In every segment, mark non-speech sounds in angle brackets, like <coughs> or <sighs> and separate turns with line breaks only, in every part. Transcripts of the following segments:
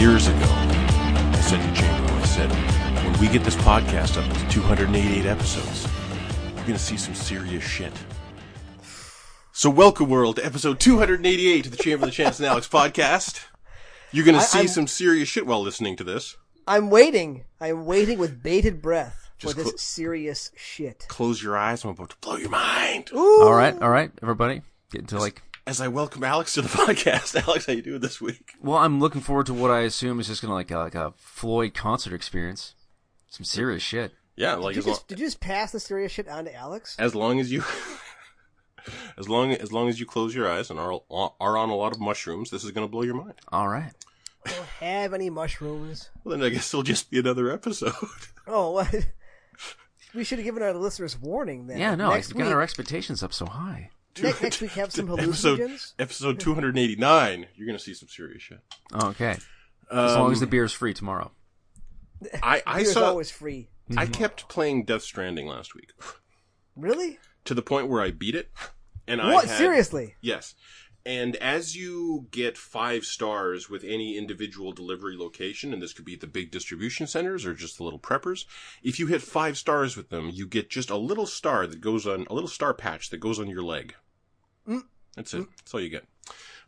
years ago, I said to Chamberlain, I said, when we get this podcast up to 288 episodes, you're going to see some serious shit. So, welcome, world, to episode 288 of the Chamberlain, Chance, and Alex podcast. You're going to
I-
see
I'm-
some serious shit while listening to this.
I'm waiting. I'm waiting with bated breath
Just
for this
cl-
serious shit.
Close your eyes. I'm about to blow your mind.
All right, all right, everybody, get to like.
As I welcome Alex to the <laughs> podcast. Alex, how you doing this week?
Well, I'm looking forward to what I assume is just gonna like a, like a Floyd concert experience, some serious shit.
Yeah, like
Did you,
as, long,
just, did you just pass the serious shit on to Alex?
as long as you, <laughs> as long as long as you close your eyes and are are on a lot of mushrooms, this is going to blow your mind.
All right,
I don't have any mushrooms.
Well, then I guess it'll just be another episode. <laughs>
Oh, what? <laughs> We should have given our listeners warning then.
yeah, no, I
next
got
week,
our expectations up so high.
ne- next week have some
<laughs> episode
hallucinogens.
episode 289. You're going to see some serious shit. Um,
Okay, as
Um,
long as the beer's free tomorrow.
I I
Beer is
saw
always free.
I
Mm-hmm.
kept playing Death Stranding last week
Really?
to the point where I beat it, and I
what?
had-
Seriously?
Yes. And as you get five stars with any individual delivery location, and this could be at the big distribution centers or just the little preppers, if you hit five stars with them, you get just a little star that goes on, a little star patch that goes on your leg. That's it. That's all you get.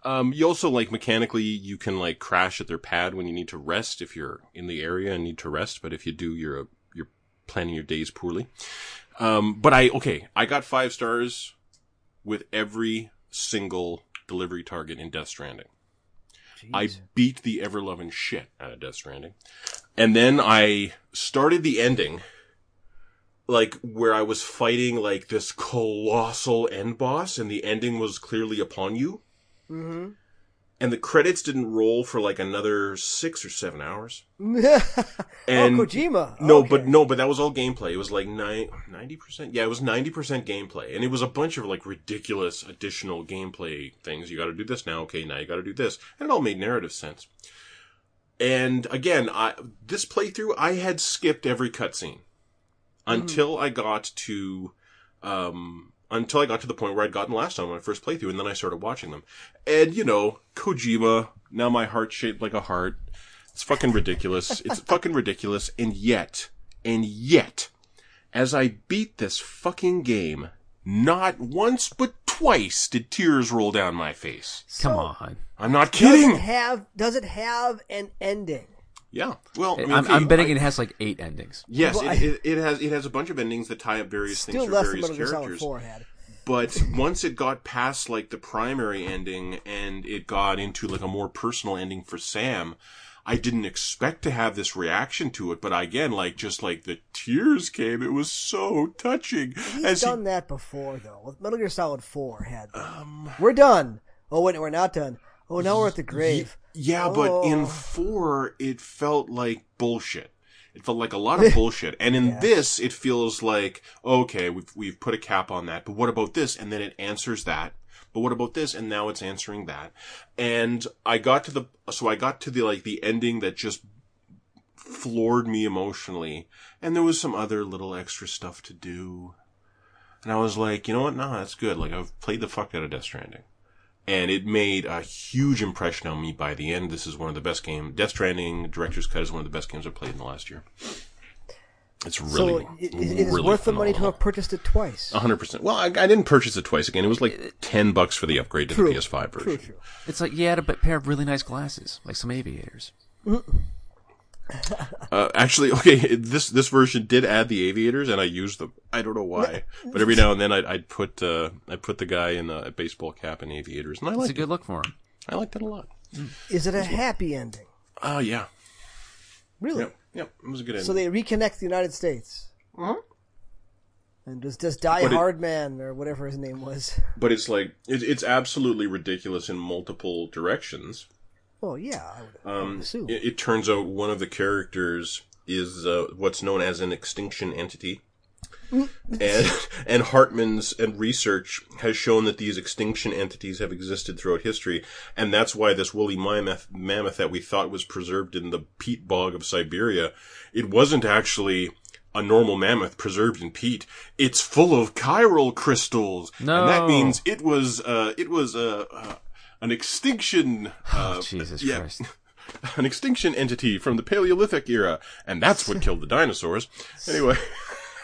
Um, you also, like, mechanically, you can, like, crash at their pad when you need to rest if you're in the area and need to rest, but if you do, you're, a, you're planning your days poorly. Um, but I, okay, I got five stars with every single delivery target in Death Stranding. I beat the ever loving shit out of Death Stranding. And then I started the ending, like where I was fighting like this colossal end boss and the ending was clearly upon you.
Mm-hmm.
And the credits didn't roll for like another six or seven hours. And
<laughs> oh, Kojima.
no,
Okay.
but no, but that was all gameplay. It was like nine, 90%. Yeah, it was 90% gameplay. And it was a bunch of like ridiculous additional gameplay things. You got to do this now. Okay, now you got to do this. And it all made narrative sense. And again, I this playthrough I had skipped every cutscene until I got to um until I got to the point where I'd gotten last time on my first playthrough and then I started watching them. And you know, Kojima, now my heart shaped like a heart. It's fucking ridiculous. it's fucking ridiculous. And yet, and yet, as I beat this fucking game, not once but twice did tears roll down my face.
So,
Come on,
I'm not
Does it
kidding.
have? Does it have an ending?
Yeah. Well,
oh,
I mean,
I'm,
okay,
I'm betting
I-
it has like eight endings.
Yes,
Well, I-
it, it, it has it has a bunch of endings that tie up various
Still
things
less
for
than
various
Metal Gear Solid
characters.
Four had.
But once it got past like the primary ending and it got into like a more personal ending for Sam, I didn't expect to have this reaction to it. But again, like just like the tears came, it was so touching.
He's
as he-
done that before, though. Metal Gear Solid Four had. that.
Um,
we're done. Oh wait, we're not done. Oh, now we're at the grave.
yeah, but in
Oh.
four, it felt like bullshit. It felt like a lot of bullshit. And in this, it feels like, okay, we've, we've put a cap on that, but what about this? And then it answers that. But what about this? And now it's answering that. And I got to the, so I got to the, like, the ending that just floored me emotionally. And there was some other little extra stuff to do. And I was like, you know what? Nah, that's good. Like, I've played the fuck out of Death Stranding and it made a huge impression on me by the end. This is one of the best games. Death Stranding Director's Cut is one of the best games I've played in the last year. It's really,
so it, it is
really
worth the money
phenomenal.
to
Uh-huh,
have purchased it twice.
100%. Well, I, I didn't purchase it twice again. It was like 10 bucks for the upgrade to
Uh, True.
the PS5 version.
True, true.
It's like you had a b- pair of really nice glasses, like some aviators.
Uh, actually, <laughs> okay, this this version did add the aviators, and I used them. I don't know
<laughs>
why, but every now and then I'd, I'd put uh, I put the guy in a baseball cap and aviators, and I
It's a
liked it.
good look for him.
I liked it a lot.
Is it a happy ending?
Oh yeah,
Really?
yep, yep, it was a good ending.
So they reconnect the United States. And does does Die
But it-
Hard Man or whatever his name was? <laughs>
but it's like it, it's absolutely ridiculous in multiple directions.
Well, yeah, I would,
Um,
I would assume.
It, it turns out one of the characters is uh, what's known as an extinction entity. and, <laughs> and Hartman's and research has shown that these extinction entities have existed throughout history, and that's why this woolly mammoth, mammoth that we thought was preserved in the peat bog of Siberia, it wasn't actually a normal mammoth preserved in peat. It's full of chiral crystals, and that
No.
means it was uh, it was uh, uh, an extinction. Uh,
Jesus
yeah.
<laughs>
Christ!
an extinction entity from the Paleolithic era, and that's what killed the dinosaurs.
<laughs>
Anyway.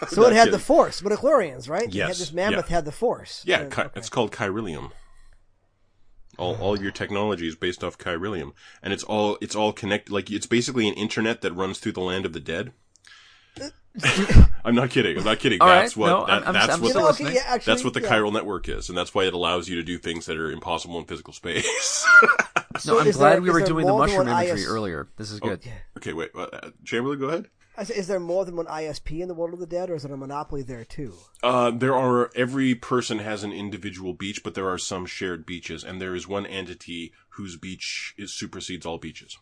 So it had the Force, but the Chlorians, right? They had
Yes,
this mammoth
yeah.
had the Force.
Yeah,
Uh,
chi-
okay.
it's called Kyrillium. All, all your technology is based off Kyrillium, and it's all it's all connected. Like it's basically an internet that runs through the land of the dead. I'm not kidding. I'm not kidding.
All right,
that's what
no,
that,
I'm- I'm-
that's
I'm
what
still
the,
listening.
yeah, actually,
that's what the
yeah.
chiral network is, and that's why it allows you to do things that are impossible in physical space. <laughs>
So
no, I'm
is
glad
there-
we
is
were
there
doing the
more than
mushroom
one
imagery
IS
earlier. This is
Oh,
good.
okay, wait, uh, Chamberlain, go ahead.
I say, is there more than one ISP in the world of the dead, or is it a monopoly there too?
Uh, there are every person has an individual beach, but there are some shared beaches, and there is one entity whose beach is supersedes all beaches.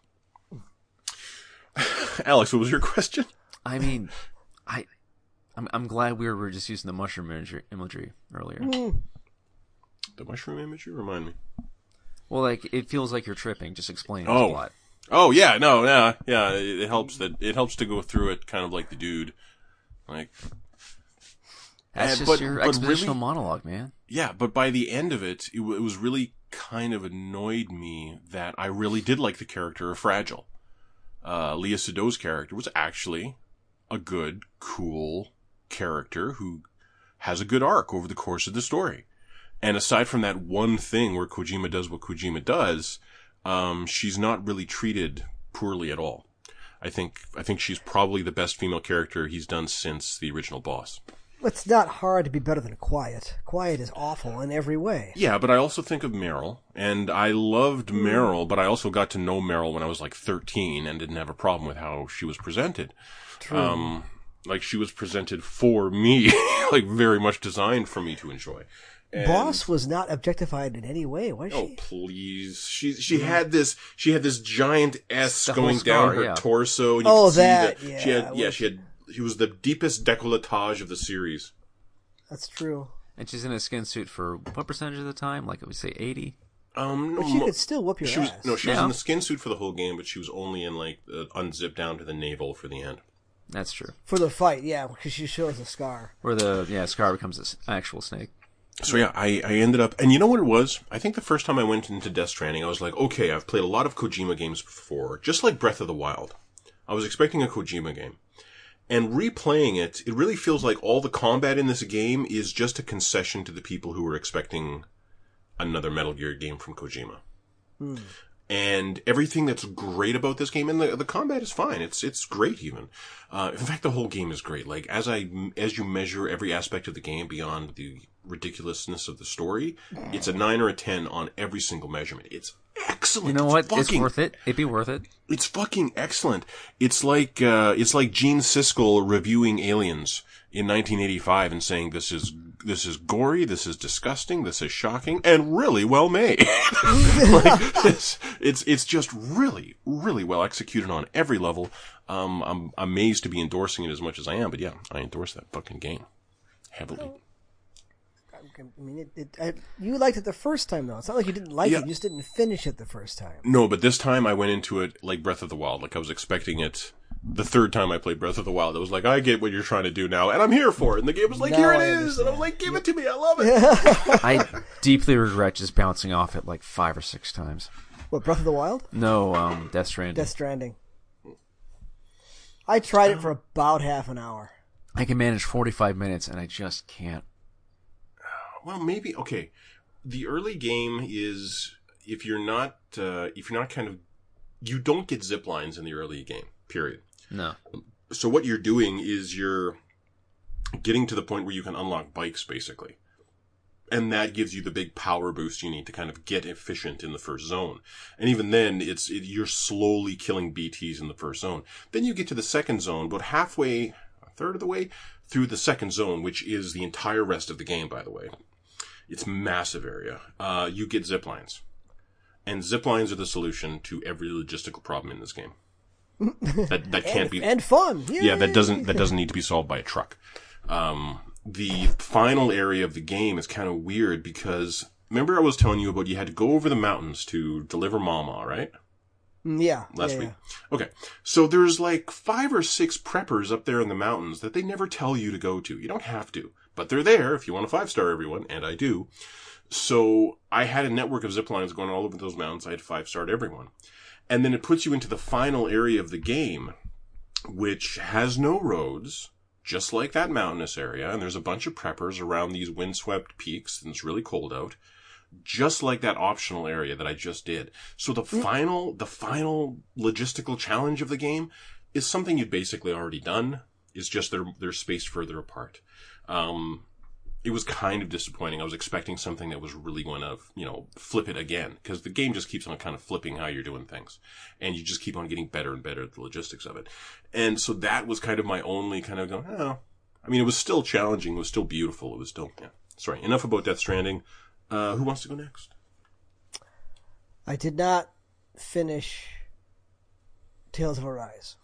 <laughs> Alex, what was your question?
I mean, I, I'm, I'm glad we were just using the mushroom imagery, imagery earlier.
The mushroom imagery, remind me.
Well, like it feels like you're tripping. Just explain the
Oh.
plot.
Oh yeah, no, yeah, yeah. It, it helps that it helps to go through it, kind of like the dude. Like
That's
Uh,
just
but-
your
but
expositional
really-
monologue, man.
yeah, but by the end of it, it, w- it was really kind of annoyed me that I really did like the character of Fragile. Uh, Leah Sudow's character was actually a good, cool character who has a good arc over the course of the story. And aside from that one thing where Kojima does what Kojima does, um, she's not really treated poorly at all. I think I think she's probably the best female character he's done since the original boss.
It's not hard to be better than quiet. Quiet is awful in every way.
Yeah, but I also think of Meryl, and I loved
Hmm.
Meryl, but I also got to know Meryl when I was like 13 and didn't have a problem with how she was presented.
True.
Um, like she was presented for me, <laughs> like very much designed for me to enjoy. And-
Boss was not objectified in any way, was
Oh
she?
please! She she had this she had this giant S
The whole
going
scar,
down her
yeah.
torso. And you
Oh,
could see
that,
the- she
yeah,
had yeah
was-
she had she was the deepest décolletage of the series.
That's true.
And she's in a skin suit for what percentage of the time? Like we say, eighty.
Um,
But she
mo-
could still whoop your
she
ass.
was no, she was
Yeah.
in the skin suit for the whole game, but she was only in like uh, unzipped down to the navel for the end.
That's true.
For the fight, yeah, because she shows a scar.
Where the yeah scar becomes an actual snake.
So yeah, I, I ended up, and you know what it was? I think the first time I went into Death Stranding, I was like, okay, I've played a lot of Kojima games before, just like Breath of the Wild. I was expecting a Kojima game. And replaying it, it really feels like all the combat in this game is just a concession to the people who were expecting another Metal Gear game from Kojima. And everything that's great about this game, and the, the combat is fine. It's it's great even. Uh, in fact, the whole game is great. Like as I as you measure every aspect of the game beyond the ridiculousness of the story, it's a nine or a ten on every single measurement. It's excellent.
You know what? It's
fucking
worth it. It'd be worth it.
it's fucking excellent. It's like uh, it's like Gene Siskel reviewing Aliens in 1985 and saying this is this is gory, this is disgusting, this is shocking, and really well made. <laughs> like this, it's it's just really really well executed on every level. Um, I'm amazed to be endorsing it as much as I am, but yeah, I endorse that fucking game heavily.
I mean, it, it, I, you liked it the first time, though. It's not like you didn't like
Yeah.
it; you just didn't finish it the first time.
No, but this time I went into it like Breath of the Wild. Like I was expecting it. The third time I played Breath of the Wild, I was like, I get what you're trying to do now, and I'm here for it. And the game was like,
Now
here it
I
is, and I'm
understand.
like, give it to me, I love
<laughs>
it. <laughs>
I deeply regret just bouncing off it like five or six times.
What Breath of the Wild?
No, um, Death Stranding.
Death Stranding. I tried it for about half an hour.
I can manage 45 minutes, and I just can't.
well, maybe okay. The early game is if you're not uh, if you're not kind of you don't get zip lines in the early game. Period.
No.
so what you're doing is you're getting to the point where you can unlock bikes basically and that gives you the big power boost you need to kind of get efficient in the first zone and even then it's it, you're slowly killing bts in the first zone then you get to the second zone but halfway a third of the way through the second zone which is the entire rest of the game by the way it's massive area uh, you get zip lines and zip lines are the solution to every logistical problem in this game that, that can't be
and fun.
yeah,
Yay!
that doesn't that doesn't need to be solved by a truck. Um, the final area of the game is kind of weird because remember I was telling you about you had to go over the mountains to deliver Mama, right?
Mm, yeah.
Last
yeah,
week.
yeah.
Okay, so there's like five or six preppers up there in the mountains that they never tell you to go to. You don't have to, but they're there if you want to five star everyone, and I do. So I had a network of zip lines going all over those mountains. I had five starred everyone. And then it puts you into the final area of the game, which has no roads, just like that mountainous area. And there's a bunch of preppers around these windswept peaks, and it's really cold out, just like that optional area that I just did. So the final, the final logistical challenge of the game is something you'd basically already done. Is just they're they're spaced further apart. Um, it was kind of disappointing. I was expecting something that was really going to, you know, flip it again because the game just keeps on kind of flipping how you're doing things and you just keep on getting better and better at the logistics of it. And so that was kind of my only kind of going, oh, I mean, it was still challenging. It was still beautiful. It was still, yeah. Sorry. Enough about Death Stranding. Uh, who wants to go next?
I did not finish Tales of Arise.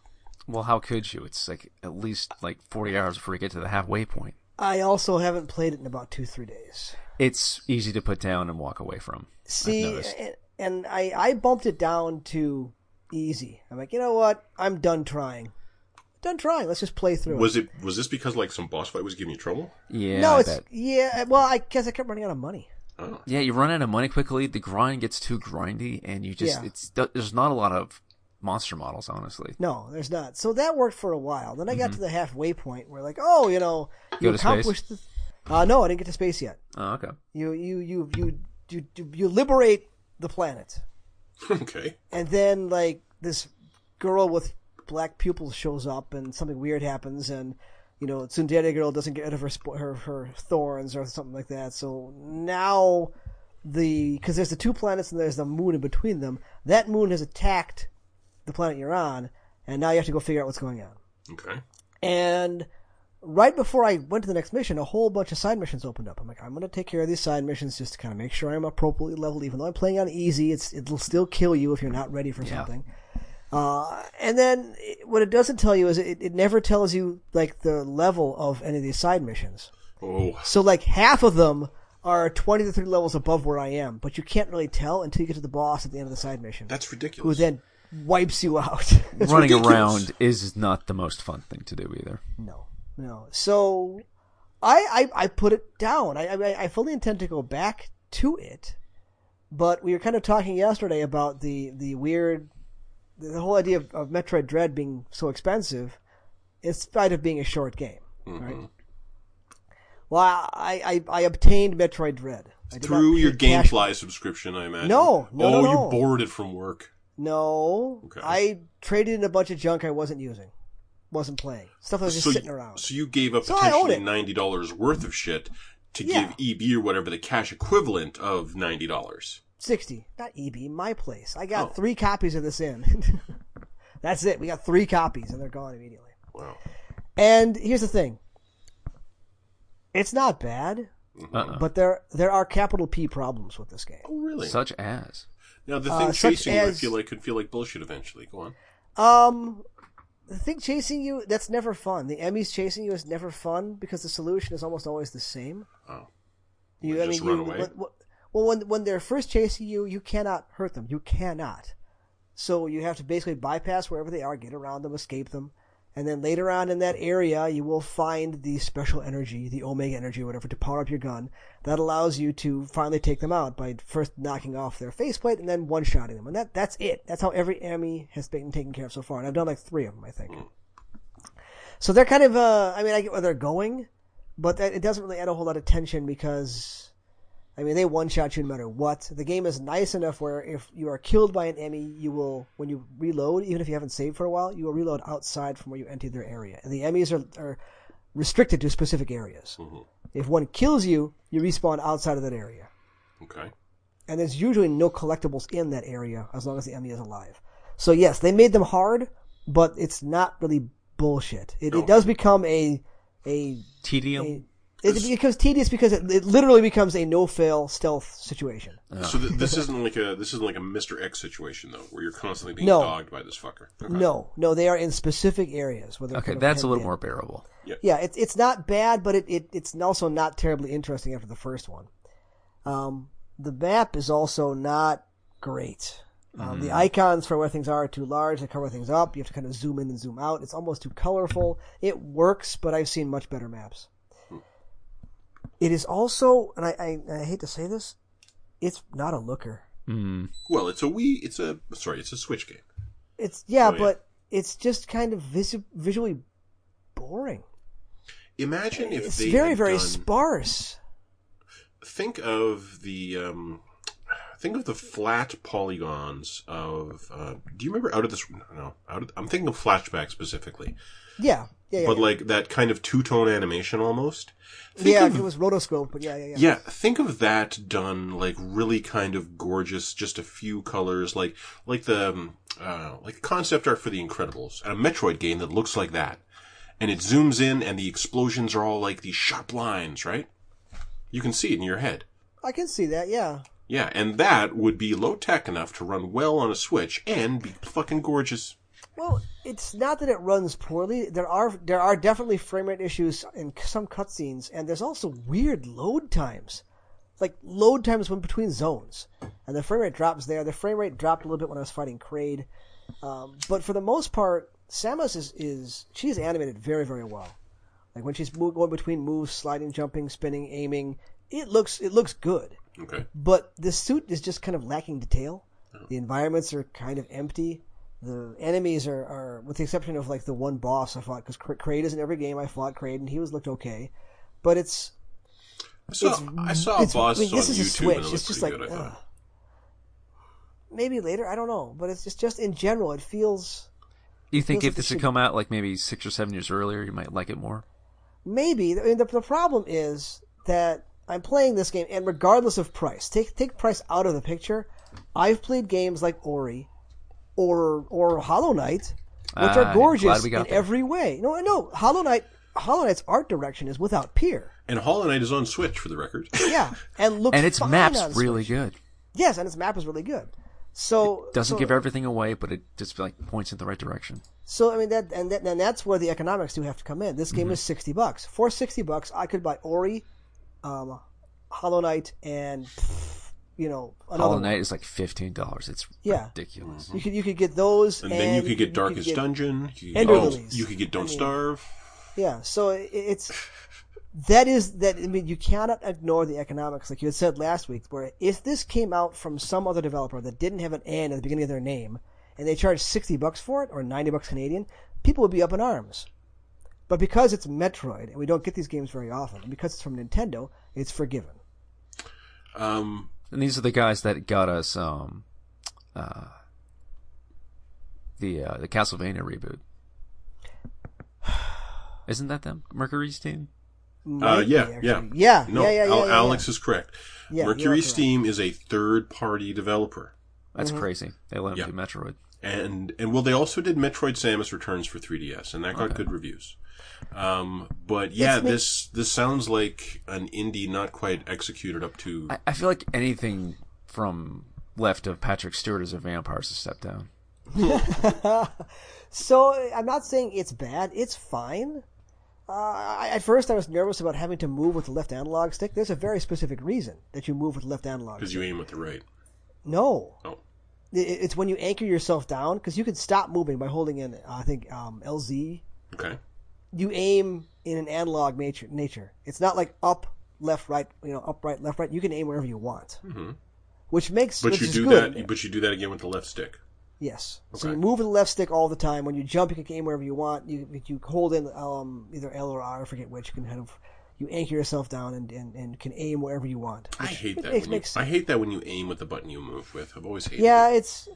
Well, how could you? It's like at least like 40 hours before you get to the halfway point.
I also haven't played it in about two, three days.
It's easy to put down and walk away from.
See,
noticed.
and, and I, I bumped it down to easy. I'm like, you know what? I'm done trying. Done trying. Let's just play through
Was it, was this because like some boss fight was giving you trouble? <laughs>
Yeah,
no,
I
it's
bet.
yeah. Well, I guess I kept running out of money.
Oh.
Yeah, you run out of money quickly. The grind gets too grindy, and you just
Yeah.
it's there's not a lot of monster models, honestly.
No, there's not. So that worked for a while. Then I got to the halfway point where, like, oh, you know, you
Mm-hmm. Go to space?
accomplished. The... Uh, no, I didn't get to space yet.
Oh, okay.
You, you, you, you, you, you, you liberate the planet,
okay.
and then like this girl with black pupils shows up, and something weird happens, and you know, Tsundere girl doesn't get rid of her sp- her her thorns or something like that. So now the because there's the two planets and there's the moon in between them. That moon has attacked the planet you're on, and now you have to go figure out what's going on.
Okay.
And right before I went to the next mission, a whole bunch of side missions opened up. I'm like, I'm gonna take care of these side missions just to kind of make sure I'm appropriately leveled. Even though I'm playing on easy, it's it'll still kill you if you're not ready for something. Uh, and then it, what it doesn't tell you is it, it never tells you like the level of any of these side missions.
Oh,
So like half of them are 20 to 30 levels above where I am, but you can't really tell until you get to the boss at the end of the side mission,
that's
who
ridiculous.
then wipes you out. <laughs>
Running
ridiculous.
around is not the most fun thing to do either.
No, no. So I I, I put it down. I, I I fully intend to go back to it, but we were kind of talking yesterday about the the weird, the whole idea of, of Metroid Dread being so expensive, in spite of being a short game,
Mm-hmm.
right? Well, I, I I obtained Metroid Dread I did not
Through
pay
your
cash-
Gamefly subscription, I imagine.
No, no,
Oh,
no, no.
you borrowed it from work.
No,
Okay.
I traded in a bunch of junk I wasn't using, wasn't playing stuff that was just
so,
sitting around.
so you gave up
So I own
potentially
it.
ninety dollars worth of shit to
Yeah.
give EB or whatever the cash equivalent of ninety dollars.
60. Not EB, my place. I got
Oh.
three copies of this in. <laughs> That's it. We got three copies and they're gone immediately.
Wow.
And here's the thing. It's not bad,
Uh-uh.
but there there are capital P problems with this game.
Oh, really?
Such as
now the
uh,
thing
such
chasing you, I
as-
feel like could feel like bullshit eventually. Go on.
Um the thing chasing you, that's never fun. The Emmys chasing you is never fun because the solution is almost always the same.
Oh,
You,
Like, just run away?
what- what- well, when when they're first chasing you, you cannot hurt them. You cannot. So you have to basically bypass wherever they are, get around them, escape them, and then later on in that area, you will find the special energy, the Omega energy, or whatever, to power up your gun. That allows you to finally take them out by first knocking off their faceplate and then one shotting them, and that that's it. That's how every enemy has been taken care of so far, and I've done like three of them, I think.
Hmm.
So they're kind of, uh, I mean, I get where they're going, but that, it doesn't really add a whole lot of tension because, I mean, they one shot you no matter what. The game is nice enough where if you are killed by an enemy, you will, when you reload, even if you haven't saved for a while, you will reload outside from where you entered their area. And the enemies are, are restricted to specific areas. If one kills you, you respawn outside of that area
okay.
and there's usually no collectibles in that area as long as the enemy is alive. So yes, they made them hard, but it's not really bullshit. It,
No.
it does become a a
tedium.
it becomes tedious because it, it literally becomes a no fail stealth situation.
So th- this isn't like a this isn't like a Mister X situation though, where you're constantly being
No.
dogged by this fucker. Okay.
No, no, they are in specific areas. Where they're
Okay,
kind of
that's a little
hemmed in.
more bearable.
Yeah, it's it's not bad, but it, it it's also not terribly interesting after the first one. Um, the map is also not great. Um,
Mm.
The icons for where things are are too large. They cover things up. You have to kind of zoom in and zoom out. It's almost too colorful. It works, but I've seen much better maps.
Hmm.
It is also, and I, I, I hate to say this, it's not a looker.
Hmm.
Mm.
Well, it's a Wii. It's a sorry, it's a Switch game.
It's yeah,
Oh, yeah.
but it's just kind of vis- visually boring.
Imagine if
It's
they
very
had
very
done-
sparse.
Think of the um, think of the flat polygons of. Uh, do you remember Out of This? No, out of, I'm thinking of Flashback specifically,
Yeah, yeah, yeah.
but like that kind of two tone animation almost.
yeah.
Think
Yeah,
of
it was rotoscope, but yeah, yeah, yeah.
Yeah, think of that done like really kind of gorgeous, just a few colors, like like the um, uh, like concept art for the Incredibles, a Metroid game that looks like that, and it zooms in, and the explosions are all like these sharp lines, right? You can see it in your head.
I can see that. Yeah,
Yeah, and that would be low tech enough to run well on a Switch and be fucking gorgeous.
Well, it's not that it runs poorly. There are there are definitely frame rate issues in c- some cutscenes, and there's also weird load times, like load times when between zones, and the frame rate drops there. The frame rate dropped a little bit when I was fighting Kraid, um, but for the most part, Samus is, is she's animated very very well. Like when she's mo- going between moves, sliding, jumping, spinning, aiming, it looks it looks good
Okay.
but the suit is just kind of lacking detail.
Oh.
The environments are kind of empty. The enemies are, are with the exception of like the one boss I fought, because Kraid is in every game. I fought Kraid and he was looked okay, but it's
I saw,
it's
I saw a
it's-
boss
I mean,
on
this is a
YouTube
Switch.
and it looked
it's just
pretty
like
good. I
ugh.
thought.
maybe later. I don't know, but it's just just in general, it feels
You think
Feels
if
like
this
it
had
should-
come out like maybe six or seven years earlier, you might like it more?
maybe I mean, the, the problem is that I'm playing this game, and regardless of price, take take price out of the picture. I've played games like Ori, or or Hollow Knight, which
Ah,
are
I'm
gorgeous
glad we
in
got there.
every way. No, no, Hollow Knight, Hollow Knight's art direction is without peer.
And Hollow Knight is on Switch for the record. <laughs>
Yeah, and looks
And its
fine
map's
on Switch.
really good.
yes, and its map is really good. So
Doesn't
so-
give everything away, but it just like points in the right direction.
So I mean that, and that, and that's where the economics do have to come in. This game is
Mm-hmm.
sixty bucks. For sixty bucks, I could buy Ori, um, Hollow Knight, and pff, you know another
Hollow
one.
Knight is like fifteen dollars. It's
Yeah.
ridiculous.
You could you could get those,
and then you could get Darkest
get-
Dungeon. You could
Ender
get, don't,
Lilies.
you could get Don't
I mean-
Starve.
Yeah, so i it's that is that. I mean, you cannot ignore the economics, like you had said last week. Where if this came out from some other developer that didn't have an "and" at the beginning of their name, and they charged sixty bucks for it or ninety bucks Canadian, people would be up in arms. But because it's Metroid and we don't get these games very often, and because it's from Nintendo, it's forgiven.
Um,
And these are the guys that got us um, uh, the uh, the Castlevania reboot. Isn't that them? Mercury's team.
uh,
Might be,
yeah,
actually.
yeah,
yeah,
No,
yeah, yeah, yeah,
Al-
yeah,
Alex is correct.
Yeah, you are
Mercury
correct.
Steam is a third-party developer,
That's crazy. They let him
Yeah.
do Metroid.
and and well, they also did Metroid: Samus Returns for 3DS, and that got good reviews. Um, but yeah,
It's me-
this this sounds like an indie not quite executed up to.
I, I feel like anything from left of Patrick Stewart as a vampire is a step down.
So I'm not saying it's bad. It's fine. Uh, I, at first, I was nervous about having to move with the left analog stick. There's a very specific reason that you move with the left analog.
because you aim with the right.
No,
Oh,
I- I- it's when you anchor yourself down because you can stop moving by holding in. uh, I think um, LZ.
okay.
You aim in an analog nature. Nature. It's not like up, left, right. You know, up, right, left, right. You can aim wherever you want, which makes
Mm-hmm. But
which
you
is
do
good.
that. But you do that again with the left stick.
Yes. So
Okay.
you move with the left stick all the time. When you jump, you can aim wherever you want. You you hold in um, either L or R, I forget which. You can kind of you anchor yourself down and, and, and can aim wherever you want.
I hate that.
makes-
when
makes-
you, I hate that when you aim with the button you move with. I've always hated.
Yeah,
It.
it's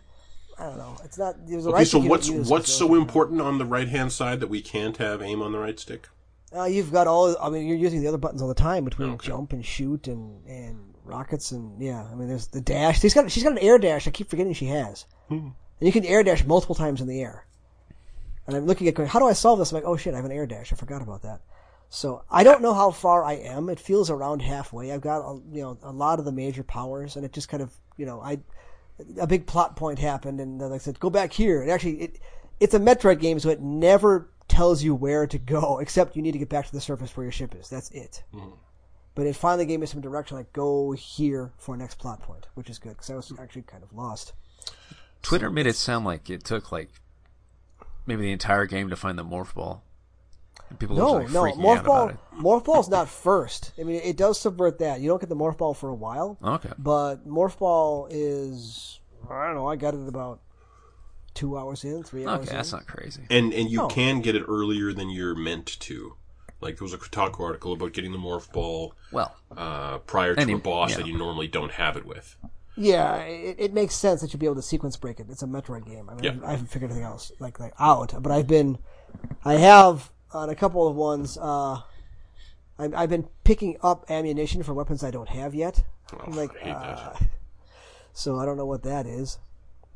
I don't know. It's not. There's a
Okay,
right
so
stick you
what's
don't use,
what's
but
so important on the right hand side that we can't have aim on the right stick?
Uh, you've got all. I mean, you're using the other buttons all the time between
Okay.
jump and shoot and and rockets and yeah. I mean, there's the dash. She's got she's got an air dash. I keep forgetting she has. And you can air dash multiple times in the air. And I'm looking at going, how do I solve this? I'm like, oh shit, I have an air dash. I forgot about that. So I don't know how far I am. It feels around halfway. I've got a, you know a lot of the major powers, and it just kind of you know I a big plot point happened, and then I said, "Go back here." And actually, it it's a Metroid game, so it never tells you where to go, <laughs> except you need to get back to the surface where your ship is. That's it.
Mm-hmm.
But it finally gave me some direction, like go here for next plot point, which is good because I was actually kind of lost.
Twitter made it sound like it took like maybe the entire game to find the morph ball.
And people
No,
are like
no,
freaking
morph
out
ball.
about it.
Morph ball's not <laughs> first. I mean, it does subvert that. You don't get the morph ball for a while,
Okay.
but morph ball is I don't know. I got it about two hours in, three hours
Okay,
in.
that's not crazy.
And and you
No.
can get it earlier than you're meant to. Like there was a Kotaku article about getting the morph ball
Well,
uh, prior to
Any-
a boss
yeah.
that you normally don't have it with. Oh,
Yeah, it, it makes sense that you'd be able to sequence break it. It's a Metroid game. I mean,
Yeah.
I haven't figured anything else like like out, but I've been, I have on a couple of ones. Uh, I've, I've been picking up ammunition for weapons I don't have yet.
Oh,
I'm like,
I hate
uh,
that.
so I don't know what that is,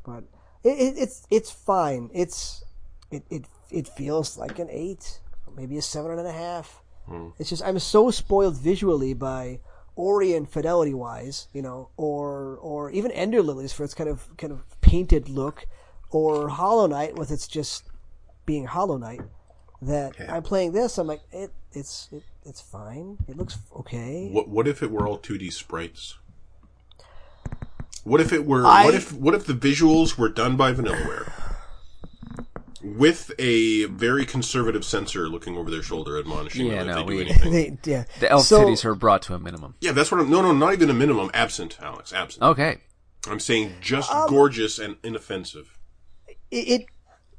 but it, it, it's it's fine. It's it, it it feels like an eight, maybe a seven and a half. It's just I'm so spoiled visually by Ori and fidelity wise, you know, or or even Ender Lilies for its kind of kind of painted look, or Hollow Knight with its just being Hollow Knight. That I'm playing this, I'm like it. It's it, it's fine. It looks okay.
What what if it were all 2D sprites? What if it were
I-
what if what if the visuals were done by Vanillaware? With a very conservative censor looking over their shoulder, admonishing
Yeah,
them
no,
if they do
we-
anything.
<laughs> They, yeah.
the elf
So-
titties are brought to a minimum.
Yeah, that's what I'm. No, no, not even a minimum. Absent, Alex. Absent.
Okay.
Oh.
I'm saying just gorgeous and inoffensive.
it, it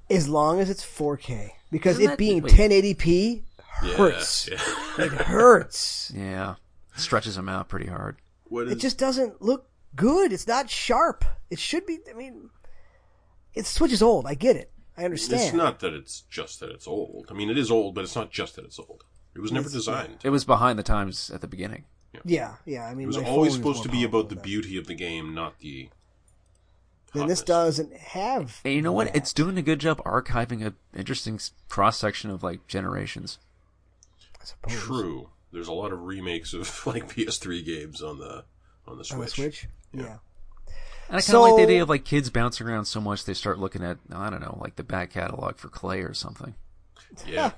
as long as it's 4K because
Isn't
it
that-
being
wait.
1080p
Yeah,
hurts.
yeah.
<laughs>
<laughs>
It hurts.
Yeah. Stretches them out pretty hard.
What is
It just doesn't look good. It's not sharp. It should be. I mean, it switches old. I get it. I understand.
It's not that it's just that it's old. I mean, it is old, but it's not just that it's old. It was never designed.
It was behind the times at the beginning.
Yeah, yeah. I mean,
It was
my
always
phone is
supposed to
more
be about
powerful
the
than
beauty of the game, not the.
that. And this
hotness.
doesn't have.
And you know what?
that.
It's doing a good job archiving a interesting cross section of like generations.
I suppose,
True. There's a lot of remakes of <laughs> like PS3 games on the on the Switch.
on the Switch. yeah.
And I kind of
So-
like the idea of like kids bouncing around so much they start looking at I don't know like the back catalog for Clay or something.
<laughs>
Yeah.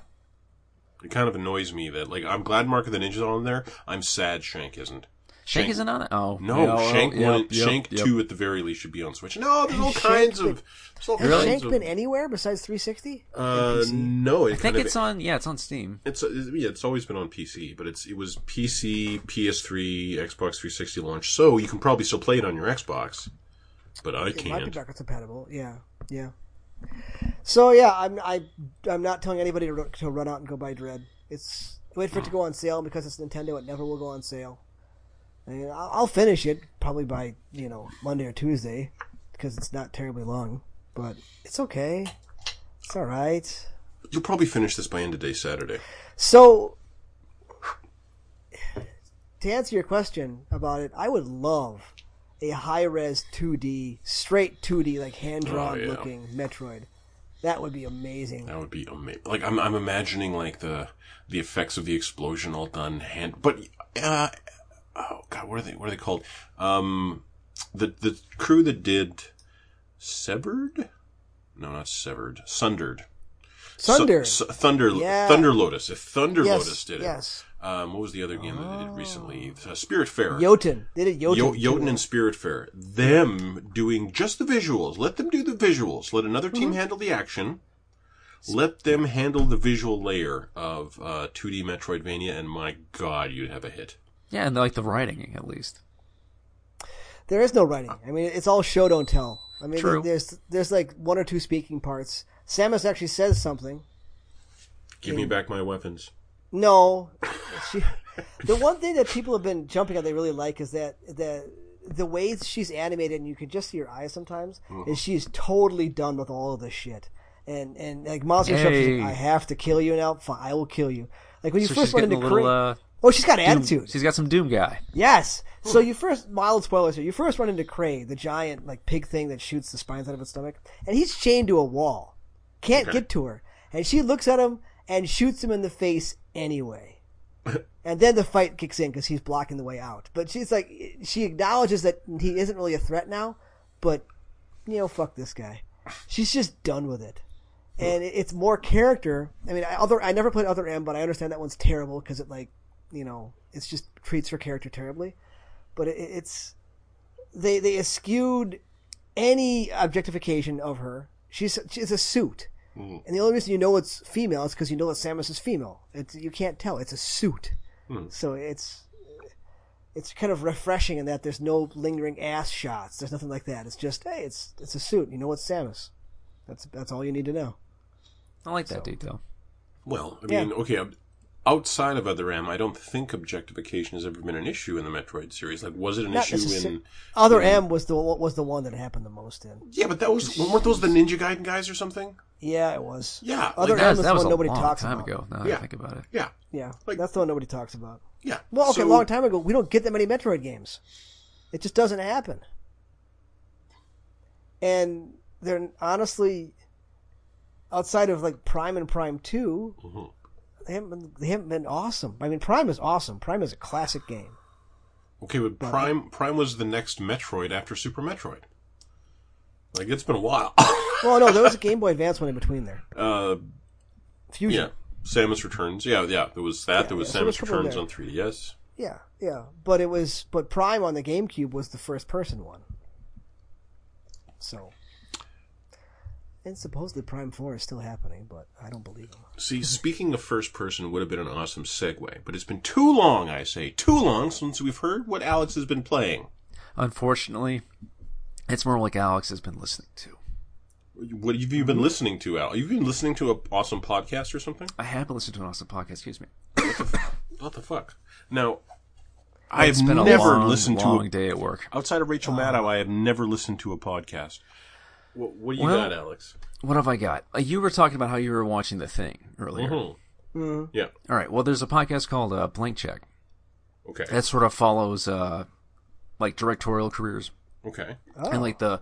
It kind of annoys me that like I'm glad Mark of the Ninja's on there. I'm sad Shank isn't.
Shank isn't on it. Oh
No,
yeah, oh,
Shank
yep,
one, and-
yep,
Shank
yep.
two at the very least should be on Switch. No, there's all
Has
kinds
Shank
of. There's all
Has
kinds
Shank
of,
been anywhere besides 360?
Uh, no,
I
it kind
think
of-
it's on. Yeah, it's on Steam.
It's uh, yeah, it's always been on PC, but it's it was PC, PS3, Xbox 360 launch, so you can probably still play it on your Xbox, but I
It might be
can't.
backwards compatible. Yeah, yeah. So yeah, I'm I I'm not telling anybody to, to run out and go buy Dread. It's wait for it to go on sale and because it's Nintendo. It never will go on sale. I mean, I'll, I'll finish it probably by you know Monday or Tuesday because it's not terribly long, but it's okay. It's all right.
You'll probably finish this by end of day Saturday.
So, <sighs> to answer your question about it, I would love a high res 2D, straight 2D, like hand drawn
Oh, yeah.
looking Metroid. That would be amazing.
That would be amazing. Like I'm I'm imagining like the the effects of the explosion all done hand, but uh, oh god, what are they what are they called? Um, the the crew that did severed, no, not severed, sundered.
Thunder.
Su- Su- Thunder,
Yeah.
Thunder Lotus. If Thunder
Yes,
Lotus did it,
yes. Oh.
Um, what was the other game that they did recently? Uh, Spirit Fair.
Jotun. Did it Jotun?
Yo-
too.
Jotun and Spirit Fair. Them doing just the visuals. Let them do the visuals. Let another team
Mm-hmm.
handle the action. Let them handle the visual layer of uh, 2D Metroidvania, and my god, you'd have a hit.
Yeah, and like the writing at least.
There is no writing.
Uh.
I mean, it's all show don't tell. I mean,
True.
there's there's like one or two speaking parts. Samus actually says something.
Give me back my weapons.
No, she, the one thing that people have been jumping on they really like is that the the way she's animated and you can just see her eyes sometimes is she's totally done with all of this shit. And and like Monster Shop, she's
Yay.
like, I have to kill you now. Fine, I will kill you. Like when you
So she's
first went
getting a
into
little
Korea.
uh,
oh, she's got
Doom-
attitude.
She's got some Doom guy.
Yes. So you first mild spoilers here. You first run into Cray, the giant like pig thing that shoots the spines out of its stomach, and he's chained to a wall, can't get to her, and she looks at him and shoots him in the face anyway. and then the fight kicks in because he's blocking the way out. But she's like, she acknowledges that he isn't really a threat now, but you know, fuck this guy. She's just done with it. And it- it's more character. I mean, I, other I never played Other M, but I understand that one's terrible because it like, you know, it's just treats her character terribly. But it, it's they they eschewed any objectification of her. She's she's a suit. And the only reason you know it's female is because you know that Samus is female. It's you can't tell. It's a suit, so it's it's kind of refreshing in that there's no lingering ass shots. There's nothing like that. It's just hey, it's it's a suit. You know it's Samus. That's that's all you need to know.
I like that detail.
Well, I
Yeah.
mean, okay, ob- outside of Other M, I don't think objectification has ever been an issue in the Metroid series. Like, was it an
Not
issue
necessar-
in?
Other M was the was the one that it happened the most in.
Yeah, but that was weren't those the Ninja Gaiden guys or something?
Yeah, it was.
Yeah, like
Other
that-
M is the
was
one
a
nobody
long
talks
time
about.
ago. Now that
Yeah.
I think about it.
Yeah,
Yeah,
Like-
that's the one nobody talks about.
yeah.
Well, okay,
So-
a long time ago. We don't get that many Metroid games. It just doesn't happen. And they're honestly, outside of like Prime and Prime 2
Mm-hmm.
they haven't been, they haven't been awesome. I mean, Prime is awesome. Prime is a classic game.
Okay, but Prime Prime was the next Metroid after Super Metroid. Like it's been a while.
<coughs>
Well, no, there was a Game Boy Advance one in between there.
uh, yeah,
Fusion.
Samus Returns. Yeah, yeah. There was that.
Yeah,
there was
yeah, so
Samus
there's a couple
Returns
there.
on 3DS.
Yeah, yeah, But it was but Prime on the GameCube was the first person one. So. And supposedly Prime Four is still happening, but I don't believe them.
See, speaking of first person would have been an awesome segue, but it's been too long, I say, too long since we've heard what Alex has been playing.
Unfortunately, it's more like Alex has been listening to.
What have you
Mm-hmm.
been listening to, Al? You've been listening to an awesome podcast or something?
I have been listening to an awesome podcast. Excuse me.
What the fuck? Now, I have
It's been a
never
long,
listened to
long
a,
day at work.
outside of Rachel
Uh-huh.
Maddow. I have never listened to a podcast. What, what do you
Well-
got, Alex?
What have I got? Uh, You were talking about how you were watching the thing earlier.
Mhm. Yeah.
All right. Well, there's a podcast called uh, Blank Check
Okay.
that sort of follows uh, like directorial careers
okay.
and like
Oh.
the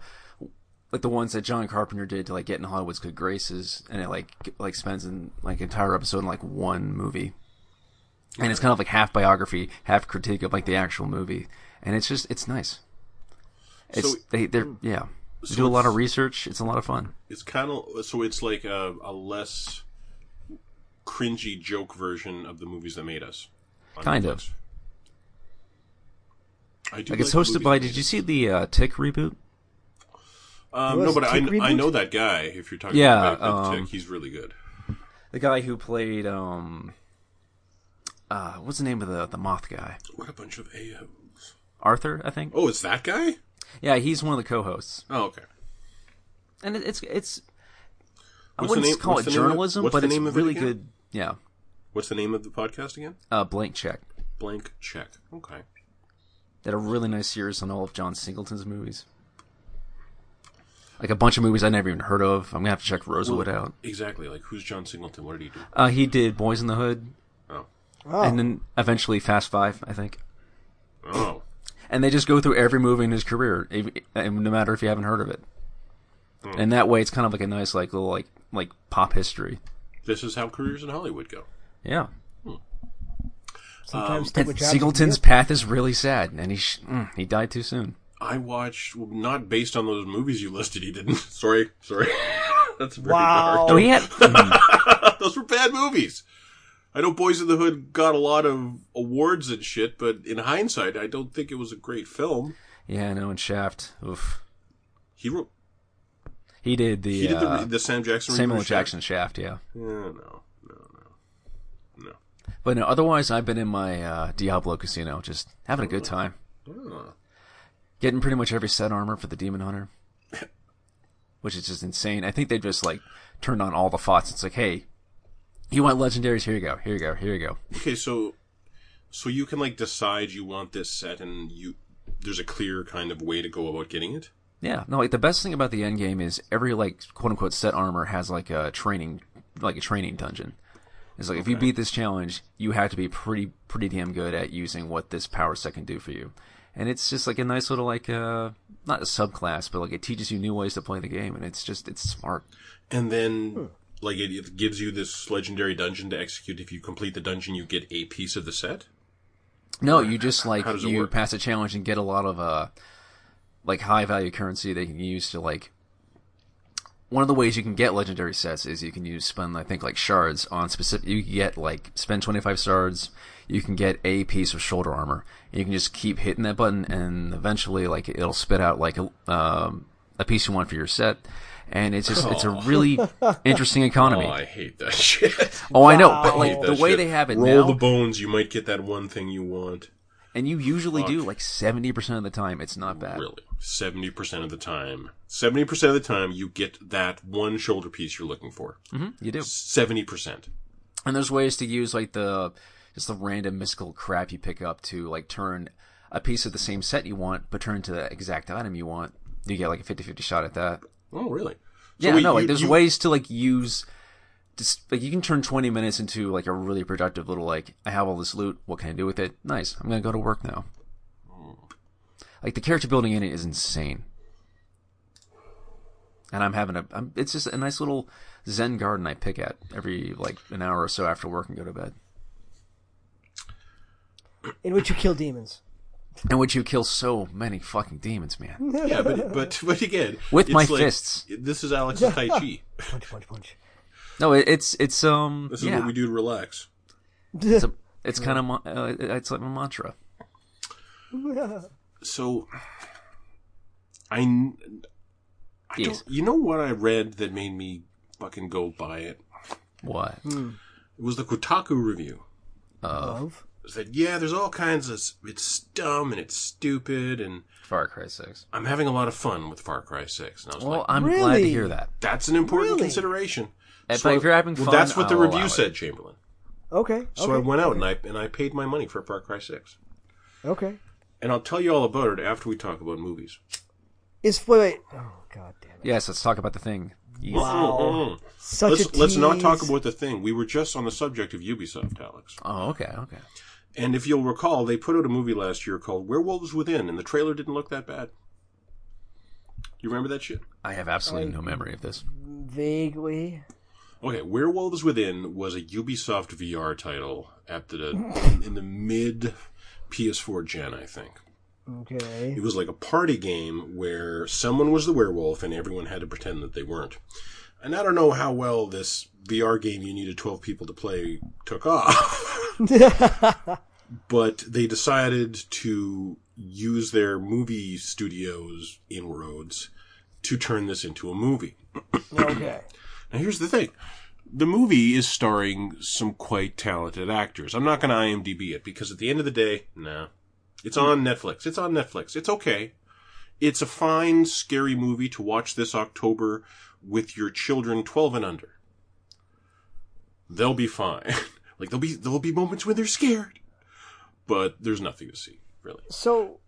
like the ones that John Carpenter did to like get in Hollywood's good graces, and it like g- like spends an like entire episode in like one movie, and it's kind of like half biography, half critique of like the actual movie, and it's just it's nice. It's
So- mm.
they they're yeah. They
so
do a lot
it's-
of research. It's a lot of fun.
It's kind of so it's like a, a less cringy joke version of the movies that made us. on
Kind
Netflix. I do
Like it's
the
hosted
movies that
by. Did
made
you
us.
see the uh, Tick reboot?
Um,
Who
no,
was
but I,
Tick
kn- I
Reboot?
know that guy. If you're talking
Yeah,
about Back to
um,
Tick, he's really good.
The guy who played um, uh, what's the name of the the moth guy?
What a bunch of a hoes!
Arthur, I think.
Oh, it's that guy.
Yeah, he's one of the co-hosts.
Oh, okay.
and it, it's it's. I
What's the
wouldn't
name-
call
what's
it
the name of-
journalism,
what's
but
the
it's
name of it
really
again?
good. Yeah,
What's the name of the podcast again?
uh, blank check.
Blank check. Okay.
Did a really nice series on all of John Singleton's movies, like a bunch of movies I never even heard of. I'm gonna have to check Rosewood out.
Exactly. Like who's John Singleton? What did he do?
Uh, he did Boys in the Hood,
Oh,
Oh,
and then eventually Fast Five, I think.
oh,
And they just go through every movie in his career, ev- and no matter if you haven't heard of it.
Hmm.
And that way, it's kind of like a nice, like little, like like pop history.
this is how careers in Hollywood go.
Yeah,
sometimes stupid
um, and
jobs
Singleton's
you can
path is really sad, and he sh- mm, he died too soon.
I watched well, not based on those movies you listed. He didn't. <laughs> Sorry, sorry. That's pretty
Wow.
No, Oh, he
Oh. <laughs>
had
Mm. dark. <laughs> Those were bad movies. I know Boys in the Hood got a lot of awards and shit, but in hindsight, I don't think it was a great film.
<laughs> Yeah, I know. And Shaft, oof,
He wrote.
he did the,
He did the,
uh,
re- the Sam Jackson. reboot
Samuel L.
of
Jackson Shaft. Yeah,
Shaft. Yeah, no, no, no, no.
but no. Otherwise, I've been in my uh, Diablo casino, just having a good time,
Oh.
getting pretty much every set armor for the Demon Hunter, which is just insane. I think they just like turned on all the FOTS. It's like, hey, you want legendaries? Here you go. Here you go. Here you go.
Okay, so so you can like decide you want this set, and you there's a clear kind of way to go about getting it.
Yeah, no. Like the best thing about the end game is every like quote unquote set armor has like a training, like a training dungeon. It's like if you beat this challenge, you have to be pretty pretty damn good at using what this power set can do for you. And it's just like a nice little like uh not a subclass, but like it teaches you new ways to play the game, and it's just it's smart.
and then
Hmm.
like it, it gives you this legendary dungeon to execute. If you complete the dungeon, you get a piece of the set.
No, you just like
How does it
you
work?
pass a challenge and get a lot of uh like high value currency they can use to like one of the ways you can get legendary sets is you can use spend I think like shards on specific you can get like spend 25 shards you can get a piece of shoulder armor and you can just keep hitting that button and eventually like it'll spit out like a um, a piece you want for your set and it's just it's a really interesting
<laughs>
economy.
Oh, I hate that shit.
Oh, I know, but
Wow.
I hate
like the
that
way
shit.
they have it
Roll
now,
the bones, you might get that one thing you want.
and you usually do like seventy percent of the time, it's not bad.
Really, seventy percent of the time, seventy percent of the time, you get that one shoulder piece you're looking for.
hmm you do,
Seventy percent.
and there's ways to use like the just the random mystical crap you pick up to like turn a piece of the same set you want, but turn it to the exact item you want. You get like a 50-50 shot at that.
Oh, really? So
Yeah,
wait,
no,
you-
like there's
you-
ways to like use just like you can turn 20 minutes into like a really productive little like I have all this loot, what can I do with it? Nice. I'm going to go to work now. Like the character building in it is insane. And I'm having a I'm, it's just a nice little zen garden I pick at every like an hour or so after work and go to bed.
in which you kill demons.
In which you kill so many fucking demons, man.
Yeah, but but <laughs> but again,
With
it's
my
like-
fists.
This is Alex's Tai Chi.
<laughs>
Punch, punch, punch.
No, it, it's it's um
This is
yeah.
what we do to relax.
It's, a, it's kind of uh, it's like my mantra.
So, I, n- I
Yes.
don't. You know what I read that made me fucking go buy it?
What? Oh,
It was the Kotaku review.
<laughs> Love.
It said, yeah, there's all kinds of s- it's dumb and it's stupid, and
Far Cry 6.
I'm having a lot of fun with Far Cry Six. And I was
Well,
like,
I'm glad to
Really?
hear that.
that's an important
Really?
consideration.
If- if you're having
well,
fun,
that's what the
I'll allow
review
it.
said, Chamberlain.
Okay.
So
okay,
I went out and I and I paid my money for Far Cry Six,
Okay.
and I'll tell you all about it after we talk about movies.
Is wait, wait. Oh god damn it!
Yes, let's talk about the thing. Yes.
Wow.
Mm-mm.
Such a
let's, let's not talk
tease.
about the thing. We were just on the subject of Ubisoft, Alex.
Oh, okay, okay.
And if you'll recall, they put out a movie last year called Werewolves Within, and the trailer didn't look that bad. You remember that shit?
I have absolutely no memory of this.
vaguely.
Okay, Werewolves Within was a Ubisoft VR title at the in the mid PS4 gen, I think.
Okay.
It was like a party game where someone was the werewolf and everyone had to pretend that they weren't. And I don't know how well this VR game you needed 12 people to play took off. <laughs> but they decided to use their movie studios inroads to turn this into a movie.
<laughs> okay.
Now, here's the thing. The movie is starring some quite talented actors. I'm not going to IMDb it because at the end of the day, nah. It's
Hmm.
on Netflix. It's on Netflix. It's okay. It's a fine, scary movie to watch this October with your children 12 and under. They'll be fine. <laughs> like there'll be there'll be moments when they're scared, but there's nothing to see really.
So,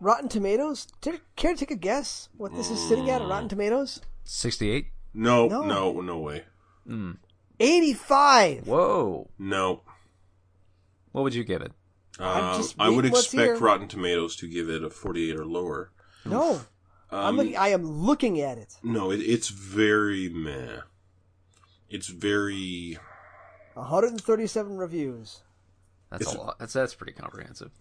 Rotten Tomatoes. Did, care to take a guess what this is sitting at? on Rotten Tomatoes.
68?
No, no,
No.
no, way.
Eighty-five.
Hmm. Whoa.
No.
What would you give it?
I'm
Uh,
just
I would
reading what's
expect
here.
Rotten Tomatoes to give it a 48 or lower. Um,
No. I'm looking, I am looking at it.
No, it, it's very meh. It's very
137
<laughs>
reviews.
That's
It's-
a lot. That's that's pretty comprehensive.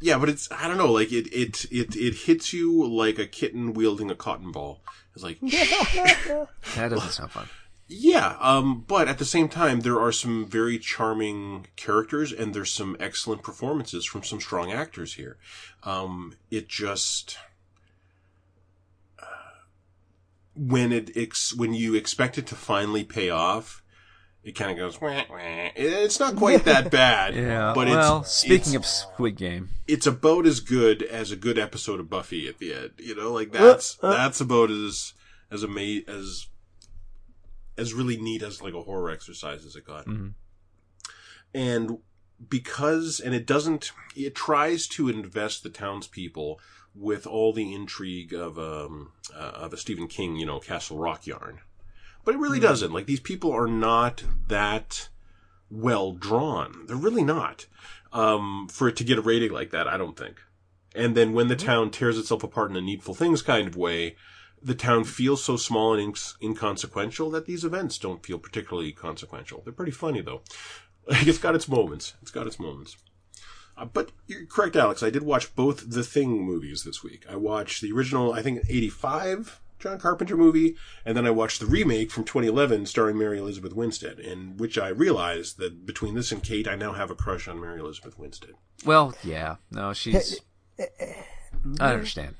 yeah, but it's I don't know, like it it it it hits you like a kitten wielding a cotton ball. It's like <laughs>
That doesn't sound fun.
yeah, um, but at the same time, there are some very charming characters and there's some excellent performances from some strong actors here. Um, it just uh, when it ex- when you expect it to finally pay off. It kind of goes. Wah, wah. It's not quite that bad,
<laughs> Yeah.
But
well,
it's,
speaking
it's-
of Squid Game,
it's about as good as a good episode of Buffy at the end. You know, like that's
Uh, uh.
that's about as as ama- as as really neat as like a horror exercise as it got.
Mm-hmm.
And because and it doesn't it tries to invest the townspeople with all the intrigue of um uh, of a Stephen King, you know, Castle Rock yarn. But it really
Mm-hmm.
doesn't. Like these people are not that well drawn. They're really not. Um, for it to get a rating like that, I don't think. And then when the town tears itself apart in a needful things kind of way, the town feels so small and inc- inconsequential that these events don't feel particularly consequential. They're pretty funny though. <laughs> Like it's got its moments. It's got its moments. Uh, but you're correct, Alex. I did watch both the Thing movies this week. I watched the original, I think, '85 John Carpenter movie, and then I watched the remake from 2011 starring Mary Elizabeth Winstead. In which I realized that between this and Kate, I now have a crush on Mary Elizabeth Winstead.
well, yeah, no, she's. I understand.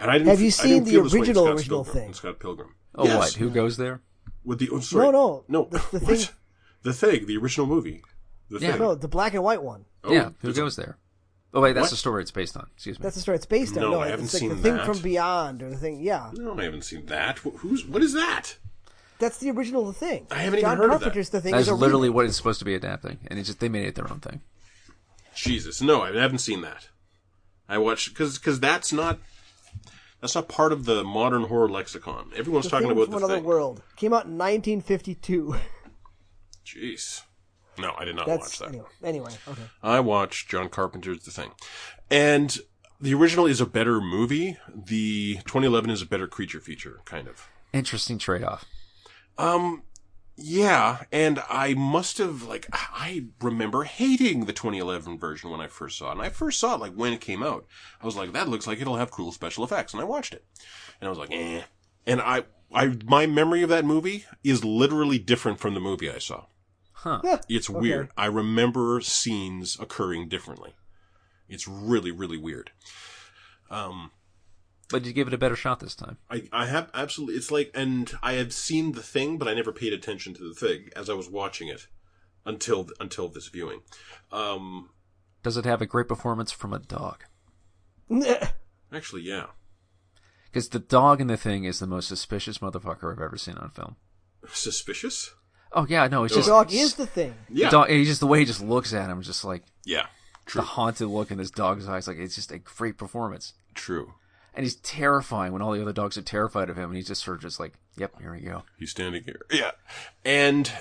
And I didn't.
Have you
f- I didn't
seen the
feel this way with
original,
Scott
original
Pilgrim-
Thing?
Scott Pilgrim.
Oh,
Yes.
what? Who goes there?
With the oh, sorry.
no.
no,
The- the
What?
thing-
the thing, the original movie, the
Yeah.
thing.
No, the black and white one.
Oh,
yeah, who
there's a-
goes there? Oh wait, that's
What?
the story it's based on. Excuse me.
That's the story it's based on.
No, I
it's
haven't
like
seen
the thing
that.
from beyond or the thing. Yeah,
No, I haven't seen that. Wh- Who's what is that?
that's the original. The thing.
I haven't even
John
heard of that.
Carpenter's The thing
That
is
is
a
literally what it's supposed to be adapting, and it just they made it their own thing.
Jesus, no, I haven't seen that. I watched because because that's not that's not part of the modern horror lexicon. Everyone's
The
talking
Thing
about
from
the
another
thing.
world. Came out in 1952.
Jeez, no, I did not watch
That's
that.
anyway. Anyway, okay.
I watched John Carpenter's The Thing, and the original is a better movie. The 2011 is a better creature feature, kind of.
Interesting trade off.
Um, yeah, and I must have like I remember hating the 2011 version when I first saw it. And I first saw it like when it came out. I was like, that looks like it'll have cool special effects, and I watched it, and I was like, eh. And I, I, my memory of that movie is literally different from the movie I saw.
Huh.
It's
<laughs> Okay.
weird. I remember scenes occurring differently. It's really, really weird. Um,
But did you give it a better shot this time?
I, I have absolutely. It's like, and I had seen the thing, but I never paid attention to the thing as I was watching it until until this viewing. Um,
Does it have a great performance from a dog?
<laughs>
actually, yeah, <laughs>
Because the dog in the thing is the most suspicious motherfucker I've ever seen on film.
suspicious.
Oh yeah, no, it's
The
the
just
dog is the thing.
the
Yeah,
dog. He just the way he just looks at him, just like
yeah,
the haunted look in this dog's eyes. Like it's just a great performance,
true.
and he's terrifying when all the other dogs are terrified of him, and he's just sort of just like, "Yep, here we go."
He's standing here. Yeah, and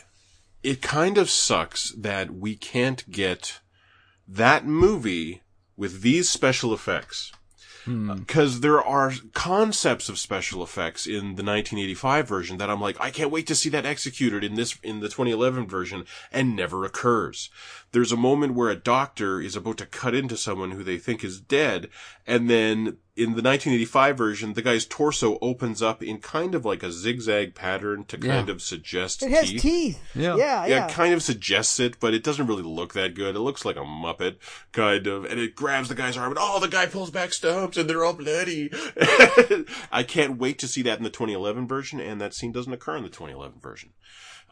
it kind of sucks that we can't get that movie with these special effects. Because there are concepts of special effects in the 1985 version that I'm like, I can't wait to see that executed in this, in the 2011 version and never occurs. There's a moment where a doctor is about to cut into someone who they think is dead. And then in the 1985 version, the guy's torso opens up in kind of like a zigzag pattern to kind
Yeah.
of suggest
It has
teeth.
teeth.
Yeah.
yeah,
Yeah, it kind of suggests it, but it doesn't really look that good. It looks like a Muppet, kind of, and it grabs the guy's arm, and oh, the guy pulls back stumps, and they're all bloody. <laughs> I can't wait to see that in the 2011 version, and that scene doesn't occur in the 2011 version.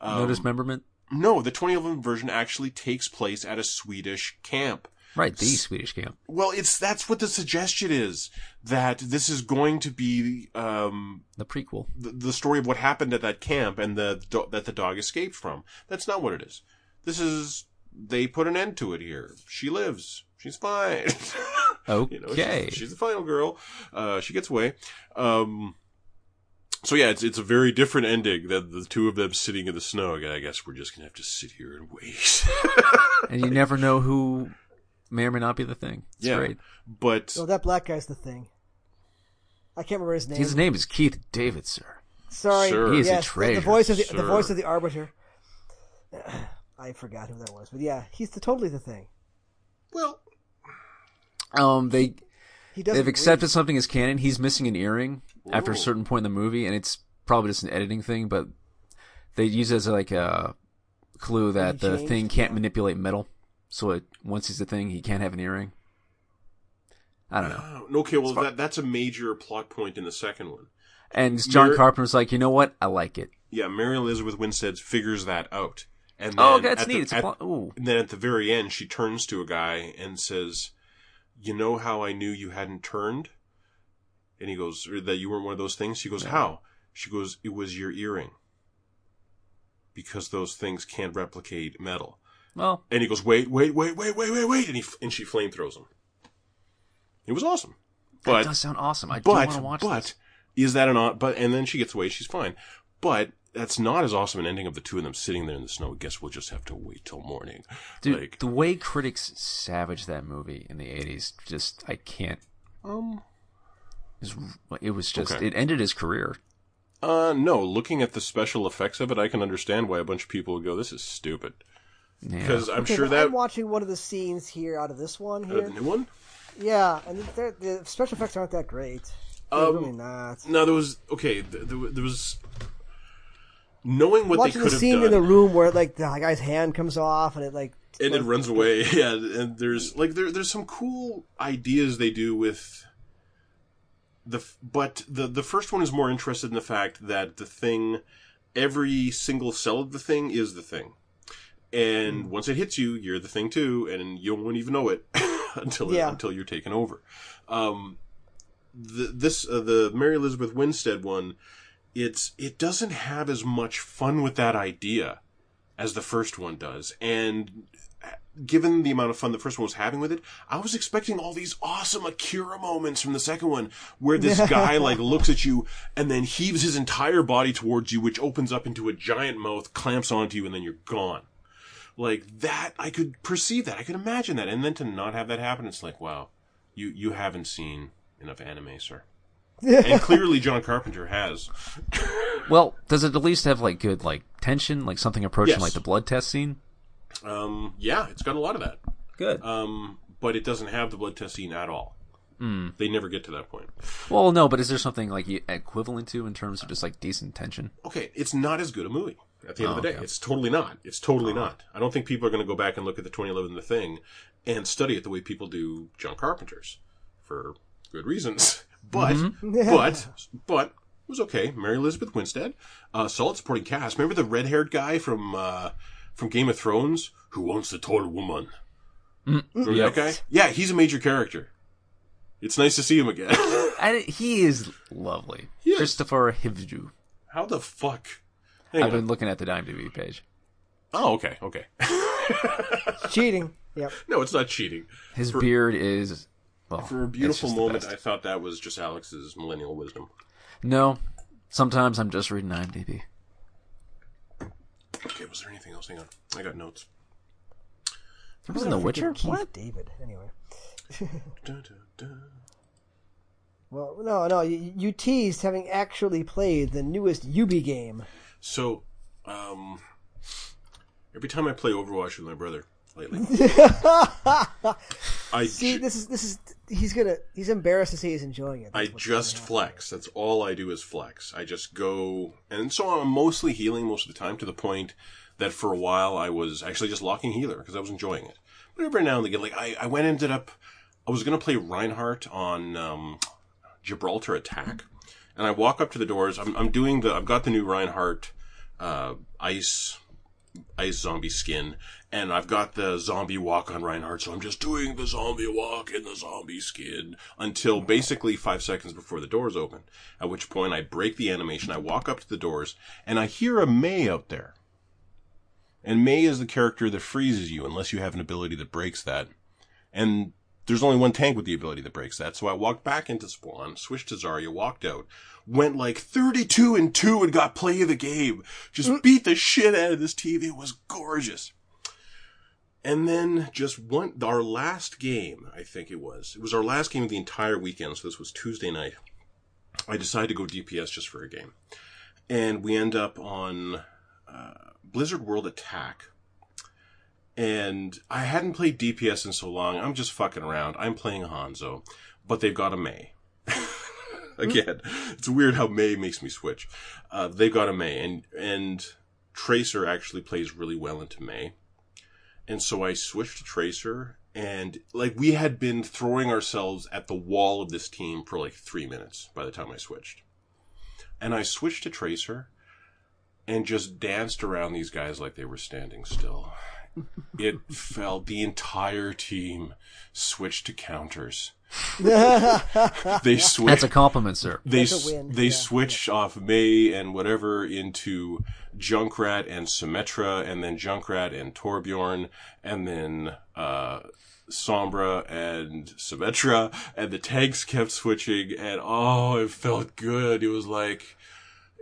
Um,
no dismemberment.
No, the 2011 version actually takes place at a Swedish camp.
Right, the Swedish camp.
Well, it's that's what the suggestion is that this is going to be um,
The prequel.
the, the story of what happened at that camp and the do- that the dog escaped from. That's not what it is. This is they put an end to it here. She lives. She's fine. <laughs>
Okay.
you know, she's, she's the final girl. Uh, she gets away. Um, so yeah, it's it's a very different ending than the two of them sitting in the snow. I guess we're just gonna have to sit here and wait. <laughs>
and you never know who may or may not be the thing. It's
Yeah.
great.
but
Oh, that black guy's the thing. I can't remember his name.
His name is Keith David, sir.
Sorry,
Sir. He
is a
yes, the- The,
traitor.
voice of the, the
Sir.
voice of the arbiter. <sighs> I forgot who that was, but yeah, he's the, totally the thing.
well,
Um, they
He doesn't.
they've
breathe.
accepted something as canon. He's missing an earring after a
Ooh.
certain point in the movie, and it's probably just an editing thing, but they use it as like a clue that
They
the
changed,
thing can't
yeah.
manipulate metal. So it, once he's the thing, he can't have an earring. I don't know.
oh, okay. Well, that that's a major plot point in the second one.
And John
You're-
Carpenter's like, you know what? I like it.
Yeah, Mary Elizabeth Winstead figures that out. And then
Oh, that's
at the-
neat. It's a
at-
plot. Ooh.
And then at the very end, she turns to a guy and says, "You know how I knew you hadn't turned?" And he goes, "Or that you weren't one of those things." She goes, "How?" She goes, "It was your earring." Because those things can't replicate metal.
Well,
And he goes, "Wait, wait, wait, wait, wait, wait, wait!" And he f- and she flame throws him. It was awesome,
that
but
does sound awesome. I do want
but
to watch
but
this.
is that an odd? But and then she gets away. She's fine. But that's not as awesome an ending of the two of them sitting there in the snow. I guess we'll just have to wait till morning.
Dude,
like,
the way critics savaged that movie in the '80s, just I can't.
um,
It was, it was just
Okay.
it ended his career.
uh, no. Looking at the special effects of it, I can understand why a bunch of people would go, "This is stupid."
Yeah,
Because I'm
Okay,
sure
but
that
I'm watching one of the scenes here out of this one
uh, the
here.
new one.
Yeah, and they're- the special effects aren't that great. They're
Um,
really not.
No, there was okay. There, there, there was knowing what
Watching
they
the
could have
scene
done.
in the room where like the guy's hand comes off and it like
and it runs away. <laughs> Yeah, and there's like there there's some cool ideas they do with the f- but the the first one is more interested in the fact that the thing, every single cell of the thing is the thing,
Hmm.
and once it hits you, you're the thing too, and you won't even know it <laughs> until it-
Yeah.
until you're taken over. Um, the, this uh, the Mary Elizabeth Winstead one, it's it doesn't have as much fun with that idea as the first one does, and given the amount of fun the first one was having with it, I was expecting all these awesome Akira moments from the second one where this guy like looks at you and then heaves his entire body towards you, which opens up into a giant mouth, clamps onto you, and then you're gone. Like that, I could perceive that. I could imagine that. And then to not have that happen, it's like, wow, you, you haven't seen enough anime, sir. and clearly John Carpenter has.
Well, does it at least have like good like tension, like something approaching
Yes.
like the blood test scene?
Um, yeah, it's got a lot of that.
Good.
Um, but it doesn't have the blood test scene at all.
Hmm.
They never get to that point.
well, no, but is there something like you- equivalent to in terms of just like decent tension?
okay, it's not as good a movie at the end of the
Oh,
day.
okay. Oh.
It's totally not. It's totally not. I don't think people are going to go back and look at the 2011 The Thing and study it the way people do John Carpenter's for good reasons. <laughs> But,
Mm-hmm.
but, but, it was okay. Mary Elizabeth Winstead, uh, solid supporting cast. Remember the red haired guy from, uh, from Game of Thrones who owns the tall woman? Remember that
Yep.
guy? Yeah, he's a major character. It's nice to see him again. <laughs>
I, he is lovely.
He is.
Christopher Hivju.
How the fuck? Hang
I've
on.
been looking at the IMDb page.
Oh, okay, okay. <laughs>
Cheating. Yep.
No, it's not cheating.
His beard is well,
For a
it's
beautiful
just the
moment,
best.
I thought that was just Alex's millennial wisdom.
No, sometimes I'm just reading IMDb.
Okay, was there anything else? Hang on. I got notes.
Remember in The Witcher?
Keith
What?
David. Anyway.
Dun, dun, dun.
Well, no, no. You, you teased having actually played the newest Ubi game.
So, um, every time I play Overwatch with my brother lately,
<laughs>
I,
See,
ju-
this is this is he's gonna he's embarrassed to say he's enjoying it.
I
<laughs> That's what's
just
going on.
flex. That's all I do is flex. I just go, and so I'm mostly healing most of the time to the point that for a while I was actually just locking healer because I was enjoying it. But every now and again, like I, I went and ended up, I was gonna play Reinhardt on um, Gibraltar Attack, and I walk up to the doors. I'm, I'm doing the, I've got the new Reinhardt uh, ice ice zombie skin, and I've got the zombie walk on Reinhardt, so I'm just doing the zombie walk in the zombie skin until basically five seconds before the doors open. At which point I break the animation, I walk up to the doors, and I hear a May out there. And May is the character that freezes you unless you have an ability that breaks that. And there's only one tank with the ability that breaks that. So I walked back into spawn, switched to Zarya, walked out, went like 32 and 2 and got play of the game. Just beat the shit out of this TV. It was gorgeous. And then just one, our last game, I think it was. It was our last game of the entire weekend. So this was Tuesday night. I decided to go DPS just for a game. And we end up on uh, Blizzard World Attack and I hadn't played DPS in so long. I'm just fucking around. I'm playing Hanzo, but they've got a May. <laughs> Again, it's weird how May makes me switch. Uh, they've got a May, and and Tracer actually plays really well into May, and so I switched to Tracer, and like we had been throwing ourselves at the wall of this team for like three minutes by the time I switched, and I switched to Tracer, and just danced around these guys like they were standing still it fell. The entire team switched to counters. they switched.
That's a compliment, sir.
they
That's a
s-
win,
they
yeah.
switched off May and whatever into Junkrat and Symmetra, and then Junkrat and Torbjorn, and then uh, Sombra and Symmetra, and the tanks kept switching, and oh, it felt good. It was like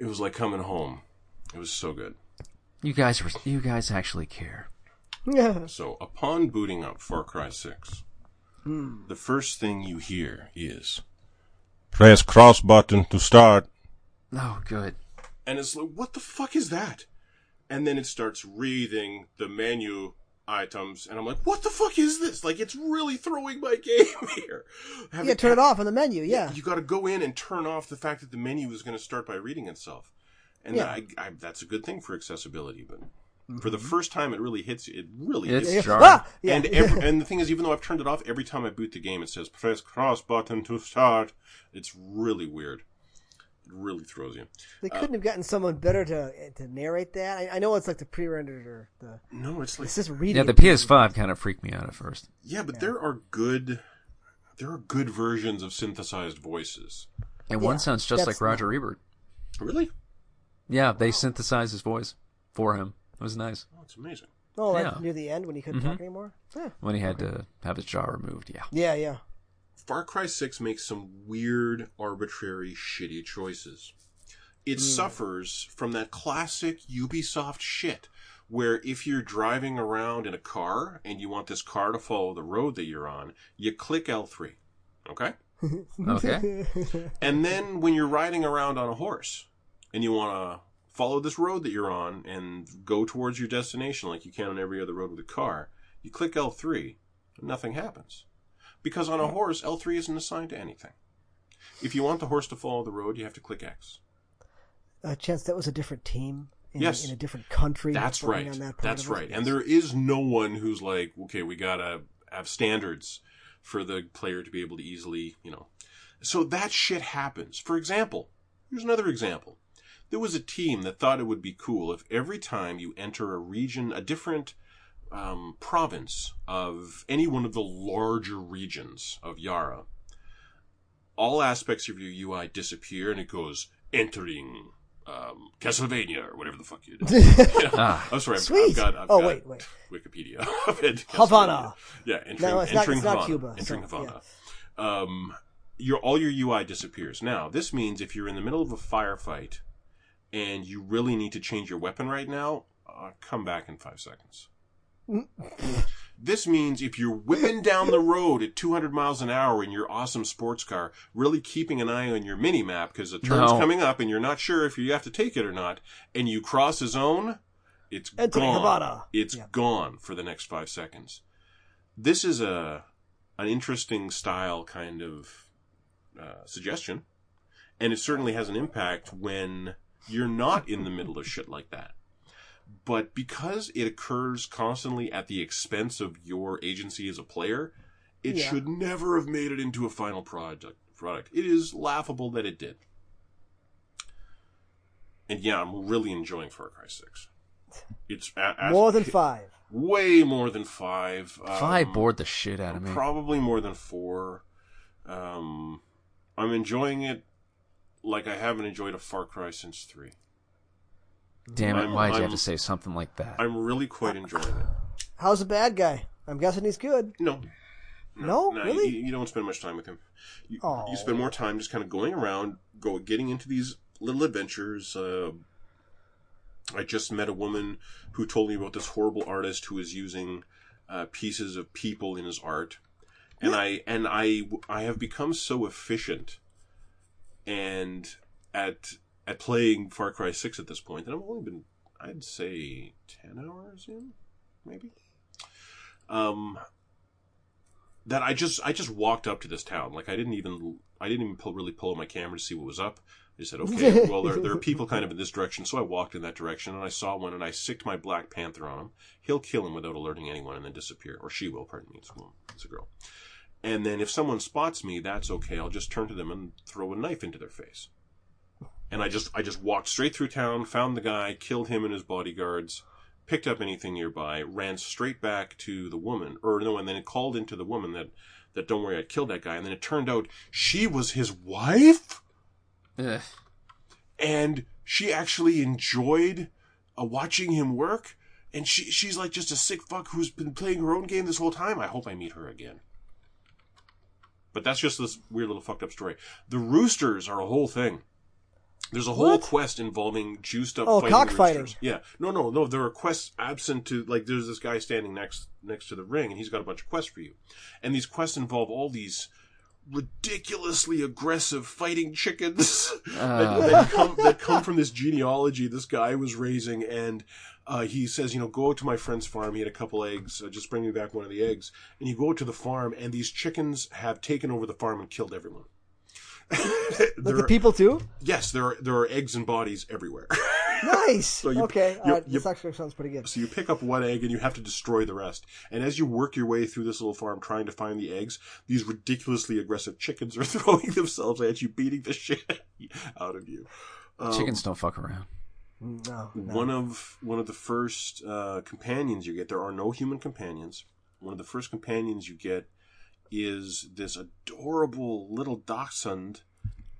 it was like coming home. It was so good.
You guys, were, you guys actually care.
So, upon booting up Far Cry 6,
Hmm.
the first thing you hear is press cross button to start.
Oh, good.
And it's like, what the fuck is that? And then it starts reading the menu items, and I'm like, what the fuck is this? Like, it's really throwing my <laughs> game here. Have
yeah, turn it off on the menu. Yeah,
You got to go in and turn off the fact that the menu is going to start by reading itself. And
Yeah.
I, I, that's a good thing for accessibility, but For the first time, it really hits you. It really
It's
hits you.
jarring.
Ah! <laughs> Yeah. <laughs>
And every, and the thing is, even though I've turned it off, every time I boot the game, it says press cross button to start. It's really weird. It really throws you.
They couldn't have gotten someone better to to narrate that. I, I know it's like the pre-rendered or the
No, it's like
it's just reading.
Yeah,
it.
the PS5 kind of freaked me out at first.
yeah, but there are good, there are good versions of synthesized voices.
And
Yeah,
one sounds just
that's
like Roger Ebert.
Really?
Yeah, they synthesized his voice for him. It was nice
Oh, it's amazing.
oh, like
yeah. Mm-hmm.
near the end when he couldn't talk anymore. Yeah,
when he had to have his jaw removed. Yeah.
yeah, yeah. <laughs>
Far Cry 6 makes some weird, arbitrary, shitty choices. It suffers from that classic Ubisoft shit where if you're driving around in a car and you want this car to follow the road that you're on, you click L3. Okay?
Okay.
And then when you're riding around on a horse and you want to follow this road that you're on and go towards your destination like you can on every other road with a car, you click L3 and nothing happens. Because on a horse, L3 isn't assigned to anything. If you want the horse to follow the road, you have to click X.
Uh, Chance, that was a different team. In,
Yes.
in a different country.
That's
working
right.
on that part
That's
of it.
right. And there is no one who's like, okay, we gotta have standards for the player to be able to easily, you know. So that shit happens. For example, here's another example. There was a team that thought it would be cool if every time you enter a region, a different um, province of any one of the larger regions of Yara, all aspects of your UI disappear and it goes entering um, Castlevania or whatever the fuck
<laughs>
you do. <laughs>
Ah,
I'm sorry. I've, I've
Sweet.
got. I've
Oh,
got
wait, wait.
Wikipedia. <laughs> of it.
Havana.
Yeah, entering,
No, it's not-
entering
it's not
Havana.
Cuba,
Entering
so,
Havana. Um, your all your UI disappears. Now, this means if you're in the middle of a firefight and you really need to change your weapon right now, uh, come back in five seconds. This means if you're whipping down the road at 200 miles an hour in your awesome sports car, really keeping an eye on your mini map because the turn's
No.
coming up and you're not sure if you have to take it or not, and you cross a zone, it's
Enter
gone.
Havana.
It's
Yeah.
gone for the next five seconds. This is a an interesting style kind of uh, suggestion, and it certainly has an impact when you're not in the middle of shit like that. But because it occurs constantly at the expense of your agency as a player, it
Yeah.
should never have made it into a final product. Product. It is laughable that it did. And yeah, I'm really enjoying Far Cry Six. It's a- as-
More than five.
way more than five. Um,
Fly bored the shit out of me.
Probably more than four. Um, I'm enjoying it like I haven't enjoyed a Far Cry since three.
Damn it!
I'm-
Why'd you
I'm-
have to say something like that?
I'm really quite enjoying it.
How's the bad guy? I'm guessing he's good.
No.
No,
no,
really?
You, you don't spend much time with him. You,
Oh.
you spend more time just kind of going around, go getting into these little adventures. Uh, I just met a woman who told me about this horrible artist who is using uh, pieces of people in his art, and I and I I have become so efficient and at at playing Far Cry Six at this point that I've only been I'd say ten hours in, maybe. Um, that I just I just walked up to this town. Like I didn't even I didn't even pull, really pull out my camera to see what was up. I said, okay, well there, there are people kind of in this direction, so I walked in that direction and I saw one and I sicked my black panther on him. He'll kill him without alerting anyone and then disappear, or she will. Pardon me, it's a woman, it's a girl. And then if someone spots me, that's okay. I'll just turn to them and throw a knife into their face. And I just I just walked straight through town, found the guy, killed him and his bodyguards, picked up anything nearby, ran straight back to the woman, or no, and then it called into the woman that that don't worry, I killed that guy. And then it turned out she was his wife,
Ugh.
and she actually enjoyed uh, watching him work. And she she's like just a sick fuck who's been playing her own game this whole time. I hope I meet her again. But that's just this weird little fucked up story. The roosters are a whole thing. There's a whole
What?
quest involving juiced up
Oh,
fighting
cockfighting.
roosters. Yeah, no, no, no. There are quests absent to like. There's this guy standing next next to the ring, and he's got a bunch of quests for you. And these quests involve all these ridiculously aggressive fighting chickens <laughs> that,
Uh,
that, Uh, come, that come from this genealogy this guy was raising. And uh, he says, you know, go to my friend's farm. He had a couple eggs. Uh, just bring me back one of the eggs. And you go to the farm, and these chickens have taken over the farm and killed everyone.
Like
There
the
are-
people too.
<laughs> yes, there are, there are eggs and bodies everywhere. <laughs>
Nice.
you-
okay,
you-
uh,
you-
this actually sounds pretty good.
So you pick up one egg and you have to destroy the rest. And as you work your way through this little farm trying to find the eggs, these ridiculously aggressive chickens are <laughs> throwing themselves at you, beating the <laughs> shit out of you. Um,
Chickens don't fuck around.
Mm, No, no.
One of one of the first uh, companions you get. There are no human companions. One of the first companions you get is this adorable little dachshund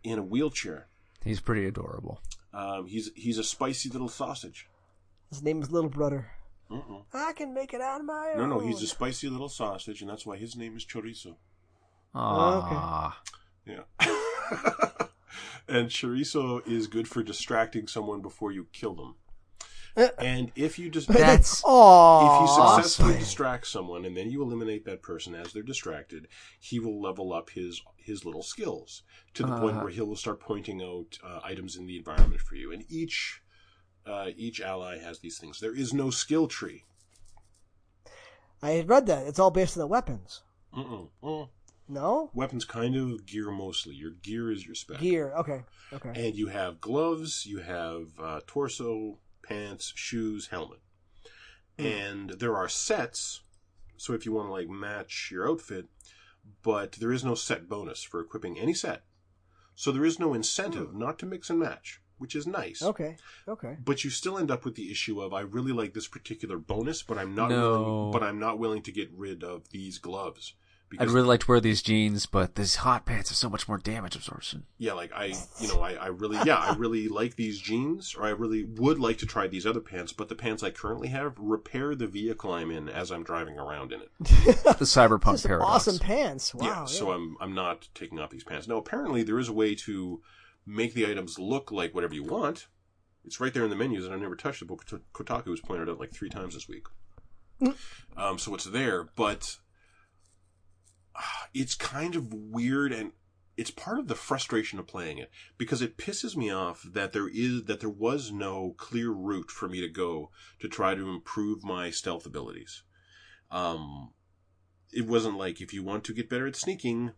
in a wheelchair.
He's pretty adorable.
Um, he's he's a spicy little sausage.
His name is Little Brother.
Mm-mm.
I can make it on my
No,
own.
no, he's a
<laughs>
spicy little sausage, and that's why his name is chorizo. Oh,
Ah,
Yeah. <laughs> and chorizo is good for distracting someone before you kill them. And if you just
That's-
Aww.
if you successfully
awesome.
distract someone and then you eliminate that person as they're distracted, he will level up his his little skills to the point
Uh-huh.
where he'll start pointing out uh, items in the environment for you. And each uh, each ally has these things. There is no skill tree.
I read that. It's all based on the weapons.
Mm-mm. Mm.
No
Weapons kind of gear mostly. Your gear is your spec.
gear. Okay, okay.
And you have gloves, you have uh, torso, pants, shoes, helmet.
Hmm.
And there are sets, so if you want to like match your outfit, but there is no set bonus for equipping any set. So there is no incentive
Hmm.
not to mix and match, which is nice.
Okay, okay.
But you still end up with the issue of I really like this particular bonus, but I'm not
No.
willing, but I'm not willing to get rid of these gloves
I'd really like to wear these jeans, but these hot pants have so much more
<laughs>
damage absorption.
yeah, like I, you know, I, I really, yeah, I really like these jeans, or I really would like to try these other pants, but the pants I currently have repair the vehicle I'm in as I'm driving around in it.
The cyberpunk
Just some
paradox.
awesome pants. Wow.
yeah, so I'm, I'm not taking off these pants. Now, apparently, there is a way to make the items look like whatever you want. It's right there in the menus, and I never touched it, but Kot- Kotaku has pointed out like three times this week. um, so it's there, but ah, it's kind of weird and it's part of the frustration of playing it because it pisses me off that there is that there was no clear route for me to go to try to improve my stealth abilities. Um, it wasn't like if you want to get better at sneaking,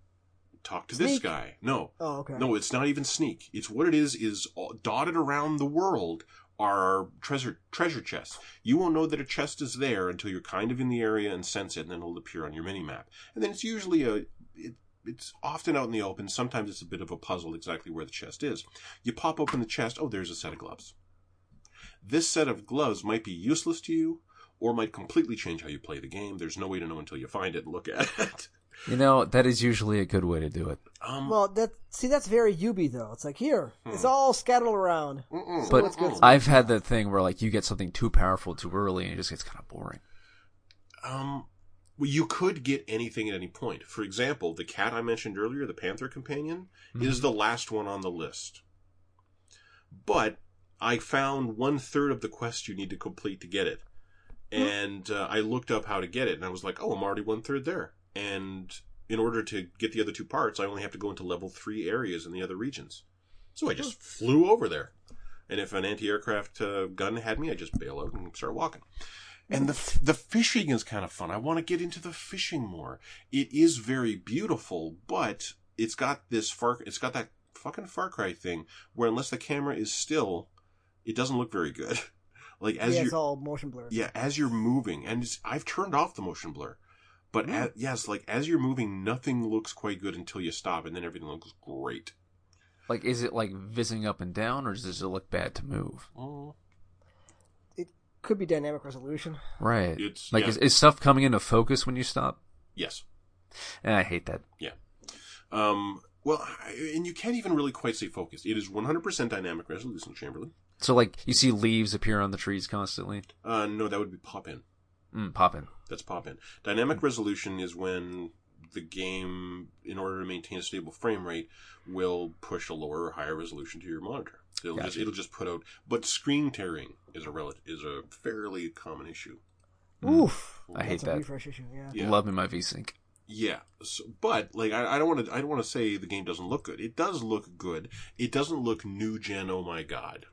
talk to this
Sneak.
guy. No,
Oh, okay.
no, it's not even sneak. It's what it is. Is all, dotted around the world are treasure treasure chests. You won't know that a chest is there until you're kind of in the area and sense it, and then it'll appear on your mini map. And then it's usually a it, it's often out in the open. Sometimes it's a bit of a puzzle exactly where the chest is. You pop open the chest. Oh, there's a set of gloves. This set of gloves might be useless to you, or might completely change how you play the game. There's no way to know until you find it and look at it. <laughs>
You know, that is usually a good way to do it.
Um, Hmm.
Well, that see, that's very Yubi though. It's like here, it's all scattered around.
mm-mm,
But
mm-mm.
I've had that thing where like you get something too powerful too early and it just gets kind of boring.
Um, well, you could get anything at any point. For example, the cat I mentioned earlier, the panther companion, is the last one on the list. But I found one third of the quest you need to complete to get it, and uh, I looked up how to get it, and I was like, "Oh, I'm already one third there." And in order to get the other two parts, I only have to go into level three areas in the other regions. So I just flew over there, and if an anti-aircraft uh, gun had me, I just bail out and start walking. And the f- the fishing is kind of fun. I want to get into the fishing more. It is very beautiful, but it's got this far. It's got that fucking Far Cry thing where unless the camera is still, it doesn't look very good. <laughs> Like as
yeah,
you
it's all motion blur.
yeah, as you're moving, and it's, I've turned off the motion blur, but
Mm.
a- yes, like as you're moving, nothing looks quite good until you stop, and then everything looks great.
Like is it like visiting up and down or does it look bad to move?
Oh,
It could be dynamic resolution.
Right.
It's-
like
yeah.
is, is stuff coming into focus when you stop?
yes.
Eh, I hate that.
Um. Well, I- and you can't even really quite say focused. It is 100% dynamic resolution, Chamberlain.
So like you see leaves appear on the trees constantly.
Uh, no, that would be pop in.
Mm, popping.
That's pop in. Dynamic
Hmm.
resolution is when the game, in order to maintain a stable frame rate, will push a lower or higher resolution to your monitor. It'll just
Gotcha.
it'll just put out. But screen tearing is a rel- is a fairly common issue.
Oof.
Mm. I hate
That's a
that.
refresh issue. Yeah.
Yeah.
Love me my VSync.
Yeah, so, but like I, I don't want to I don't want to say the game doesn't look good. It does look good. It doesn't look new gen. Oh my god.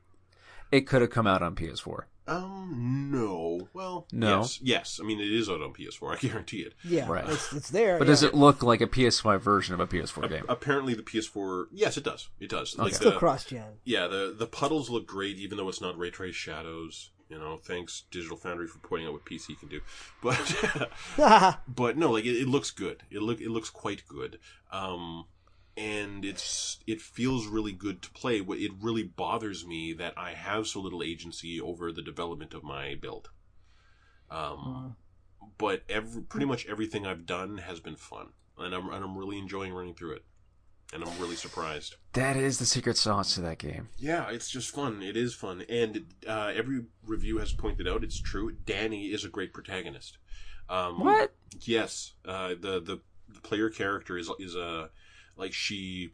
It could have come out on PS4.
Um, no. Well,
though?
No.
Yes, yes. I mean, it is out on PS4. I <laughs> guarantee it.
Yeah,
Right.
it's, it's there.
But
yeah.
does it look like a PS5 version of a PS4 game?
Apparently, the PS4. Yes, it does. It does.
Okay.
It's
the,
still cross <laughs> gen?
Yeah, the the puddles look great, even though it's not ray trace shadows. You know, thanks Digital Foundry for pointing out what PC can do. <laughs> But
<laughs>
but no, like it, it looks good. It look it looks quite good. Um, and it's it feels really good to play. What it really bothers me that I have so little agency over the development of my build.
Hmm.
Um, but every pretty much everything I've done has been fun, and I'm and I'm really enjoying running through it, and I'm really surprised.
That is the secret sauce to
<laughs>
that game.
Yeah, it's just fun. It is fun, and uh, every review has pointed out it's true. Danny is a great protagonist. Um,
What?
Yes, uh, the, the the player character is is a like she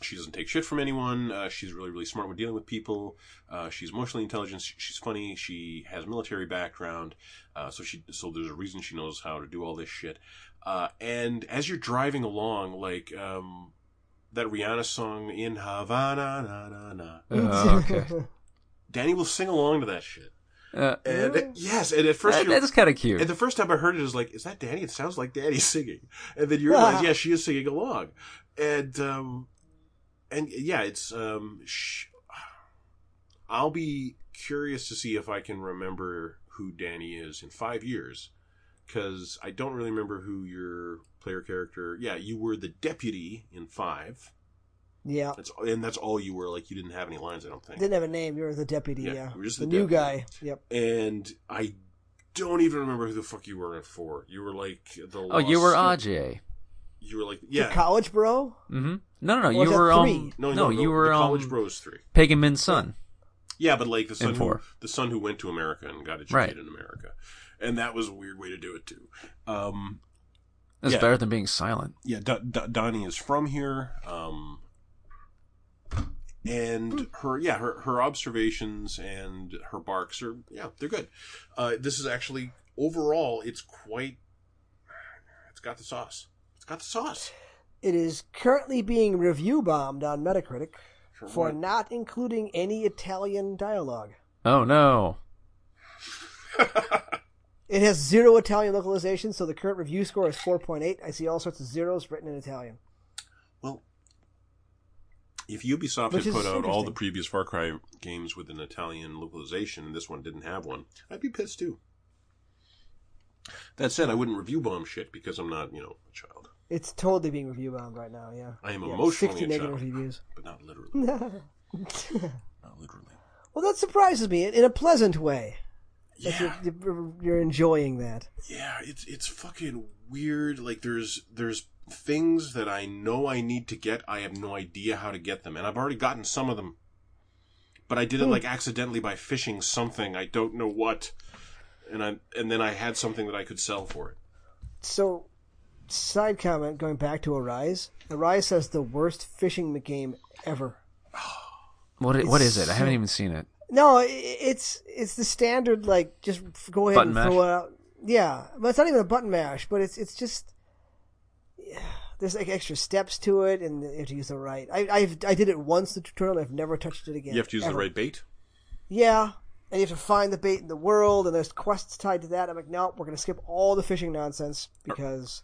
she doesn't take shit from anyone. Uh, she's really really smart when dealing with people. Uh, she's emotionally intelligent. sh- She's funny. She has military background, uh, so she so there's a reason she knows how to do all this shit. Uh, and as you're driving along, like um, that Rihanna song in Havana, na na na,
Uh,
<laughs>
okay.
Danny will sing along to that shit.
Uh,
And
Really?
yes, and at first
that-
you're-
that's kind of cute.
and the first time I heard it, I was like, "Is that Danny?" It sounds like Danny <laughs> singing, and then you realize, yeah, she is singing along, and um, and yeah, it's um, sh- I'll be curious to see if I can remember who Danny is in five years, because I don't really remember who your player character. Yeah, you were the deputy in five.
Yeah,
That's and that's all you were. Like you didn't have any lines. I don't think.
didn't have a name. You were the deputy.
Yeah,
Yeah,
you were just
the,
the
new
deputy.
guy. Yep.
and I don't even remember who the fuck you were in four. You were like the
oh, you were
lost-
Aj.
You were like
The
yeah.
college bro.
Mm-hmm. No, no, no.
Or was
You
that
were um.
three?
No,
No,
no,
you
the-
were
the College
um.
Bros three.
Pagan Min's son.
Yeah, but like the son
And
who,
four.
the son who went to America and got educated
Right.
in America, and that was a weird way to do it too. Um,
That's
Yeah.
better than being silent.
yeah, Do- Do- Donnie is from here. Um, and her, yeah, her her observations and her barks are, yeah, they're good. Uh, this is actually overall, it's quite. It's got the sauce. It's got the sauce.
It is currently being review bombed on Metacritic for
what?
not including any Italian dialogue.
Oh no.
It has zero Italian localization, so the current review score is 4.8. I see all sorts of zeros written in Italian.
Well, if Ubisoft
Which
had
is
put out all the
interesting.
previous Far Cry games with an Italian localization and this one didn't have one, I'd be pissed too. That said, I wouldn't review bomb shit because I'm not, you know, a child.
It's totally being review bombed right now. Yeah,
I am
yeah,
emotionally a
negative
child.
reviews.
But not literally.
Mm. <laughs> well,
Not literally.
that surprises me in- in a pleasant way. That
Yeah,
you're, you're, you're enjoying that.
yeah, it's it's fucking weird. Like there's there's things that I know I need to get, I have no idea how to get them, and I've already gotten some of them. But I did it like accidentally by fishing something, I don't know what. And I and then I had something that I could sell for it.
So, side comment going back to Arise. Arise says the worst fishing game ever.
What? i- what is it? I haven't
so-
even seen it.
No, i- it's it's the standard like just f- go ahead
Button
and
mash?
throw it out. Yeah, but it's not even a button mash, but it's it's just there's like extra steps to it, and you have to use the right. I I've, I did it once the tutorial. and I've never touched it again.
You have to use
ever.
the right bait.
Yeah, and you have to find the bait in the world, and there's quests tied to that. I'm like, no, we're gonna skip all the fishing nonsense because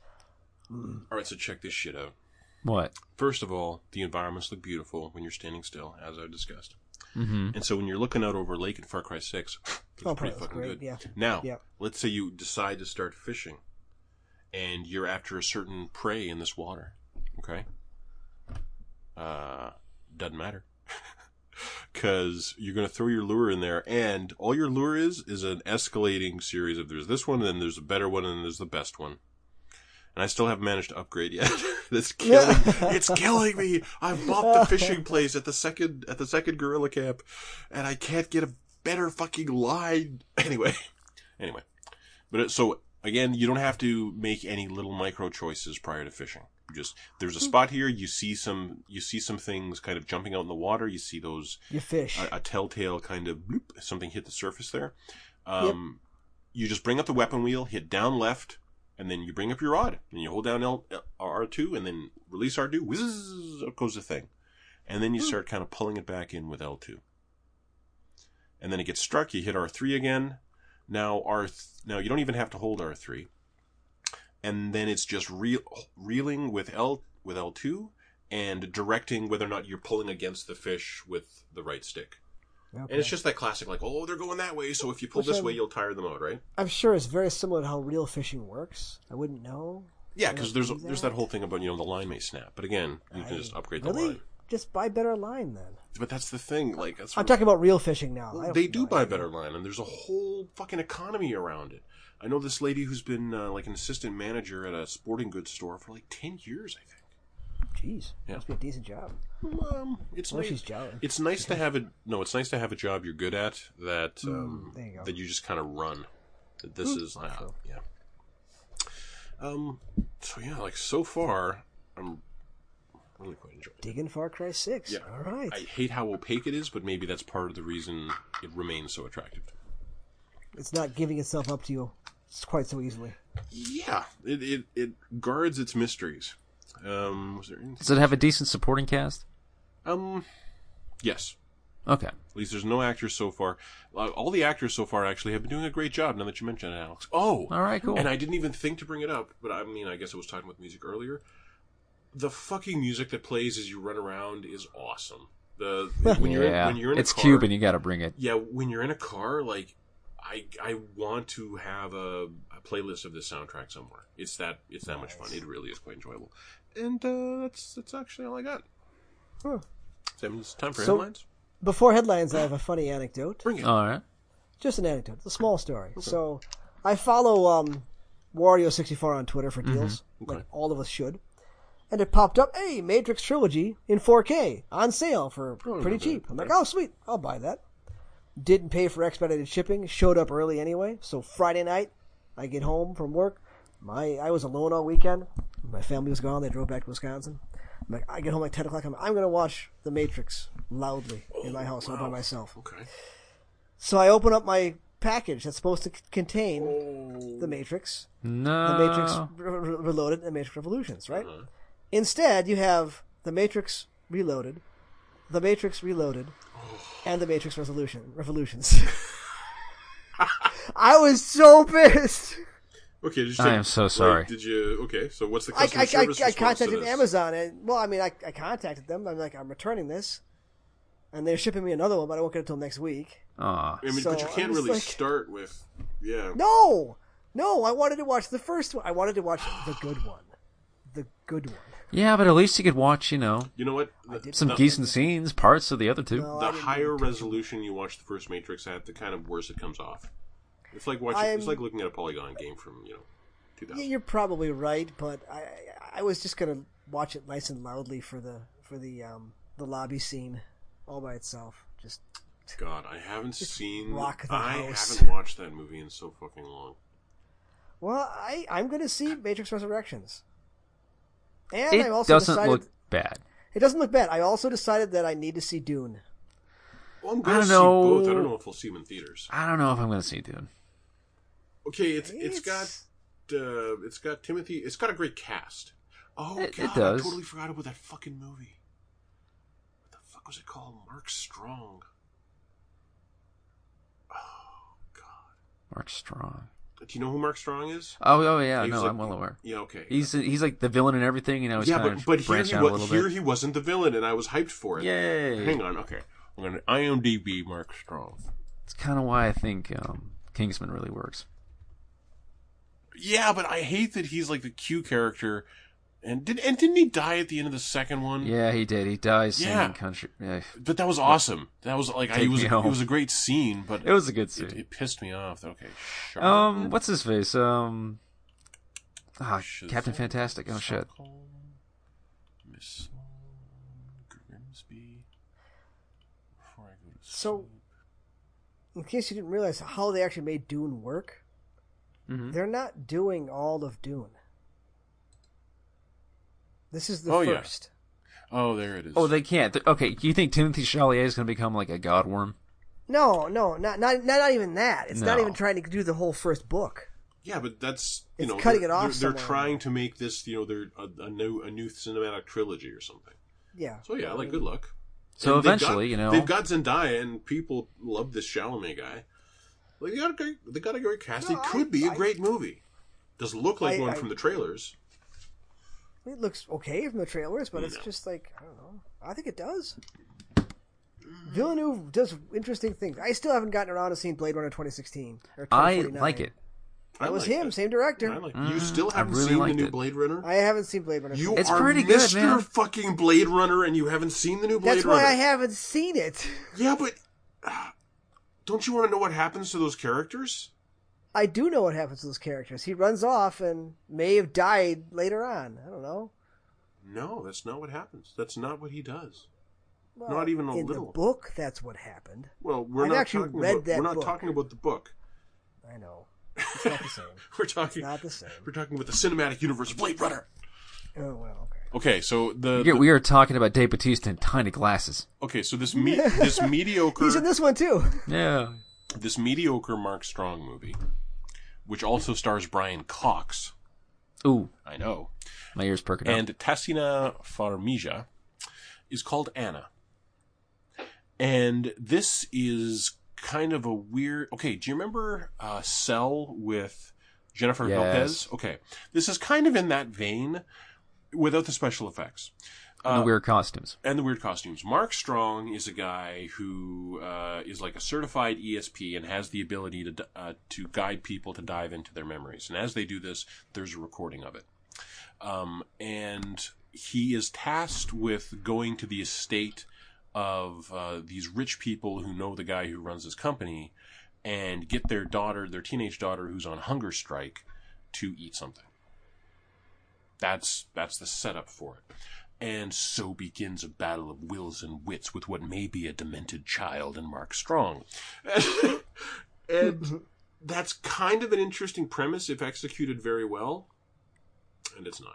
All right, so check this shit out.
What?
First of all, the environments look beautiful when you're standing still, as I've discussed.
Mm-hmm.
And so when you're looking out over a lake in Far Cry 6, <laughs> it's
Oh,
pretty
that's
fucking
great,
good.
yeah.
Now,
Yeah.
let's say you decide to start fishing and you're after a certain prey in this water. Okay? Uh, doesn't matter. <laughs> Because you're going to throw your lure in there, and all your lure is is an escalating series of there's this one, and then there's a better one, and then there's the best one. And I still haven't managed to upgrade yet. <laughs>
<laughs>
That's killing. <laughs> it's killing me. I've bought the fishing place at the second at the second gorilla camp, and I can't get a better fucking line. <laughs> Anyway, anyway. But it, so again, you don't have to make any little micro choices prior to fishing. You just there's a spot here. You see some you see some things kind of jumping out in the water. You see those
you fish.
a, a telltale kind of bloop, something hit the surface there. Um, You just bring up the weapon wheel, hit down left, and then you bring up your rod, and you hold down L, R2, and then release R2, whizzz, up goes the thing. And then you start kind of pulling it back in with L2. And then it gets struck, you hit R3 again, Now R th- now you don't even have to hold R three, and then it's just re- reeling with L with L two and directing whether or not you're pulling against the fish with the right stick. And it's just that classic, like, oh, they're going that way, so if you pull
Which
this
I'm-
way, you'll tire them out, right?
I'm sure it's very similar to how real fishing works. I wouldn't know.
Yeah, because there's
do
there's
that.
that whole thing about you know the line may snap, but again, you can just upgrade the
really?
line.
Just buy better line then.
But that's the thing, like that's
I'm
what-
talking about real fishing now. I don't
they
know.
do buy better line, and there's a whole fucking economy around it. I know this lady who's been uh, like an assistant manager at a sporting goods store for like ten years, I think.
Jeez,
Yeah.
must be a decent job.
Um, it's
Well,
nice.
she's jolly.
It's nice to have a no. It's nice to have a job you're good at that
Hmm.
um,
there you go.
that you just kind of run. That this is uh, yeah. Um. So yeah, like so far, I'm really quite enjoying. it.
Digging Far Cry Six.
Yeah.
All right.
I hate how opaque it is, but maybe that's part of the reason it remains so attractive.
It's not giving itself up to you quite so easily.
Yeah, it it, it guards its mysteries. Um. Was there anything?
Does it have a decent supporting cast?
Um. Yes.
Okay.
At least there's no actors so far. Uh, All the actors so far actually have been doing a great job. Now that you mention it, Alex. Oh,
All right, cool.
And I didn't even think to bring it up, but I mean, I guess I was talking about music earlier. The fucking music that plays as you run around is awesome.
<laughs>
The when you're in,
yeah.
when you're in
it's
a car,
Cuban. You got to bring it.
yeah, when you're in a car, like I I want to have a, a playlist of this soundtrack somewhere. It's that it's that much fun. It really is quite enjoyable. And uh, that's that's actually all I got.
Huh.
So, I mean, it's time for
So-
headlines.
Before headlines, I have a funny anecdote.
Bring it.
All right.
Just an anecdote. It's a small story. So, I follow um, Wario64 on Twitter for deals, like all of us should. And it popped up, hey, Matrix Trilogy in 4K on sale for pretty cheap. I'm like, oh, sweet, I'll buy that. Didn't pay for expedited shipping. Showed up early anyway. So Friday night, I get home from work. My I was alone all weekend. My family was gone. They drove back to Wisconsin. I'm like, I get home at 10 o'clock. I'm, I'm going to watch The Matrix loudly in my house all by myself.
Okay.
So I open up my package that's supposed to c- contain
Oh.
the Matrix,
No.
the Matrix
Oh.
Re- Re- Reloaded, and Matrix Revolutions, right?
Uh-huh.
Instead, you have the Matrix Reloaded, the
<sighs>
Matrix Reloaded, and the Matrix Resolution Revolutions. <laughs> I was so pissed.
Okay. Did you
I
take-
am so
like,
sorry.
did you? Okay. So what's the
I,
customer
I, I,
service
I
response to
contacted
this?
Amazon, and well, I mean, I, I contacted them. I'm like, I'm returning this, and they're shipping me another one, but I won't get it till next week.
Aw.
I mean,
So,
but you
I'm
can't
just
really
like-
start with, yeah.
No, no, I wanted to watch the first one. I wanted to watch the good one, the good one.
Yeah, but at least you could watch, you know,
You know what?
some
the,
decent scenes, parts of the other two.
No, I
The
didn't.
higher resolution you watch the first Matrix at, the kind of worse it comes off. It's like watching.
I'm-
It's like looking at a polygon game from you know, two
Yeah,
thousand.
you're probably right, but I I was just gonna watch it nice and loudly for the for the um the lobby scene all by itself. Just
God, I haven't seen.
rock the
I
house.
haven't watched that movie in so fucking long.
well, I I'm gonna see Matrix Resurrections, and I
it
also
doesn't
decided
look bad.
it doesn't look bad. I also decided that I need to see Dune.
Well, I'm gonna
don't
see
know.
both. I don't know if we'll see them in theaters.
I don't know if I'm gonna see Dune.
Okay, it's it's got uh, it's got Timothy. It's got a great cast. Oh
It-
God,
it does.
I totally forgot about that fucking movie. What the fuck was it called? Mark Strong. Oh God.
Mark Strong.
Do you know who Mark Strong is?
Oh, oh yeah,
He was
no,
like-
I'm well aware.
Yeah. Okay.
He's he's like the villain and everything, you know. He's
yeah,
kind
but but
of
here he
branching out
was.
a little
Here
bit.
he wasn't the villain, and I was hyped for it.
Yay!
Hang on. Okay. I'm gonna IMDb Mark Strong.
It's kind of why I think um, Kingsman really works.
Yeah, but I hate that he's like the Q character. And did and didn't he die at the end of the second one?
Yeah, he did. He dies singing
Um, Yeah.
country. Yeah.
But that was awesome. That was like I, it
Take
was
me
a,
home.
it was a great scene, but
It was a good
it,
scene.
it pissed me off. Okay, sure.
Um, what's his face? Um, ah,
Shazam.
Captain Fantastic. Oh shit.
Stockholm, Miss Sloane, Grimsby. Before I go to
So, in case you didn't realize how they actually made Dune work,
Hmm?
they're not doing all of Dune. This is the
Oh, yeah.
first.
oh, there it is.
Oh, they can't. Th- Okay, you think Timothy Chalamet is gonna become like a god worm?
No, no, not not not even that. It's not
No.
even trying to do the whole first book.
yeah, but that's you
It's
know
cutting
they're,
it off
They're, they're
somewhere.
trying to make this you know they're a, a new a new cinematic trilogy or something.
Yeah.
So yeah, like good luck.
So
And they've
eventually,
got-
you know,
they've got Zendaya, and people love this Chalamet guy. Like they got a, they got a great cast. it could be a
I-
great movie. Doesn't look like
I-
one
I-
from the trailers.
It looks okay from the trailers, but it's just like I don't know. I think it does. Villeneuve does interesting things. I still haven't gotten around to seeing Blade Runner 2016. Or
I
2049.
like it.
I
That was
liked
him, same director.
I like. You still
Mm, I
haven't
really
seen the
liked
new
it.
Blade Runner.
I haven't seen Blade Runner.
you
It's
are
pretty good,
Mr.
man.
Fucking Blade Runner, and you haven't seen the new Blade
That's
Runner.
why I haven't seen it.
Yeah, but <sighs> uh, don't you want to know what happens to those characters?
I do know what happens to those characters. He runs off and may have died later on. I don't know.
No, that's not what happens. That's not what he does.
Well,
Not even a
in
little.
the book. That's what happened.
Well, we're
I've
not
actually
talking
read
about,
that
we're not
book.
talking about the book. <laughs>
I know. It's not the same.
We're talking
not
<laughs>
the same.
we're talking about the cinematic universe of Blade Runner.
Oh well, okay.
Okay, so the,
We are-
Uh, the-
we are talking about Dave Batista in tiny glasses.
okay, so this me-
<laughs>
this mediocre
He's in this one too.
Yeah.
this mediocre Mark Strong movie, which also stars Brian Cox.
Ooh,
I know.
my ears perking up.
and Tassina Farmiga is called Anna. And this is kind of a weird. Okay, do you remember uh, Cell with Jennifer
Yes.
Lopez? Okay, this is kind of in that vein, without the special effects uh,
And the weird costumes.
and the weird costumes. Mark Strong is a guy who uh, is like a certified ESP and has the ability to uh, to guide people to dive into their memories. And as they do this, there's a recording of it. Um, and he is tasked with going to the estate of uh, these rich people who know the guy who runs his company and get their daughter, their teenage daughter who's on hunger strike, to eat something. That's that's the setup for it. And so begins a battle of wills and wits with what may be a demented child and Mark Strong. and that's kind of an interesting premise if executed very well. And it's not.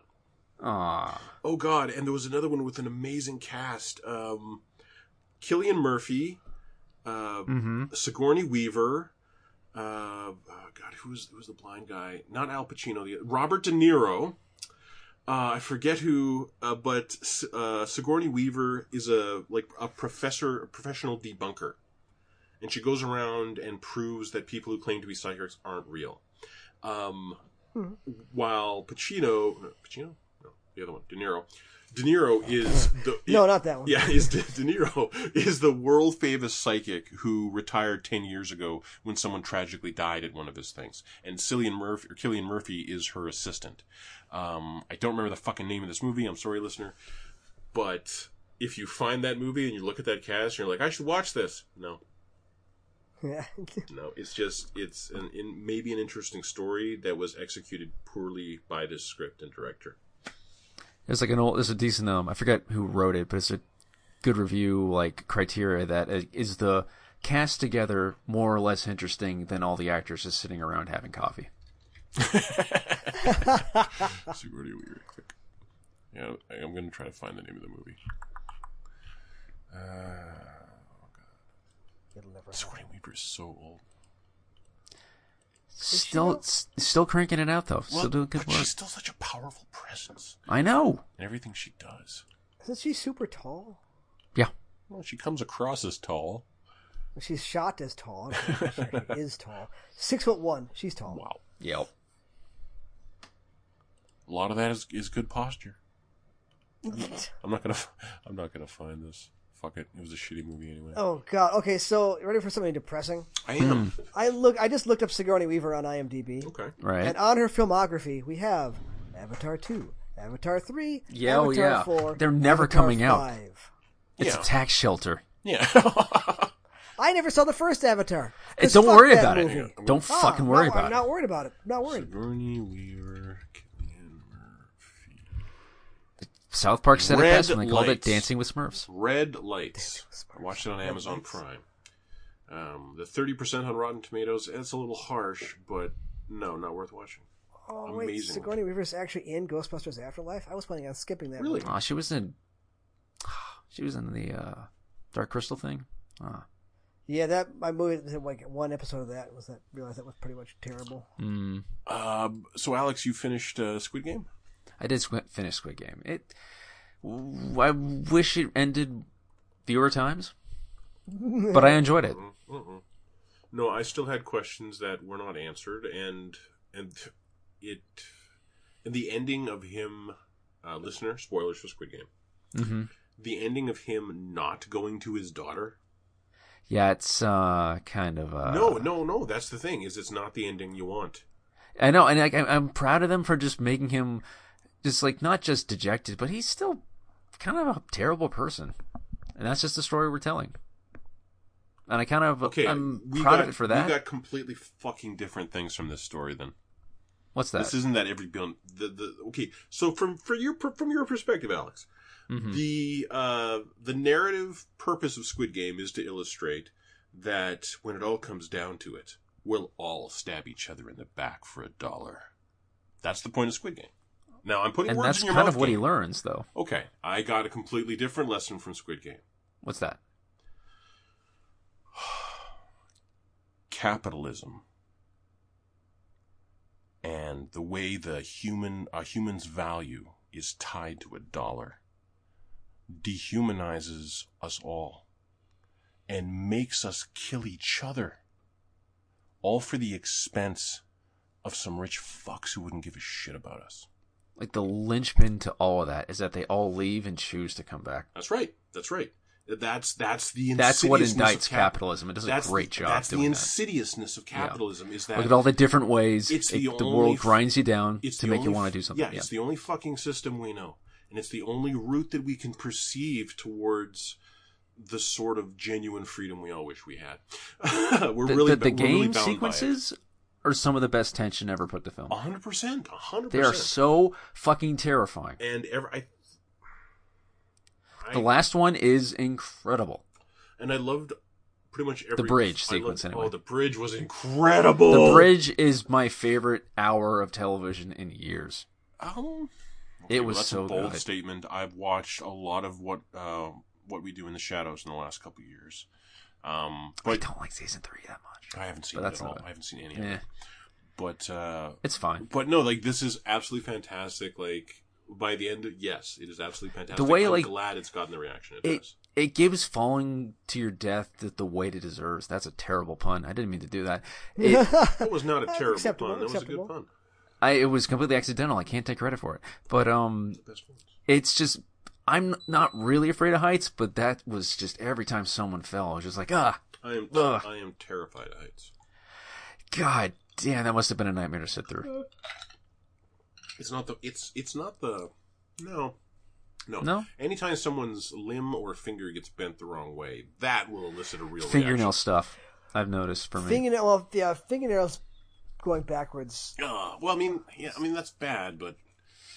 Ah,
Oh God! And there was another one with an amazing cast: um, Killian Murphy, uh, Sigourney Weaver. Uh, oh God, who was who was the blind guy? Not Al Pacino. The Robert De Niro. Uh, I forget who, uh, but S- uh, Sigourney Weaver is a like a professor, a professional debunker, and she goes around and proves that people who claim to be psychics aren't real. Um, While Pacino, no, Pacino, no, the other one, De Niro. De Niro is the
No, not that one.
yeah, <laughs> is De, De Niro is the world famous psychic who retired ten years ago when someone tragically died at one of his things. And Cillian Murphy or Killian Murphy is her assistant. Um, I don't remember the fucking name of this movie. I'm sorry, listener, but if you find that movie and you look at that cast, and you're like, I should watch this. No,
Yeah. <laughs>
no, it's just it's an, in, maybe an interesting story that was executed poorly by this script and director.
there's like an old. There's a decent. Um, I forget who wrote it, but it's a good review. Like criteria that uh, is the cast together more or less interesting than all the actors just sitting around having coffee.
Sigourney Weaver. Click. Yeah, I'm gonna try to find the name of the movie. Uh,
It'll never happen.
Sigourney Weaver is so old.
Still, s- still cranking it out though. Still doing good
but
work.
she's still such a powerful presence
I know.
in everything she does.
Isn't she super tall?
Yeah.
Well, she comes across as tall.
She's shot as tall. I'm pretty sure
<laughs>
she is tall. Six foot one. She's tall.
Wow,
Yep.
a lot of that is, is good posture. I'm not gonna. f- I'm not gonna find this. Fuck it. It was a shitty movie anyway.
<laughs> oh God. Okay, so you ready for something depressing?
I am
I look. I just looked up Sigourney Weaver on IMDb,
okay.
Right.
and uh, on her filmography we have Avatar two, Avatar three,
Yeah, oh,
Avatar
yeah.
four.
They're never
Avatar
coming out.
5.
It's
Yeah.
a tax shelter.
Yeah. <laughs>
I never saw the first Avatar.
Hey,
'Cause
Eh, don't
fuck
worry
that
about
movie.
it. Don't
Ah,
fucking worry
no,
about
I'm
it.
not worried about it. Not worried.
Sigourney Weaver, Killian Murphy.
South Park said
Red
it best when they called
lights.
it Dancing with Smurfs.
Red Lights.
Dancing
I watched it on
Red
Amazon
Lights.
Prime. Um, the thirty percent on Rotten Tomatoes. It's a little harsh, but no, not worth watching.
Oh wait,
Amazing.
Sigourney Weaver is actually in Ghostbusters Afterlife. I was planning on skipping that.
Really?
movie.
Oh, she was in. <sighs> She was in the uh, Dark Crystal thing. Ah.
Yeah, that my movie like one episode of that was that realized that was pretty much terrible. Hmm.
Mm.
Um, so, Alex, you finished uh, Squid Game?
I did squ- finish Squid Game. It. w- I
<laughs>
wish it ended fewer times, but I enjoyed it.
Mm-mm. No, I still had questions that were not answered, and and it and the ending of him, uh, listener, spoilers for Squid Game.
Mm-hmm.
The ending of him not going to his daughter.
Yeah, it's uh, kind of uh,
no, no, no. That's the thing is, it's not the ending you want.
I know, and I, I'm proud of them for just making him just like not just dejected, but he's still kind of a terrible person, and that's just the story we're telling. And I kind of
Okay,
I'm
we
proud
got,
of it for that.
We got completely fucking different things from this story. Then
What's that?
this isn't that every bill. The, the okay. So from for your from your perspective, Alex,
Mhm.
the uh, the narrative purpose of Squid Game is to illustrate that when it all comes down to it, we'll all stab each other in the back for a dollar. That's the point of Squid Game. Now I'm putting
and
words
that's
in your
kind
mouth.
of what he
Gabe.
learns, though.
okay, I got a completely different lesson from Squid Game.
What's that?
capitalism and the way the human a human's value is tied to a dollar dehumanizes us all and makes us kill each other all for the expense of some rich fucks who wouldn't give a shit about us
Like the linchpin to all of that is that they all leave and choose to come back.
that's right that's right that's that's the
That's what
insidiousness of
indicts
cap-
capitalism. It does
that's
a great
the,
job
that's
doing
the
that.
insidiousness of
Yeah.
capitalism is that
Look at all the different ways
It's
it-
the
the,
only
world
f-
grinds you down
it's
to
the
make you
only-
want to do something.
Yeah, it's the only fucking system we know, and it's the only route that we can perceive towards the sort of genuine freedom we all wish we had. <laughs> we're
the,
really
the, the
we're really
game
bound by it.
sequences are some of the best tension ever put to film.
A hundred percent, a hundred
They are
percent.
so fucking terrifying.
and ever I, I
The last one is incredible.
and I loved pretty much every
bridge
I
sequence,
loved-
anyway.
Oh, the bridge was incredible.
The bridge is my favorite hour of television in years.
Um, okay,
It was
that's a
so
bold
good.
statement. I've watched a lot of what uh, what we do in the shadows in the last couple of years. Um,
I
but
don't like season three that much.
I haven't seen
but
it
that's
at all.
not-
I haven't seen any of
Yeah,
it. But uh,
it's fine.
but no, like this is absolutely fantastic. Like by the end, of, yes, it is absolutely fantastic.
way,
I'm
like,
glad it's gotten the reaction it,
It
does.
it gives falling to your death the, the weight it deserves. That's a terrible pun. I didn't mean to do that.
<laughs>
It,
<laughs> That was not a terrible
Acceptable,
pun. That
acceptable.
was a good pun.
I, it was completely accidental. I can't take credit for it. But um,
The best ones.
it's just I'm not really afraid of heights, but that was just every time someone fell, I was just like, ah,
I am
Ugh.
I am terrified of heights.
god damn, that must have been a nightmare to sit through.
It's not the it's it's not the no. No.
No?
Anytime someone's limb or finger gets bent the wrong way, that will elicit a real
Fingernail
reaction.
stuff. I've noticed for me.
Fingernail, well, yeah, fingernails going backwards.
Uh, well, I mean, yeah, I mean that's bad, but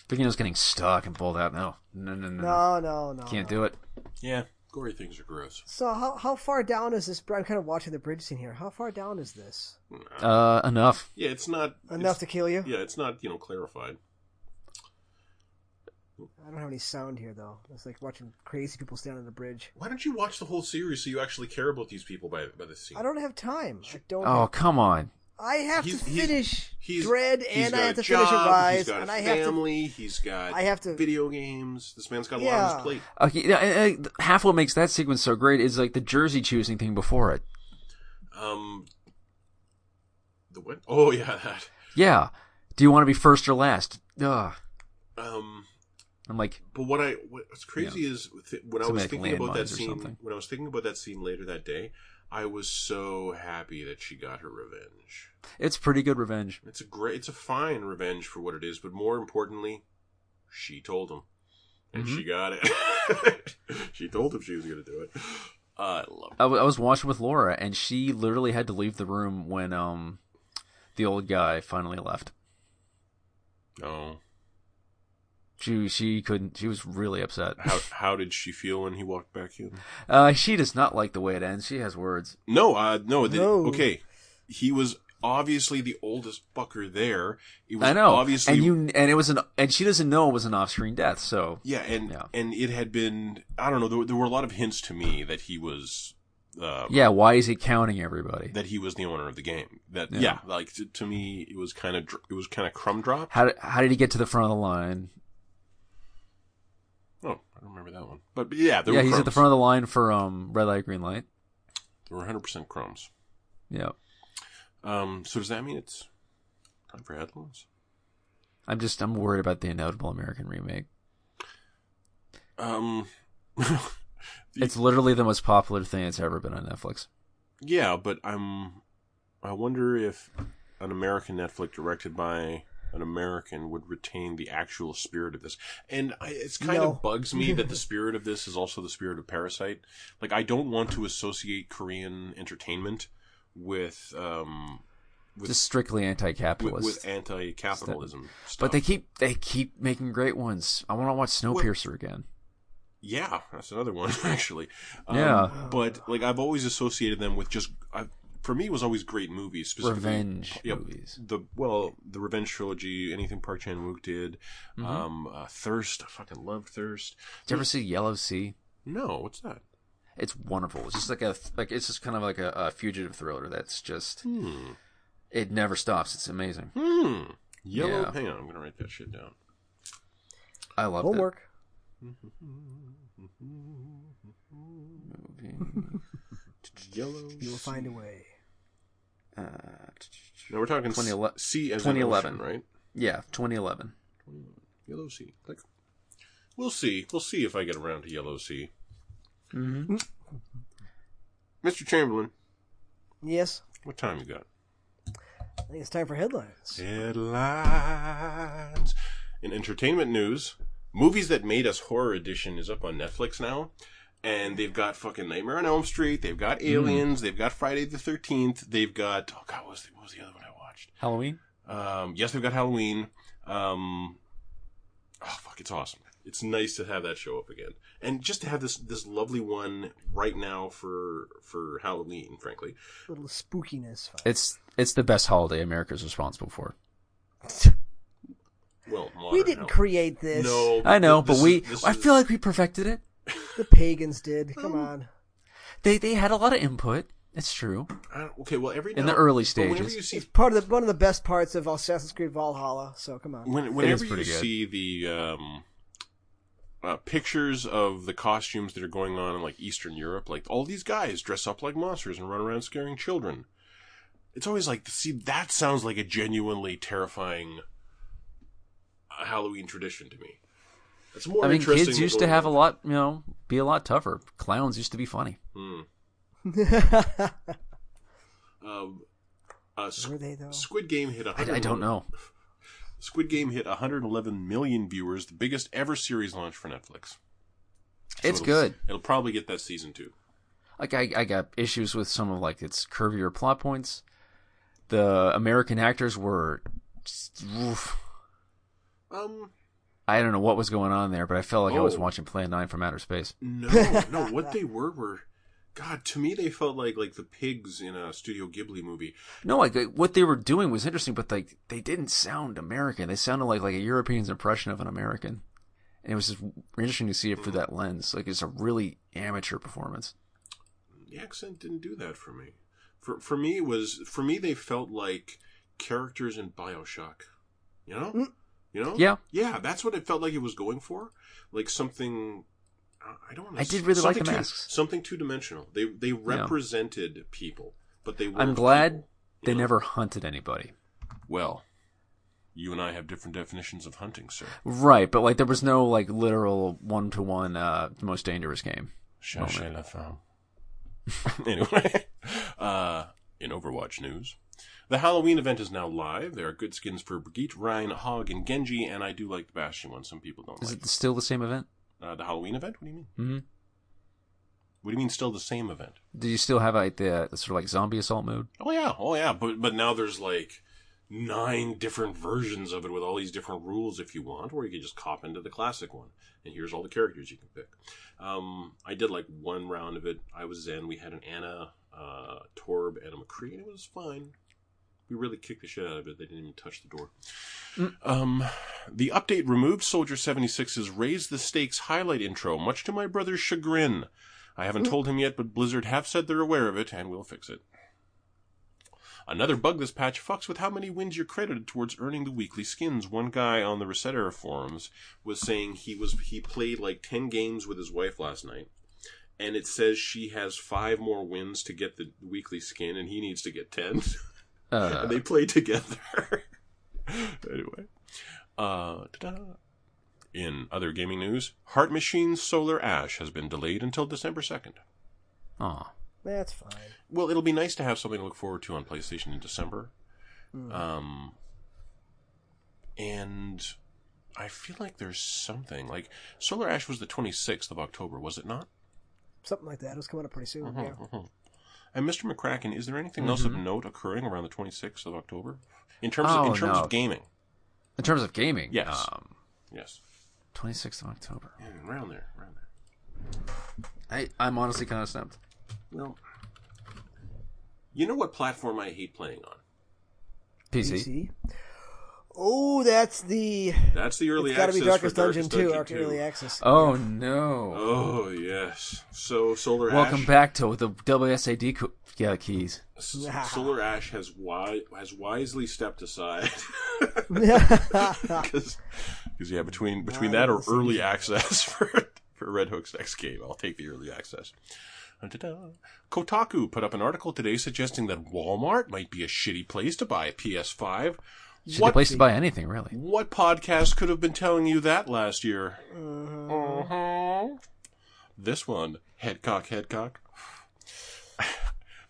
Fingernails getting stuck and pulled out. No, no, no, no, no.
No, no, no.
can't
no.
do it.
yeah, gory things are gross.
So how how far down is this? br- I'm kind of watching the bridge scene here. How far down is this?
Uh, enough.
Yeah, it's not
Enough to
it's-
kill you?
Yeah, it's not you know clarified.
I don't have any sound here though. It's like watching crazy people stand on the bridge.
Why don't you watch the whole series so you actually care about these people by by the scene?
I don't have time. I don't.
Oh come on.
I have
He's-
to
he's-
finish
He's
Dread,
he's
and I
got
have
a
to
job,
finish
He's
Rise,
got
and
a
I have to.
family. He's got
I have to-
video games. This man's got a lot on
Yeah.
his plate.
Okay, yeah, and, uh, half what makes that sequence so great is like the jersey choosing thing before it.
Um, the what? Oh yeah, that.
Yeah. Do you want to be first or last? Ugh.
Um,
I'm like,
But what I what's crazy is th- when I
Some
was
like
thinking about that
landmines or
scene
something.
when I was thinking about that scene later that day, I was so happy that she got her revenge.
it's pretty good revenge.
It's a great, it's a fine revenge for what it is, but more importantly, she told him, and she got it. <laughs> she told him she was going to do it. I love.
I wa- I was watching with Laura, and she literally had to leave the room when um the old guy finally left.
It. No,
She she couldn't. She was really upset.
how how did she feel when he walked back in?
<laughs> Uh, she does not like the way it ends. She has words.
No, uh, no, the,
No.
okay. He was obviously the oldest fucker there. It was
I know.
obviously
and you and it was an and she doesn't know it was an off-screen death. So
Yeah, and
Yeah.
and it had been I don't know there, were- there were a lot of hints to me that he was uh,
yeah, why is he counting everybody?
that he was the owner of the game. That yeah,
Yeah.
like to, to me it was kind of dr- it was kind of crumb drop.
How did, how did he get to the front of the line?
Oh, I don't remember that one. But, but yeah, there
yeah,
were
he's
crumbs.
at the front of the line for um red light green light.
There were 100% crumbs.
Yeah,
Um, so does that mean it's time for headlines?
I'm just I'm worried about the inevitable American remake.
Um, <laughs>
It's literally the most popular thing that's ever been on Netflix.
yeah, but I'm. I wonder if an American Netflix directed by an American would retain the actual spirit of this. And I, it's kind
No.
of bugs me
<laughs>
that the spirit of this is also the spirit of Parasite. Like I don't want to associate Korean entertainment with um with
Just strictly
with,
anti-capitalist.
with anti-capitalism stuff.
but they keep they keep making great ones. I want to watch Snowpiercer again.
Yeah, that's another one <laughs> actually. Um,
Yeah.
but like I've always associated them with just I, for me it was always great movies, specifically
Revenge
Yep.
movies.
The well, the Revenge trilogy, anything Park Chan Wook did,
Mm-hmm.
um, uh, Thirst. I fucking loved Thirst.
Did you ever see Yellow Sea?
No, what's that?
It's wonderful. It's just like a like it's just kind of like a, a fugitive thriller that's just
Hmm.
it never stops. It's amazing.
Hmm. Yellow.
Yeah.
Hang on, I'm gonna write that shit down.
I love that
Homework.
movie.
Yellow.
You will find a way.
Uh,
Now we're talking
2011
C as 2011,
2011.
right?
yeah, 2011.
Yellow Sea. Click. We'll see. We'll see if I get around to Yellow Sea.
Mm-hmm.
Mr. Chamberlain,
Yes.
what time you got?
I think it's time for headlines.
Headlines. In entertainment news, movies that made us horror edition is up on Netflix now. And they've got fucking Nightmare on Elm Street. They've
Hmm.
got Aliens. They've got Friday the 13th. They've got, oh God, what was the, what was the other one I watched?
Halloween.
Um, yes, they've got Halloween. Um, oh fuck, it's awesome. It's nice to have that show up again, and just to have this this lovely one right now for for Halloween. Frankly,
little spookiness.
It's it's the best holiday America's responsible for.
well, modern
we didn't
Halloween.
create this.
No,
I know,
th- this is-
but we
this
I
is-
feel like we perfected it.
The pagans did.
Hmm.
Come on.
They they had a lot of input. It's true.
I don't- okay. Well, every
In
now-
the early
but whenever
stages.
you see
It's part of the one of the best parts of Assassin's Creed Valhalla. So come on.
when, whenever you
pretty good.
see the um, uh, pictures of the costumes that are going on in like Eastern Europe, like all these guys dress up like monsters and run around scaring children. It's always like, see, that sounds like a genuinely terrifying uh, Halloween tradition to me. It's more
I mean,
interesting.
kids
than
used to
going
have a
like-
lot, you know, be a lot tougher. Clowns used to be funny.
Hmm. Um, uh,
Were
Squ-
they though?
Squid Game hit.
I, I don't know.
Squid Game hit 111 million viewers, the biggest ever series launch for Netflix. So
It's
it'll-
good.
It'll probably get that season too.
Like I, I got issues with some of like its curvier plot points. The American actors were, just- oof.
Um,
I don't know what was going on there, but I felt like I was
Oh.
watching Plan Nine from Outer Space. <laughs>
no, no. What they were were, God, to me they felt like like the pigs in a Studio Ghibli movie.
No, like they- what they were doing was interesting, but like they didn't sound American. They sounded like like a European's impression of an American, and it was just interesting to see it through that lens. Like it's a really amateur performance.
The accent didn't do that for me. For for me it was for me they felt like characters in Bioshock. You know, you know.
Yeah.
yeah. That's what it felt like it was going for, like something. I I don't. Know,
I did really like
something
the
two-
masks.
Something two dimensional. They they represented people, but they.
I'm
weren't
glad
people, you
they
know?
never hunted anybody.
Well, you and I have different definitions of hunting, sir.
Right, but like there was no like literal one to one uh most dangerous game.
Cherchez la femme. <laughs> anyway, uh, in Overwatch news, the Halloween event is now live. There are good skins for Brigitte, Ryan, Hog, and Genji, and I do like the Bastion one. Some people don't
Is
like
it still the same event?
uh, the Halloween event. What do you mean?
hmm
What do you mean? Still the same event?
Do you still have like the, the sort of like zombie assault mode?
Oh yeah, oh yeah. But but now there's like nine different versions of it with all these different rules if you want, or you can just cop into the classic one. And here's all the characters you can pick. Um, I did like one round of it. I was Zen. We had an Anna, uh, Torb, and a McCree, and it was fine. We really kicked the shit out of it. They didn't even touch the door. Um, the update removed Soldier 76's Raise the Stakes highlight intro, much to my brother's chagrin. I haven't told him yet, but Blizzard have said they're aware of it and will fix it. Another bug this patch fucks with how many wins you're credited towards earning the weekly skins. One guy on the Reset Era forums was saying he was he played like ten games with his wife last night, and it says she has five more wins to get the weekly skin, and he needs to get ten. <laughs> and they play together. <laughs> anyway, uh, ta-da. in other gaming news, Heart Machine's Solar Ash has been delayed until December second.
Oh,
That's fine.
Well, it'll be nice to have something to look forward to on PlayStation in December.
Hmm.
Um, and I feel like there's something like Solar Ash was the 26th of October, was it not?
Something like that. It was coming up pretty soon.
Mm-hmm.
Yeah.
<laughs>
Mm-hmm.
And Mr. McCracken, is there anything else of note occurring around the 26th of October in terms of, in
Oh,
terms
no.
of gaming?
in terms of gaming,
Yes.
um,
Yes,
26th of October.
yeah, Mm, around there, around there.
I I'm honestly kind of stumped.
Well, you know what platform I hate playing on?
PC.
PC. Oh, that's the.
That's the early
it's got to
access
be Darkest
for Darkest
Dungeon too.
Dungeon 2.
Early access.
Oh no!
Oh yes. So Solar Ash.
Welcome back to the WSAD co- yeah, keys.
S- Solar Ash has wi- has wisely stepped aside because yeah, between between that or early access <laughs> for for Red Hook's next game, I'll take the early access. Da-da. Kotaku put up an article today suggesting that Walmart might be a shitty place to buy a PS5.
Should
What-
the place to buy anything really?
What podcast could have been telling you that last year? Mhm. This one, Headcock, Headcock.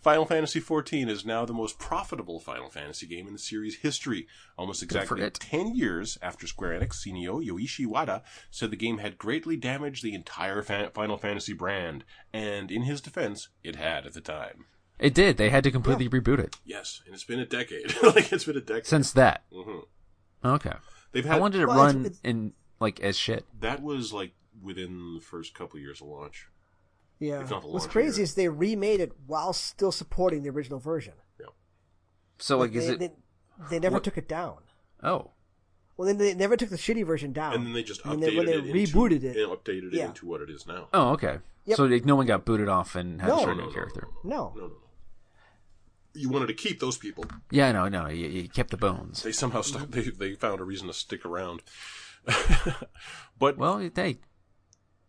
Final Fantasy XIV is now the most profitable Final Fantasy game in the series history. Almost exactly
it.
10 years after Square Enix CEO Yoichi Wada said the game had greatly damaged the entire fa- Final Fantasy brand, and in his defense, it had at the time.
It did. They had to completely reboot it
Yes, and it's been a decade. <laughs> like, it's been a decade.
since that.
hmm
Okay.
They've
I
had
wanted it
Well, it's-
run
it's-
in like as shit.
that was like within the first couple years of launch.
<laughs> yeah.
It's not the
What's
launch
crazy
year.
is they remade it while still supporting the original version.
So like,
they,
is it?
They, they never
what-
took it down.
Oh,
Well, then they never took the shitty version down.
And then they just updated
Oh. And then when they
it.
rebooted
into,
it.
and updated it
Yeah.
into what it is now.
oh, okay.
Yep.
So like, no one got booted off and had
No.
to
No,
start a
no,
new
no,
character.
no.
No, no, no. You wanted to keep those people.
Yeah, no, no. You, you kept the bones.
They somehow stuck, they, they found a reason to stick around. <laughs> but well,
Well, they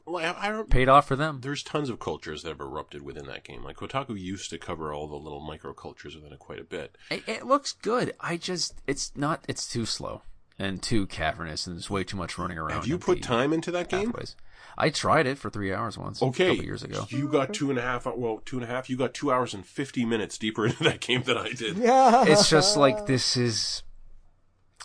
I, I don't-
paid off for them.
there's tons of cultures that have erupted within that game. Like Kotaku used to cover all the little microcultures within it quite a bit.
It, it looks good. I just, it's not. It's too slow and too cavernous, and there's way too much running around.
Have you
in
put
the
time into that game?
pathways. I tried it for three hours once.
Okay,
a couple years ago.
you got two and a half. Well, two and a half. You got two hours and fifty minutes deeper <laughs> into that game than I did.
<laughs> Yeah.
it's just like this is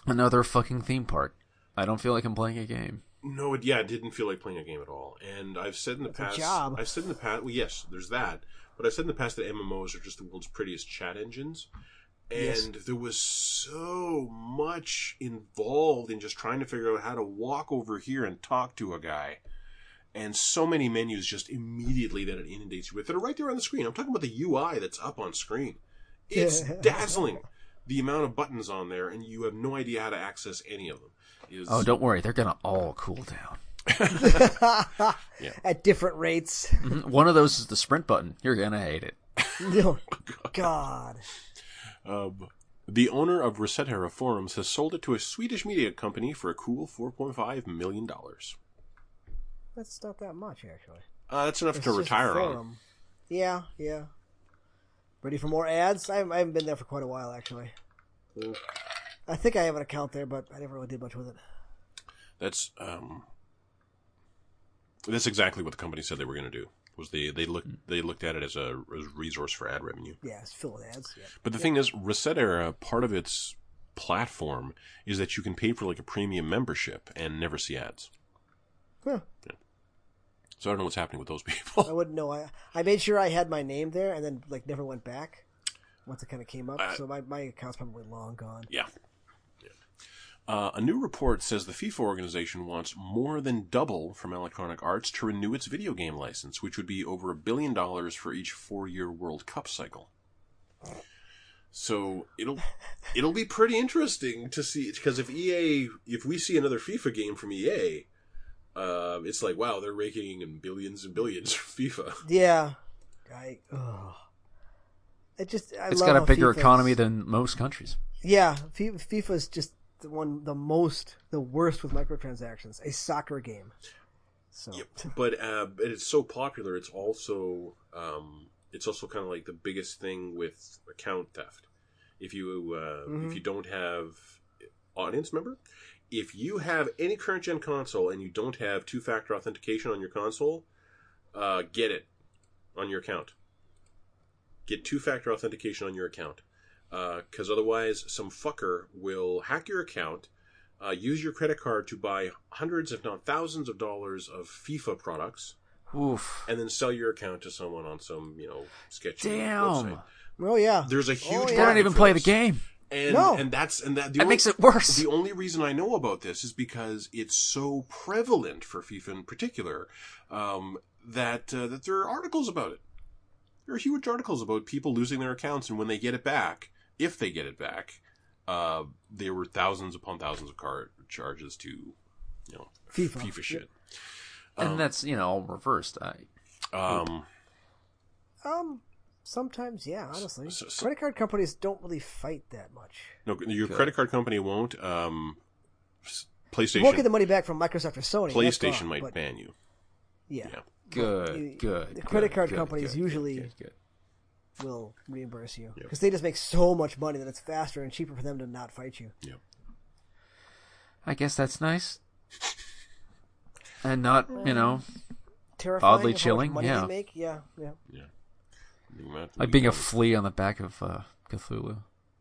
another fucking theme park. I don't feel like I'm playing a game.
No, it, yeah, it didn't feel like playing a game at all. And I've said in the
That's a
past,
job.
I've said in the past, well, yes, there's that, but I've said in the past that MMOs are just the world's prettiest chat engines. And
Yes.
there was so much involved in just trying to figure out how to walk over here and talk to a guy. And so many menus just immediately that it inundates you with that are right there on the screen. I'm talking about the UI that's up on screen.
<laughs>
It's dazzling the amount of buttons on there, and you have no idea how to access any of them. Is
Oh, don't worry, they're gonna all cool down.
At
<laughs>
different rates. <laughs>
Mhm. One of those is the sprint button. You're gonna hate it.
Oh,
No. God.
Um, the owner of Resetera Forums has sold it to a Swedish media company for a cool $4.5 million.
That's not that much, actually.
Uh, that's enough
It's
to
just a
retire on.
forum. Yeah, yeah. Ready for more ads? I haven't, I haven't been there for quite a while, actually. I think I have an account there, but I never really did much with it.
That's, um, that's exactly what the company said they were going to do. Was they, they looked they looked at it as a as a resource for ad revenue.
Yeah, it's filled with ads. Yeah.
But the thing is, Resetera part of its platform is that you can pay for like a premium membership and never see ads.
Huh.
So I don't know what's happening with those <laughs>
I
people.
wouldn't know. I I made sure I had my name there, and then like never went back once it kind of came up.
Uh,
so my, my account's probably long gone.
Yeah. Uh, a new report says the FIFA organization wants more than double from Electronic Arts to renew its video game license, which would be over a billion dollars for each four-year World Cup cycle. So it'll it'll be pretty interesting to see because if EA if we see another FIFA game from EA, uh, it's like wow they're raking in billions and billions for FIFA.
Yeah. I. Ugh. It just. I
It's
love
got a
how
bigger
FIFA's-
economy than most countries.
Yeah, Fi- FIFA's just the one, the most, the worst with microtransactions. A soccer game. So
but uh, but it's so popular. It's also um, it's also kind of like the biggest thing with account theft. if you uh, if you don't have uh, audience member, if you have any current gen console and you don't have two factor authentication on your console, uh, get it on your account. Get two factor authentication on your account, because otherwise some fucker will hack your account. Uh, use your credit card to buy hundreds, if not thousands, of dollars of FIFA products,
Oof.
and then sell your account to someone on some, you know, sketchy
Damn.
website.
Oh yeah.
There's a huge.
Oh, yeah.
They
They
don't
market
even
for
play the
this.
game.
And,
No.
and that's and that the
That
only,
makes it worse.
The only reason I know about this is because it's so prevalent for FIFA in particular um, that uh, that there are articles about it. There are huge articles about people losing their accounts and when they get it back, if they get it back, uh, there were thousands upon thousands of card charges to you know
FIFA.
FIFA shit.
and that's you know all reversed. I,
Um,
Um, sometimes, yeah. Honestly,
so- so-
credit card companies don't really fight that much.
no, your credit card company won't. Um, s- PlayStation,
We'll get the money back from Microsoft or Sony. that's
PlayStation
gone,
might
but,
ban you.
Yeah,
yeah.
good,
You-
good.
the credit
good,
card
good,
companies
good, good,
usually-
good, good.
will reimburse you because they just make so much money that it's faster and cheaper for them to not fight you.
Yeah.
I guess that's nice. And not you know
Terrifying.
Oddly
of how much
chilling,
Money
yeah.
They make. Yeah. Yeah.
The amount that
like
we
being a
get.
flea on the back of uh, Cthulhu.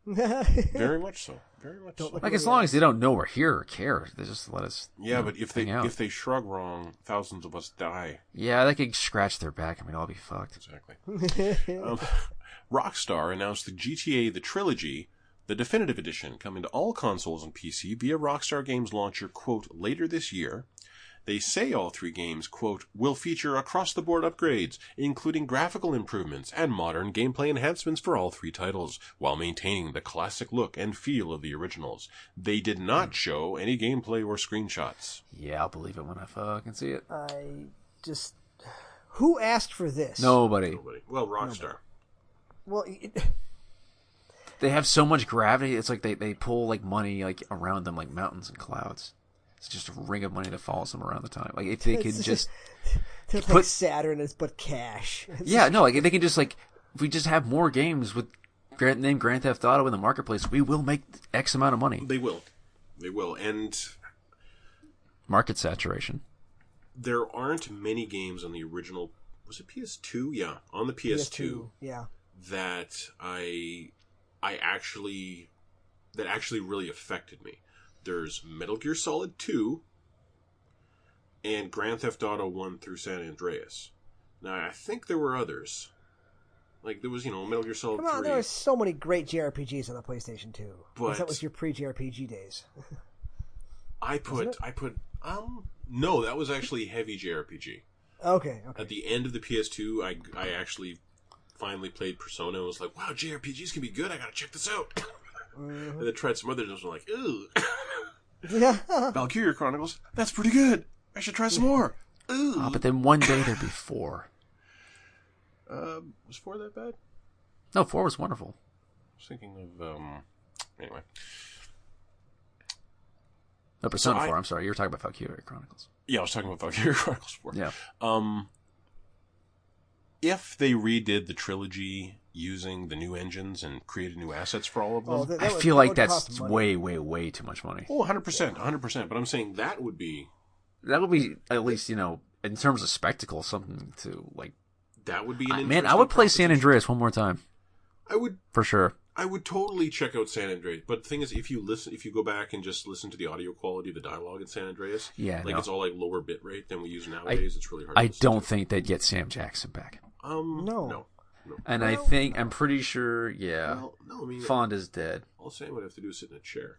<laughs>
Very much so. Very much so.
Like as long as they don't know we're here or care, they just let us.
Yeah, but if they
hang out.
if they shrug wrong, thousands of us die.
Yeah, they could scratch their back. I mean, I'll be fucked.
Exactly.
<laughs>
um, Rockstar announced the GTA the trilogy, the definitive edition, coming to all consoles and PC via Rockstar Games launcher quote later this year. They say all three games quote will feature across the board upgrades, including graphical improvements and modern gameplay enhancements for all three titles, while maintaining the classic look and feel of the originals. They did not show any gameplay or screenshots.
Yeah, I'll believe it when I fucking see it.
I just. Who asked for this?
Nobody.
Nobody. Well, Rockstar.
Well, <laughs> it,
They have so much gravity. It's like they, they pull like money like around them like mountains and clouds. It's just a ring of money that follows them around the time. Like if they could
It's
just
it's like
Put-
Saturn is but cash. It's-
yeah no like if they can just like if we just have more games with Grand name Grand Theft Auto in the marketplace, we will make X amount of money.
They will. They will. And
Market saturation.
there aren't many games on the original. Was it PS2? Yeah, on the PS2
Yeah.
that I I actually that actually really affected me. There's Metal Gear Solid 2 and Grand Theft Auto 1 through San Andreas. Now, I think there were others. Like there was, you know, Metal Gear Solid
Come on,
3.
there are so many great JRPGs on the PlayStation 2. 'Cause
But-
that was your pre-JRPG days.
I put I put um no, that was actually heavy JRPG.
Okay,
<laughs>
okay.
at the end of the PS2, I, I actually finally played Persona and was like, wow, JRPGs can be good. I gotta check this out.
Mm-hmm.
And then tried some others and was like, ooh,
Yeah.
<coughs> Valkyria Chronicles, that's pretty good. I should try some more. Ooh.
Ah, but then one day there'd be four.
Um, was 4 that bad? I
No, four was wonderful.
was thinking of, um, anyway.
No, Persona
So I-
four. I'm sorry, you were talking about Valkyrie Chronicles.
Yeah, I was talking about <laughs> Valkyria Chronicles 4.
Yeah.
Um, if they redid the trilogy using the new engines and created new assets for all of them,
Oh, that- that
I
would-
feel
that
like
would
that's
cost money.
way, way, way too much money.
oh, 100%, 100%. But I'm saying that would be,
That would be at least you know in terms of spectacle something to like.
that would be
I-
an
man, I would
interesting
play San
proposition.
Andreas one more time
I would
for sure.
I would totally check out San Andreas, but the thing is, if you listen, if you go back and just listen to the audio quality of the dialogue in San Andreas,
Yeah,
like
no.
it's all like lower bit rate than we use nowadays. it's really hard.
I
to listen
don't think they'd get Sam Jackson back,
To. Um, no,
No.
no,
and I think I'm pretty sure. Yeah,
well, no. I mean,
Fonda's dead.
all Sam would have to do is sit in a chair.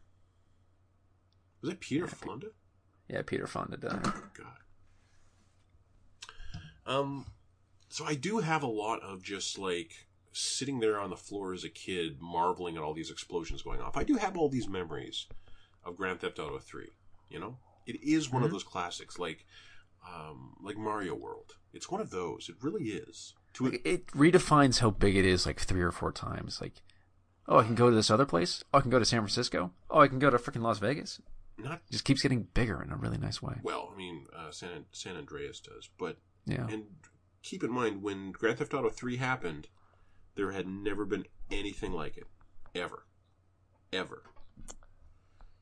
Was that Peter Fonda?
Yeah, Peter Fonda died.
God. Um, so I do have a lot of just like sitting there on the floor as a kid, marveling at all these explosions going off. I do have all these memories of Grand Theft Auto Three. You know, it is one of those classics, like, um, like Mario World. It's one of those. It really is. To
Like, it redefines how big it is like three or four times. Like, oh, I can go to this other place. Oh, I can go to San Francisco. Oh, I can go to freaking Las Vegas.
not
It just keeps getting bigger in a really nice way.
well. I mean, uh, San San Andreas does, but
Yeah.
and keep in mind when Grand Theft Auto Three happened, there had never been anything like it ever. ever.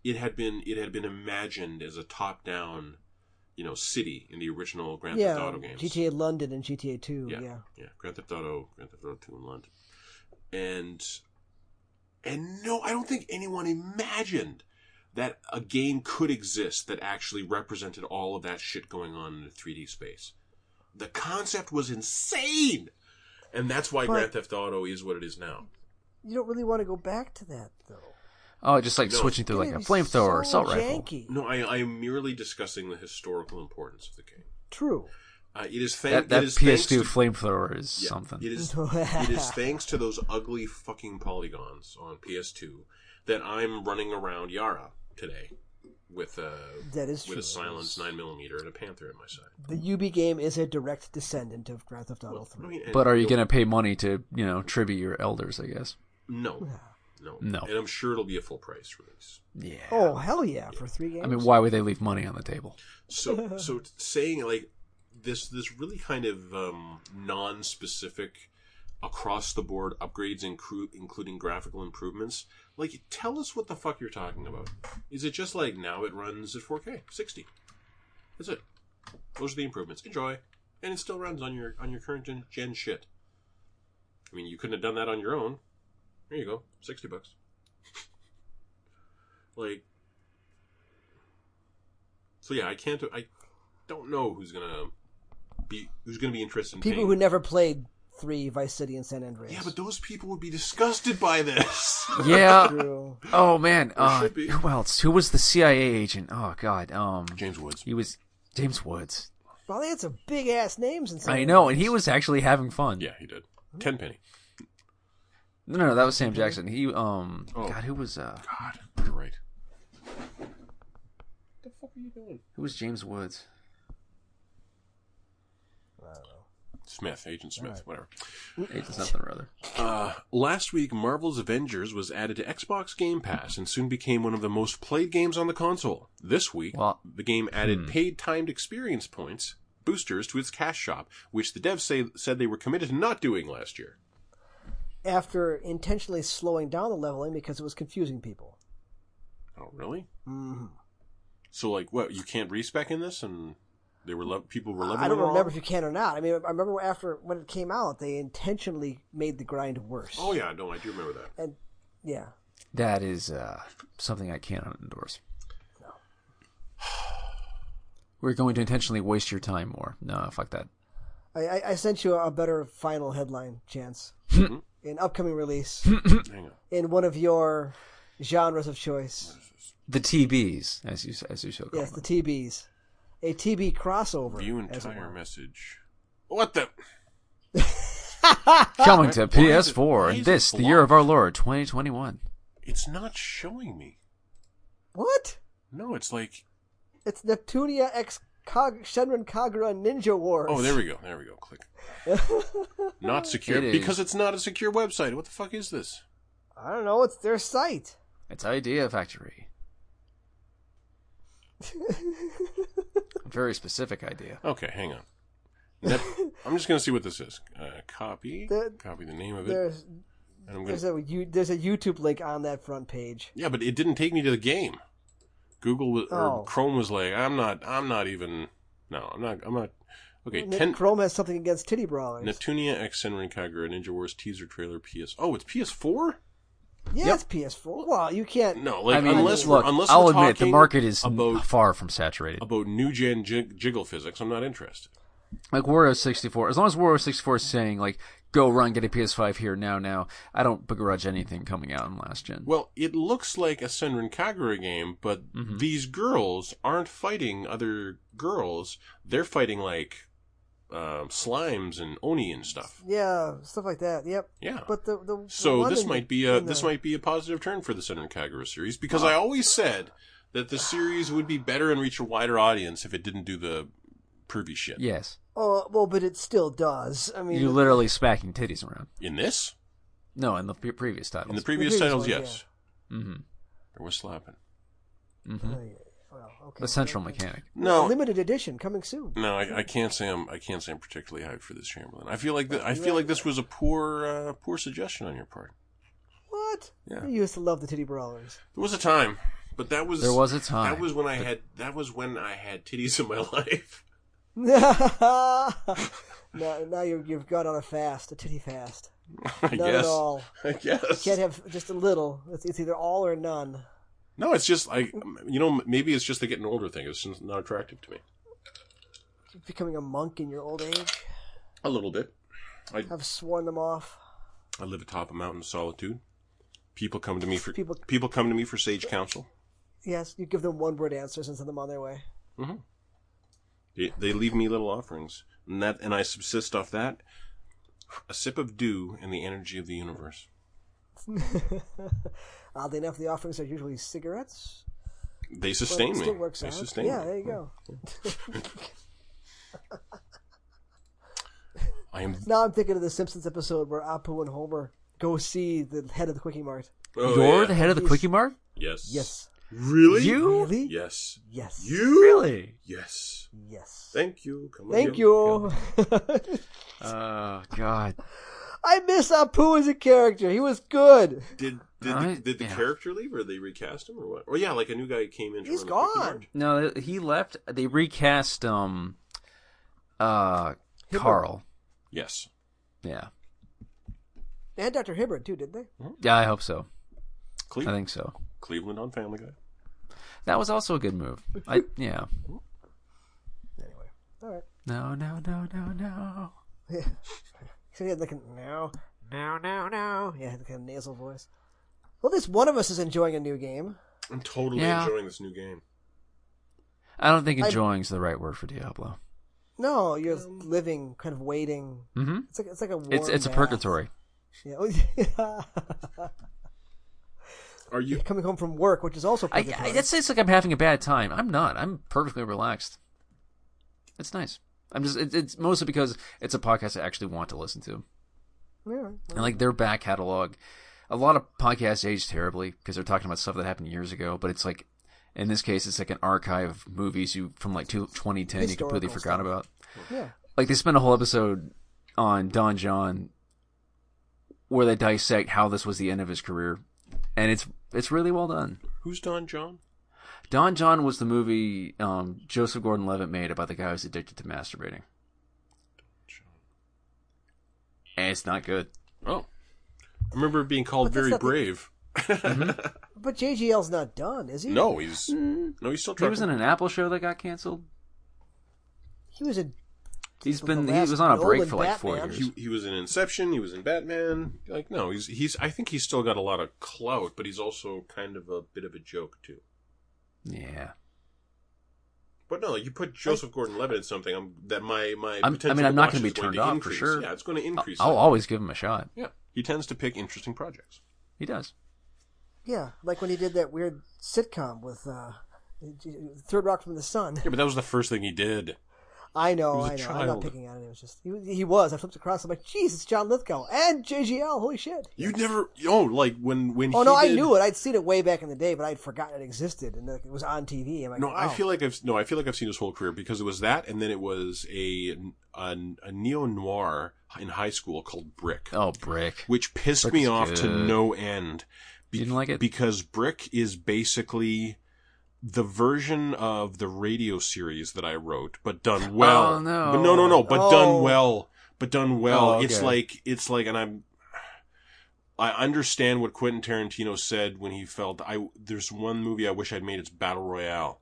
It had been it had been imagined as a top down, you know, city in the original Grand
yeah,
Theft Auto games.
GTA London and GTA Two.
yeah,
Yeah,
yeah, Grand Theft Auto, Grand Theft Auto Two in London, and and no, I don't think anyone imagined that a game could exist that actually represented all of that shit going on in a 3D space. The concept was insane, and that's why
But-
Grand Theft Auto is what it is now.
you don't really want to go back to that though.
Oh, just like
No.
switching through like a
It'd be
flamethrower or
so
assault rifle.
janky.
No, I, I am merely discussing the historical importance of the game.
True.
Uh, it is thank
That, that
it is thanks
PS2
to-
flamethrower is
Yeah,
something.
It
<laughs>
is, it is thanks to those ugly fucking polygons on PS2 that I'm running around Yara today with a
That is
with
true.
a Silence nine mm and a Panther in my side.
The UB game is a direct descendant of Grand Theft Auto Three.
I mean, and
But are you
you'll-
going to pay money to you know tribute your elders? I guess.
No, no,
No.
And I'm sure it'll be a full price release.
Yeah.
Oh hell yeah! For three games.
I mean, why would they leave money on the table?
So so saying like this this really kind of um, non-specific across the board upgrades inclu- including graphical improvements like tell us what the fuck you're talking about is it just like now it runs at 4k 60 that's it those are the improvements enjoy and it still runs on your on your current gen, gen shit i mean you couldn't have done that on your own there you go 60 bucks <laughs> like so yeah i can't i don't know who's gonna be who's gonna be interested in
people
paying-
who never played Three, Vice City, and San Andreas.
yeah, but those people would be disgusted by
<laughs>
this. <laughs>
Yeah.
True.
Oh man. Uh,
should be.
who else? Who was the CIA agent? Oh God. Um,
James Woods.
he was James Woods.
Well, they had some big ass names in San
I know, and
Andreas.
he was actually having fun.
Yeah, he did. Tenpenny.
No, no, that was Sam Jackson. He, um,
Oh.
God, who was, uh,
God, you're right. What the fuck are you doing?
who was James Woods?
Smith, Agent Smith, whatever.
Agent something or other.
Uh, last week, Marvel's Avengers was added to Xbox Game Pass and soon became one of the most played games on the console. This week,
Well,
the game added paid timed experience points, boosters, to its cash shop, which the devs say, said they were committed to not doing last year.
after intentionally slowing down the leveling because it was confusing people.
Oh, really?
Mm.
So, like, what? You can't respec in this, and they were le- people were leveling
I don't
wrong?
remember if you can or not. I mean, I remember after when it came out, they intentionally made the grind worse.
Oh yeah, no, I do remember
<clears throat>
that.
And yeah,
That is, uh, something I cannot endorse. We're going to intentionally waste your time more. No, fuck that.
I, I, I sent you a better final headline chance. An upcoming release
Hang on.
in one of your genres of choice.
The TBs, as you, as you so call
Yes,
them.
the TBs. A TB crossover.
View
as it
entire
were.
message. What the?
Coming to
Why- why is it- why
PS4
is
and
it
this, the year of our
blocked?
Lord, 2021.
It's not showing me.
What?
No, it's like.
It's Neptunia X Kag- Shenron Kagura Ninja Wars.
Oh, there
<laughs>
we go. There we go. Click. not secure
It is.
because it's not a secure website. What the fuck is this?
I don't know. It's their site.
It's Idea Factory. Very specific idea.
Okay, hang on.
<laughs>
Nep- I'm just gonna see what this is. Uh, copy.
The-
copy the name <laughs> of it.
There's
And I'm gonna.
there's a you- there's a YouTube link on that front page.
Yeah, but it didn't take me to the game. Google was, or
Oh.
Chrome was like, I'm not. I'm not even. No, I'm not. I'm not. Okay, ten.
Chrome has something against titty brawlers.
Neptunia X Senran Kagura Ninja Wars teaser trailer PS. Oh, it's PS4?
yeah, it's PS4. Well, you can't.
No, like
I mean,
unless
look,
we're, unless
I'll
we're
admit the
talking
market is n-
about
far from saturated.
about new gen jig, jiggle physics. I'm not interested.
Like Wario 64, as long as Wario 64 is saying like, go run, get a PS5 here now, now, I don't begrudge anything coming out in last gen.
Well, it looks like a Senran Kagura game, but these girls aren't fighting other girls. They're fighting like um, slimes and oni and stuff.
Yeah, stuff like that. Yep.
Yeah.
But the the the
So
one
this
in-
might be a
in the-
this might be a positive turn for the Senran Kagura series because I always said that the series would be better and reach a wider audience if it didn't do the pervy shit.
yes.
Oh well, but it still does. I mean,
You're literally smacking titties around.
In this,
No, in the pre- previous
in the
titles.
previous,
previous
titles,
one,
yes,
mm-hmm.
there was slapping.
Mm-hmm.
uh, well, okay,
The central mechanic.
No, Mm.
limited edition coming soon.
no, I, I can't say I'm I can't say I'm particularly hyped for this Chamberlain. I feel like th- I feel like this was a poor uh, poor suggestion on your part.
What? What?
Yeah.
You used to love the titty brawlers. <laughs>
There was a time, but that was
There was a time.
That was when I had that was when I had titties in my <laughs> life.
now, now you've, you've gone on a fast, a titty fast.
I
None
guess.
at all.
I guess.
Can't have just a little. It's, it's either all or none.
No, it's just like you know, maybe it's just the getting older thing. It's just not attractive to me.
Becoming a monk in your old age.
A little bit. I
I've sworn them off.
I live atop a mountain of solitude. People come to me for people,
People-
come to me for sage counsel.
Yes, you give them one word answers and send them on their way. <laughs>
They, they leave me little offerings, and that and I subsist off that. A sip of dew and the energy of the universe.
Oddly enough, the offerings are usually cigarettes.
They
but
sustain
it
me.
still works
they
out.
sustain
yeah,
me.
there you go.
I am.
Now I'm thinking of the Simpsons episode where Apu and Homer go see the head of the Quickie Mart.
Oh,
You're
yeah.
the head of the Quickie Mart?
Yes.
Yes.
Really?
You?
Really?
Yes.
Yes.
You?
Really?
Yes.
Yes.
Thank you. Come
Thank
again.
you.
Oh, God.
<laughs> I miss Apu as a character. He was good.
Did did
I-
the, did the
yeah.
character leave, or they recast him, or what? Or yeah, like a new guy came in. to
He's
run the Quickie
gone.
Mart?
No, he left. They recast um uh
Hibbert.
Carl.
Yes.
Yeah.
And Dr. Hibbert, too, didn't they?
Yeah, I hope so. I
Cleveland,
think so.
Cleveland on Family Guy.
That was also a good move. I yeah.
Anyway. All right.
No, no, no, no, no.
<laughs> So he had like a no, no, no, no. Yeah, like a nasal voice. Well, at least one of us is enjoying a new game.
I'm totally
Yeah.
enjoying this new game.
I don't think
I-
enjoying's the right word for Diablo.
No, you're living, kind of waiting.
Mm-hmm.
It's like it's like a warm
It's it's a
bath.
purgatory.
Yeah. Oh, yeah. <laughs>
Are you?
Coming home from work, which is also
I,
purgatory.
I that's it's like I'm having a bad time. I'm not. I'm perfectly relaxed. It's nice. I'm just it, it's mostly because it's a podcast I actually want to listen to.
Yeah.
And like their back catalog, a lot of podcasts age terribly because they're talking about stuff that happened years ago. But it's like, in this case, it's like an archive of movies you from like two, 2010 you completely
Historical
forgot about.
Yeah.
Like they spent a whole episode on Don John, where they dissect how this was the end of his career, and it's it's really well done.
Who's Don John?
Don John was the movie um, Joseph Gordon-Levitt made about the guy who's addicted to masturbating, and it's not good.
Oh, I remember being called
But that's
very
not the-
brave.
Mm-hmm.
But JGL's not done, is
<laughs>
he?
No, he's no, he's still
He
trying.
was in an Apple show that got canceled.
He was a
He's
The
been he
last
was on a break
Nolan
for like four
Batman.
years.
he, he was in Inception. He was in Batman. Like no, he's he's. I think he's still got a lot of clout, but he's also kind of a bit of a joke too.
Yeah,
But no, you put Joseph Gordon-Levitt in something I'm, that my my.
I'm- I
potential
mean, I'm not
watch
gonna
is
be
going
turned
to
off for
increase.
sure.
Yeah, it's going to increase.
I'll
that.
always give him a shot.
Yeah, he tends to pick interesting projects.
He does.
yeah, like when he did that weird sitcom with uh, Third Rock from the Sun.
Yeah, but that was the first thing he did.
I know,
was a
I know. I'm not
child.
picking on it. It was just he, was- he was. I flipped across. I'm like, jeez, it's John Lithgow and JGL. Holy shit!
You never. Oh, like when when.
Oh
he
no, I
did-
knew it. I'd seen it way back in the day, but I'd forgotten it existed, and like, it was on TV. I'm like,
No, I
wow.
feel like I've no, I feel like I've seen his whole career because it was that, and then it was a a, neo noir in high school called Brick,
Oh, brick.
which pissed
Brick's
me off to
good.
no end.
You didn't like it?
because Brick is basically the version of the radio series that I wrote, but done well.
Oh, no.
But no, no, no, but
Oh.
done well, but done well.
Oh, okay.
It's like it's like, and I'm. I understand what Quentin Tarantino said when he felt I there's one movie I wish I'd made it's Battle Royale.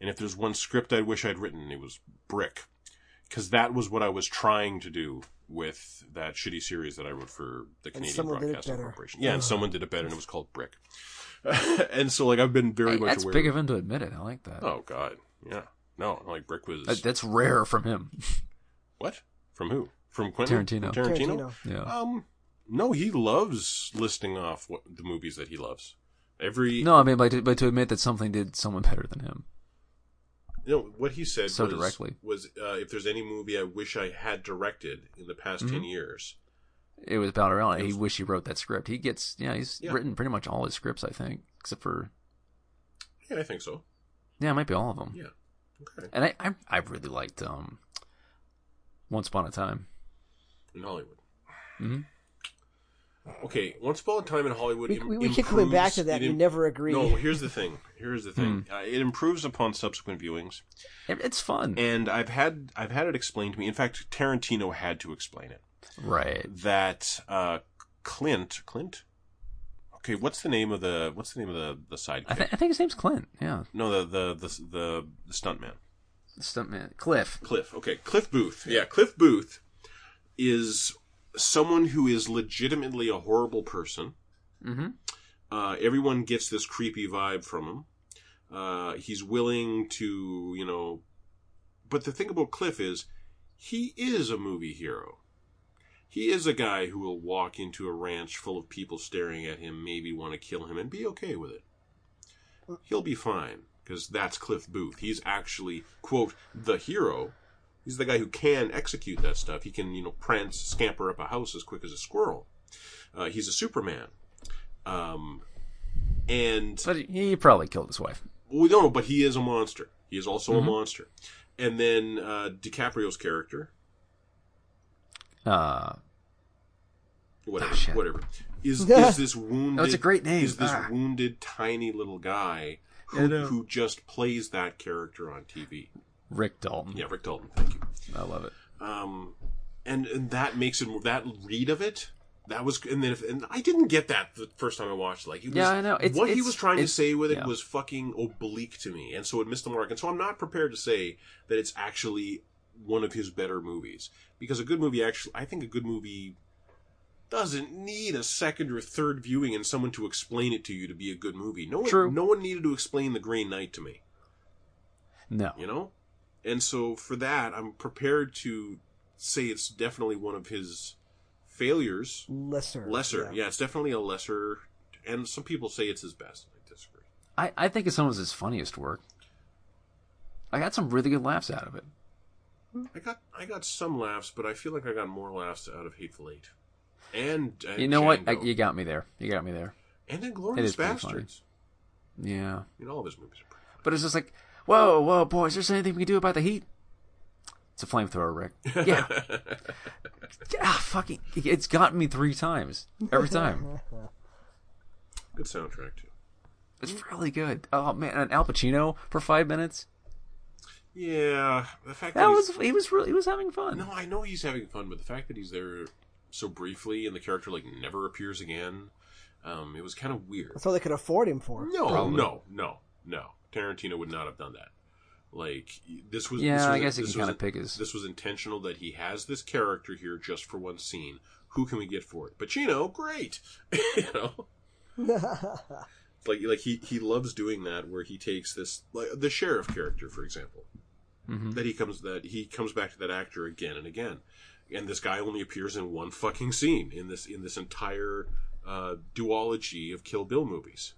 And if there's one script I wish I'd written, it was Brick. Cuz that was what I was trying to do with that shitty series that I wrote for the Canadian
someone did it
Broadcasting
better.
Corporation.
Oh.
Yeah, and someone did it better and it was called Brick. <laughs> and so like I've been very
Hey,
much
that's
aware
big of him to admit it. I like that.
Oh god. Yeah. No, like Brick was
That- that's rare from him. <laughs>
what? From who? From Quentin
Tarantino.
From Tarantino?
Tarantino.
yeah.
Um, no, he loves listing off what, the movies that he loves. Every no,
no, I mean, but to, but to admit that something did someone <laughs> better than him.
you know, what he said
So
was,
directly.
was uh, if there's any movie I wish I had directed in the past
Mm-hmm.
ten years.
It was Battle Royale. and He wish he wrote that script. He gets yeah. He's
Yeah.
written pretty much all his scripts, I think, except for
Yeah, I think so.
yeah, it might be all of them.
Yeah. Okay.
And I, I I really liked um. Once upon a time. Mm-hmm.
In Hollywood.
hmm
okay, once upon a time in Hollywood,
We,
im-
we, we keep coming back
improves-
to that.
it
We
im-
never agree.
No, here's the thing. Here's the thing.
Mm.
Uh, it improves upon subsequent viewings,
It, it's fun,
and I've had I've had it explained to me. In fact, Tarantino had to explain it
right?
that uh, Clint Clint. Okay, what's the name of the what's the name of the the
I,
sidekick?
th- I think his name's Clint. Yeah,
No, the the the the, the stuntman.
the stuntman Cliff.
Cliff. Okay, Cliff Booth. Yeah, Cliff Booth is someone who is legitimately a horrible person.
Mhm.
Uh, everyone gets this creepy vibe from him. Uh, he's willing to, you know, but the thing about Cliff is he is a movie hero. He is a guy who will walk into a ranch full of people staring at him, maybe want to kill him, and be okay with it. He'll be fine because that's Cliff Booth. He's actually quote the hero. He's the guy who can execute that stuff. He can you know prance, scamper up a house as quick as a squirrel. Uh, he's a Superman. Um, and
But he, he probably killed his wife.
we don't know, but he is a monster. He is also
Mm-hmm.
a monster. And then uh, DiCaprio's character,
Uh,
whatever,
Ah, shit.
whatever,
<laughs>
is is this wounded?
That's a great name.
Is this
Ah.
wounded tiny little guy
I
who,
know.
who just plays that character on TV?
Rick Dalton.
Yeah, Rick Dalton. Thank you.
I love it.
Um, and and that makes it more that read of it. That was and then if, and I didn't get that the first time I watched. it. Like it was,
Yeah, I know. It's-
what he
it's-
was trying to
it's-
say with it
yeah.
was fucking oblique to me, and so it missed the mark. And so I'm not prepared to say that it's actually one of his better movies because a good movie actually, I think a good movie doesn't need a second or third viewing and someone to explain it to you to be a good movie. No one,
True.
no one needed to explain The Green Knight to me
No,
you know and so for that i'm prepared to say it's definitely one of his failures
Lesser.
lesser yeah. it's definitely a lesser and some people say it's his best i disagree
I, I think it's some of his funniest work. I got some really good laughs out of it.
i got i got some laughs but i feel like i got more laughs out of hateful eight and, and
You know what? I,
Django.
you got me there. You got me there.
and then glorious
is pretty funny.
bastards
Yeah.
i mean all of his movies are pretty
But it's just like, whoa, whoa, boys, there's anything we can do about the heat? It's a
<laughs>
flamethrower, Rick. Yeah. ah, fucking, it's gotten me three times.
<laughs>
Every time.
good soundtrack too
It's really good. Oh, man, and Al Pacino for five minutes?
yeah the fact that,
That
he's-
was, he was really, he was having fun.
no i know he's having fun but the fact that he's there so briefly and the character like never appears again um it was kind of weird
That's all they could afford him for.
No,
Probably.
no, no, no. Tarantino would not have done that. Like this was.
Yeah,
this was
I guess he
this
can
was-
kinda pick his-
This was intentional that he has this character here just for one scene. Who can we get for it? Pacino, great. <laughs> you know, like like he he loves doing that where he takes this like the sheriff character for example. That he comes that he comes back to that actor again and again, and this guy only appears in one fucking scene in this in this entire uh, duology of Kill Bill movies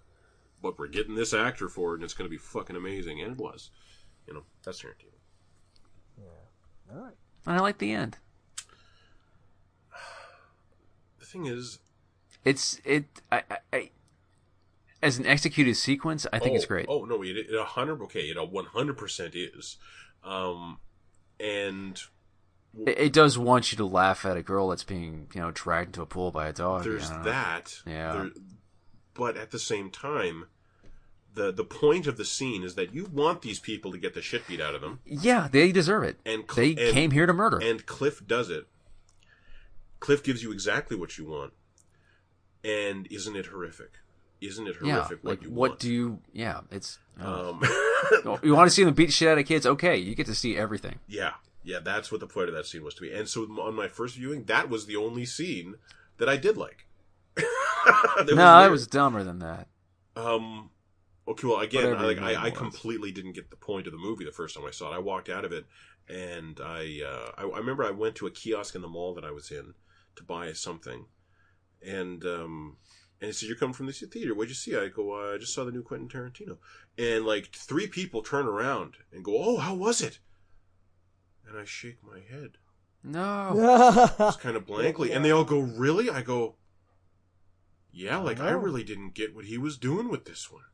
but we're getting this actor for it, and it's going to be fucking amazing. And it was, you know, that's Tarantino.
All right.
And I like the end.
The thing is,
It's, it, I, I, I as an executed sequence, I think
oh,
it's great.
Oh no, it, it a hundred okay, it a one hundred percent is, um, and
It, it does want you to laugh at a girl that's being, you know, dragged into a pool by a dog.
there's
you know.
that.
Yeah.
but at the same time, the the point of the scene is that you want these people to get the shit beat out of them.
Yeah, they deserve it.
And cl-
they
and-
came here to murder.
And Cliff does it. Cliff gives you exactly what you want. And isn't it horrific? Isn't it
yeah,
horrific what
like
you
what
want?
do you? Yeah, it's. oh.
um,
<laughs> you want to see them beat shit out of kids? Okay, you get to see everything.
Yeah, yeah, that's what the point of that scene was to me. And so on my first viewing, that was the only scene that I did like. <laughs> That
no, I
weird.
was dumber than that.
Um, okay, well, again,
Whatever
I, like,
your name
I, I
was.
completely didn't get the point of the movie the first time I saw it. I walked out of it, and I, uh, I, I remember I went to a kiosk in the mall that I was in to buy something, and um, and he said, "You're coming from the theater. What'd you see?" I go, "I just saw the new Quentin Tarantino," and like three people turn around and go, "Oh, how was it?" And I shake my head
No,
<laughs> yeah.
just kind of blankly, and they all go, "Really?" I go, "Yeah, like I really didn't get what he was doing with this one.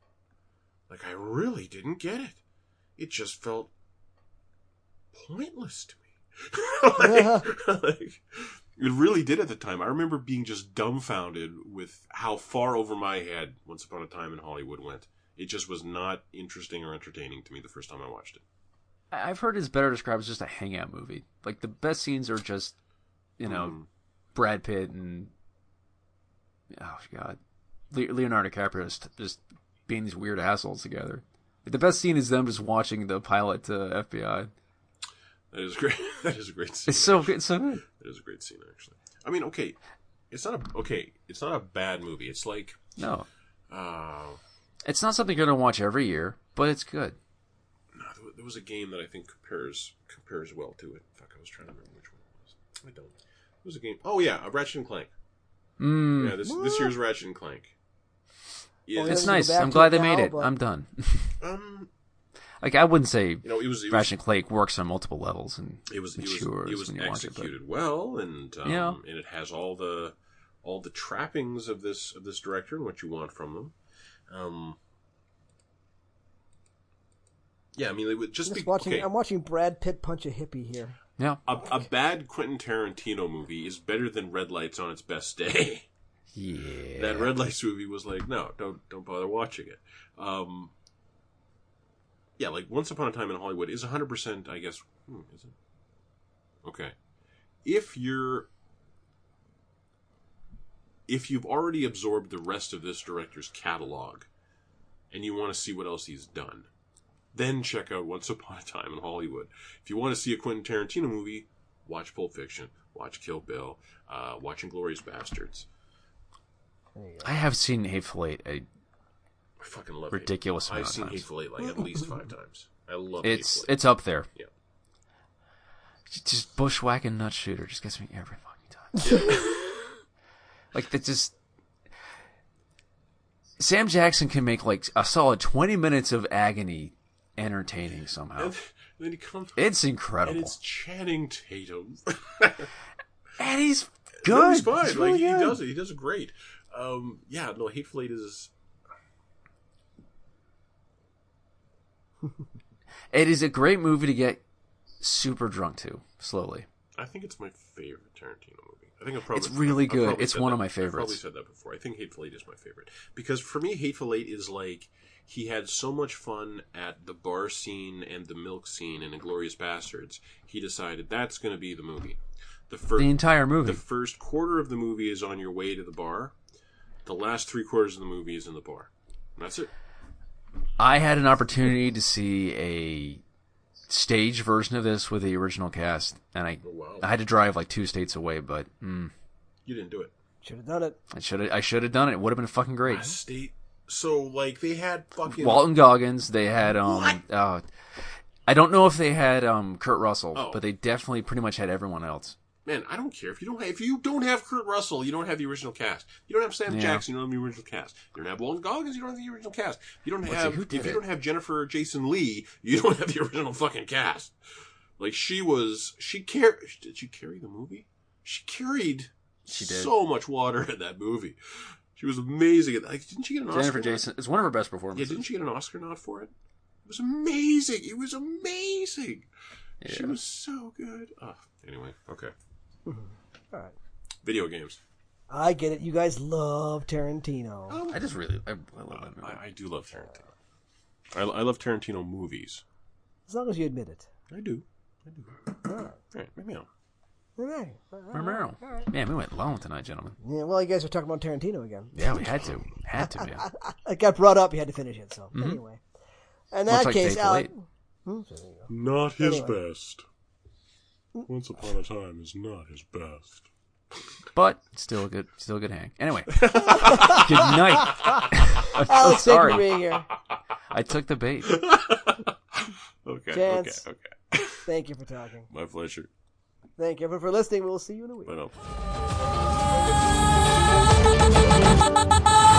Like I really didn't get it. It just <laughs>
Uh-huh.
felt pointless to me. <laughs> like, like, It really did at the time. I remember being just dumbfounded with how far over my head Once Upon a Time in Hollywood went. It just was not interesting or entertaining to me the first time I watched it.
I- I've heard it's better described as just a hangout movie. Like the best scenes are just, you know,
Mm.
Brad Pitt and oh god, Le- Leonardo DiCaprio is t- just being these weird assholes together. Like, the best scene is them just watching the pilot to FBI.
That is great. <laughs> that is a great scene.
It's so good, so good.
That is a great scene, actually. I mean, okay, it's not a okay. It's not a bad movie. It's like
No,
uh,
it's not something you're gonna watch every year, but it's good.
no, there wa- there was a game that I think compares compares well to it. Fuck, I was trying to remember which one it was. I don't. It was a game. Oh yeah, a Ratchet and Clank.
Mm,
Yeah, this this year's Ratchet and Clank. Yeah,
Well,
it's
We'll
nice.
go back
I'm
to
glad
it
they made
now,
it.
but-
I'm done.
um,
like I wouldn't say
you know, it was it was
Ratchet and Clank works on multiple levels and
it was it was,
matures
it was
when you watch it. but-
executed well, and um,
Yeah.
and it has all the all the trappings of this of this director and what you want from them. Um, yeah, I mean, it would just,
I'm just
be
watching.
okay.
I'm watching Brad Pitt punch a hippie here.
yeah,
A, a bad Quentin Tarantino movie is better than Red Lights on its best day. <laughs>
yeah.
that Red Lights movie was like, no, don't don't bother watching it. Um, yeah, like Once Upon a Time in Hollywood is 100%, I guess. Hmm, is it? Okay. If you're if you've already absorbed the rest of this director's catalog and you want to see what else he's done, then check out Once Upon a Time in Hollywood. If you want to see a Quentin Tarantino movie, watch Pulp Fiction, watch Kill Bill, uh, watch Inglorious Bastards.
I have seen Hateful Eight. I,
I fucking love
Ridiculous
Hateful Eight.
amount
I've
of
seen
times.
Hateful Eight like at least five times. I love
it's
Hateful Eight.
it's up there.
Yeah.
Just bushwhacking nut shooter just gets me every fucking time. <laughs> like that just. Sam Jackson can make like a solid twenty minutes of agony entertaining somehow.
And then he comes
It's
and
incredible,
it's Channing Tatum. <laughs>
and he's good.
no, he's fine.
He's
like
really
he
good.
does it. He does it great. Um, yeah, no, Hateful Eight is
It is a great movie to get super drunk to slowly.
I think it's my favorite Tarantino movie. I think I probably
It's
I've-
really
I've
good.
probably
It's
said
one
that-
of my
I've probably
favorites.
said that before. I think Hateful Eight is my favorite because for me, Hateful Eight is like he had so much fun at the bar scene and the milk scene in Inglorious Bastards. He decided that's going to be the movie. The first
The entire movie.
The first quarter of the movie is on your way to the bar. The last three quarters of the movie is in the bar. And that's it.
I had an opportunity to see a stage version of this with the original cast, and I
Oh, wow.
I had to drive like two states away, but mm,
You didn't do it.
Should have done it.
I should I should have done it. It would have been fucking great.
State. So like they had fucking
Walton Goggins, they had um, uh, I don't know if they had um Kurt Russell,
Oh.
but they definitely pretty much had everyone else.
man. I don't care if you don't have, if you don't have Kurt Russell, you don't have the original cast. You don't have Sam
Yeah.
Jackson, you don't have the original cast. You don't have Walton Goggins, you don't have the original cast. You don't
Let's see,
have
who
if
did
you
it?
don't have Jennifer Jason Lee, you don't have the original fucking cast. Like she was, she car did she carry the movie? She carried
She did.
so much water in that movie. She was amazing. at- Like, didn't she get an
Jennifer
Oscar?
Jason, it's one of her best
Yeah,
performances.
didn't she get an Oscar nod for it? It was amazing. It was amazing. She
Yeah.
was so good. Oh, anyway, okay.
All right.
Video games.
I get it. You guys love Tarantino.
I just really I, I love that movie.
I, I do love Tarantino. I, I love Tarantino movies.
As long as you admit it.
I do. I do. Right, meow.
All right. All right.
Romero. Man, we went long tonight, gentlemen.
Yeah, well, you guys were talking about Tarantino again. <laughs>
Yeah, we had to, had to, man.
It got brought up. You had to finish it. So anyway, in that
Much Mm-hmm. like
case,
Hateful
Alec,
<laughs> Eight.
Not his
Anyway.
best. Once upon a time is not his best.
but still a good, still a good hang. Anyway, good night.
Alex, thank you
Sorry.
for being here.
I took the bait.
Okay,
Chance.
okay, okay.
Thank you for talking.
My pleasure.
Thank you everyone for listening. We'll see you in a week.
Bye now.
Thank you.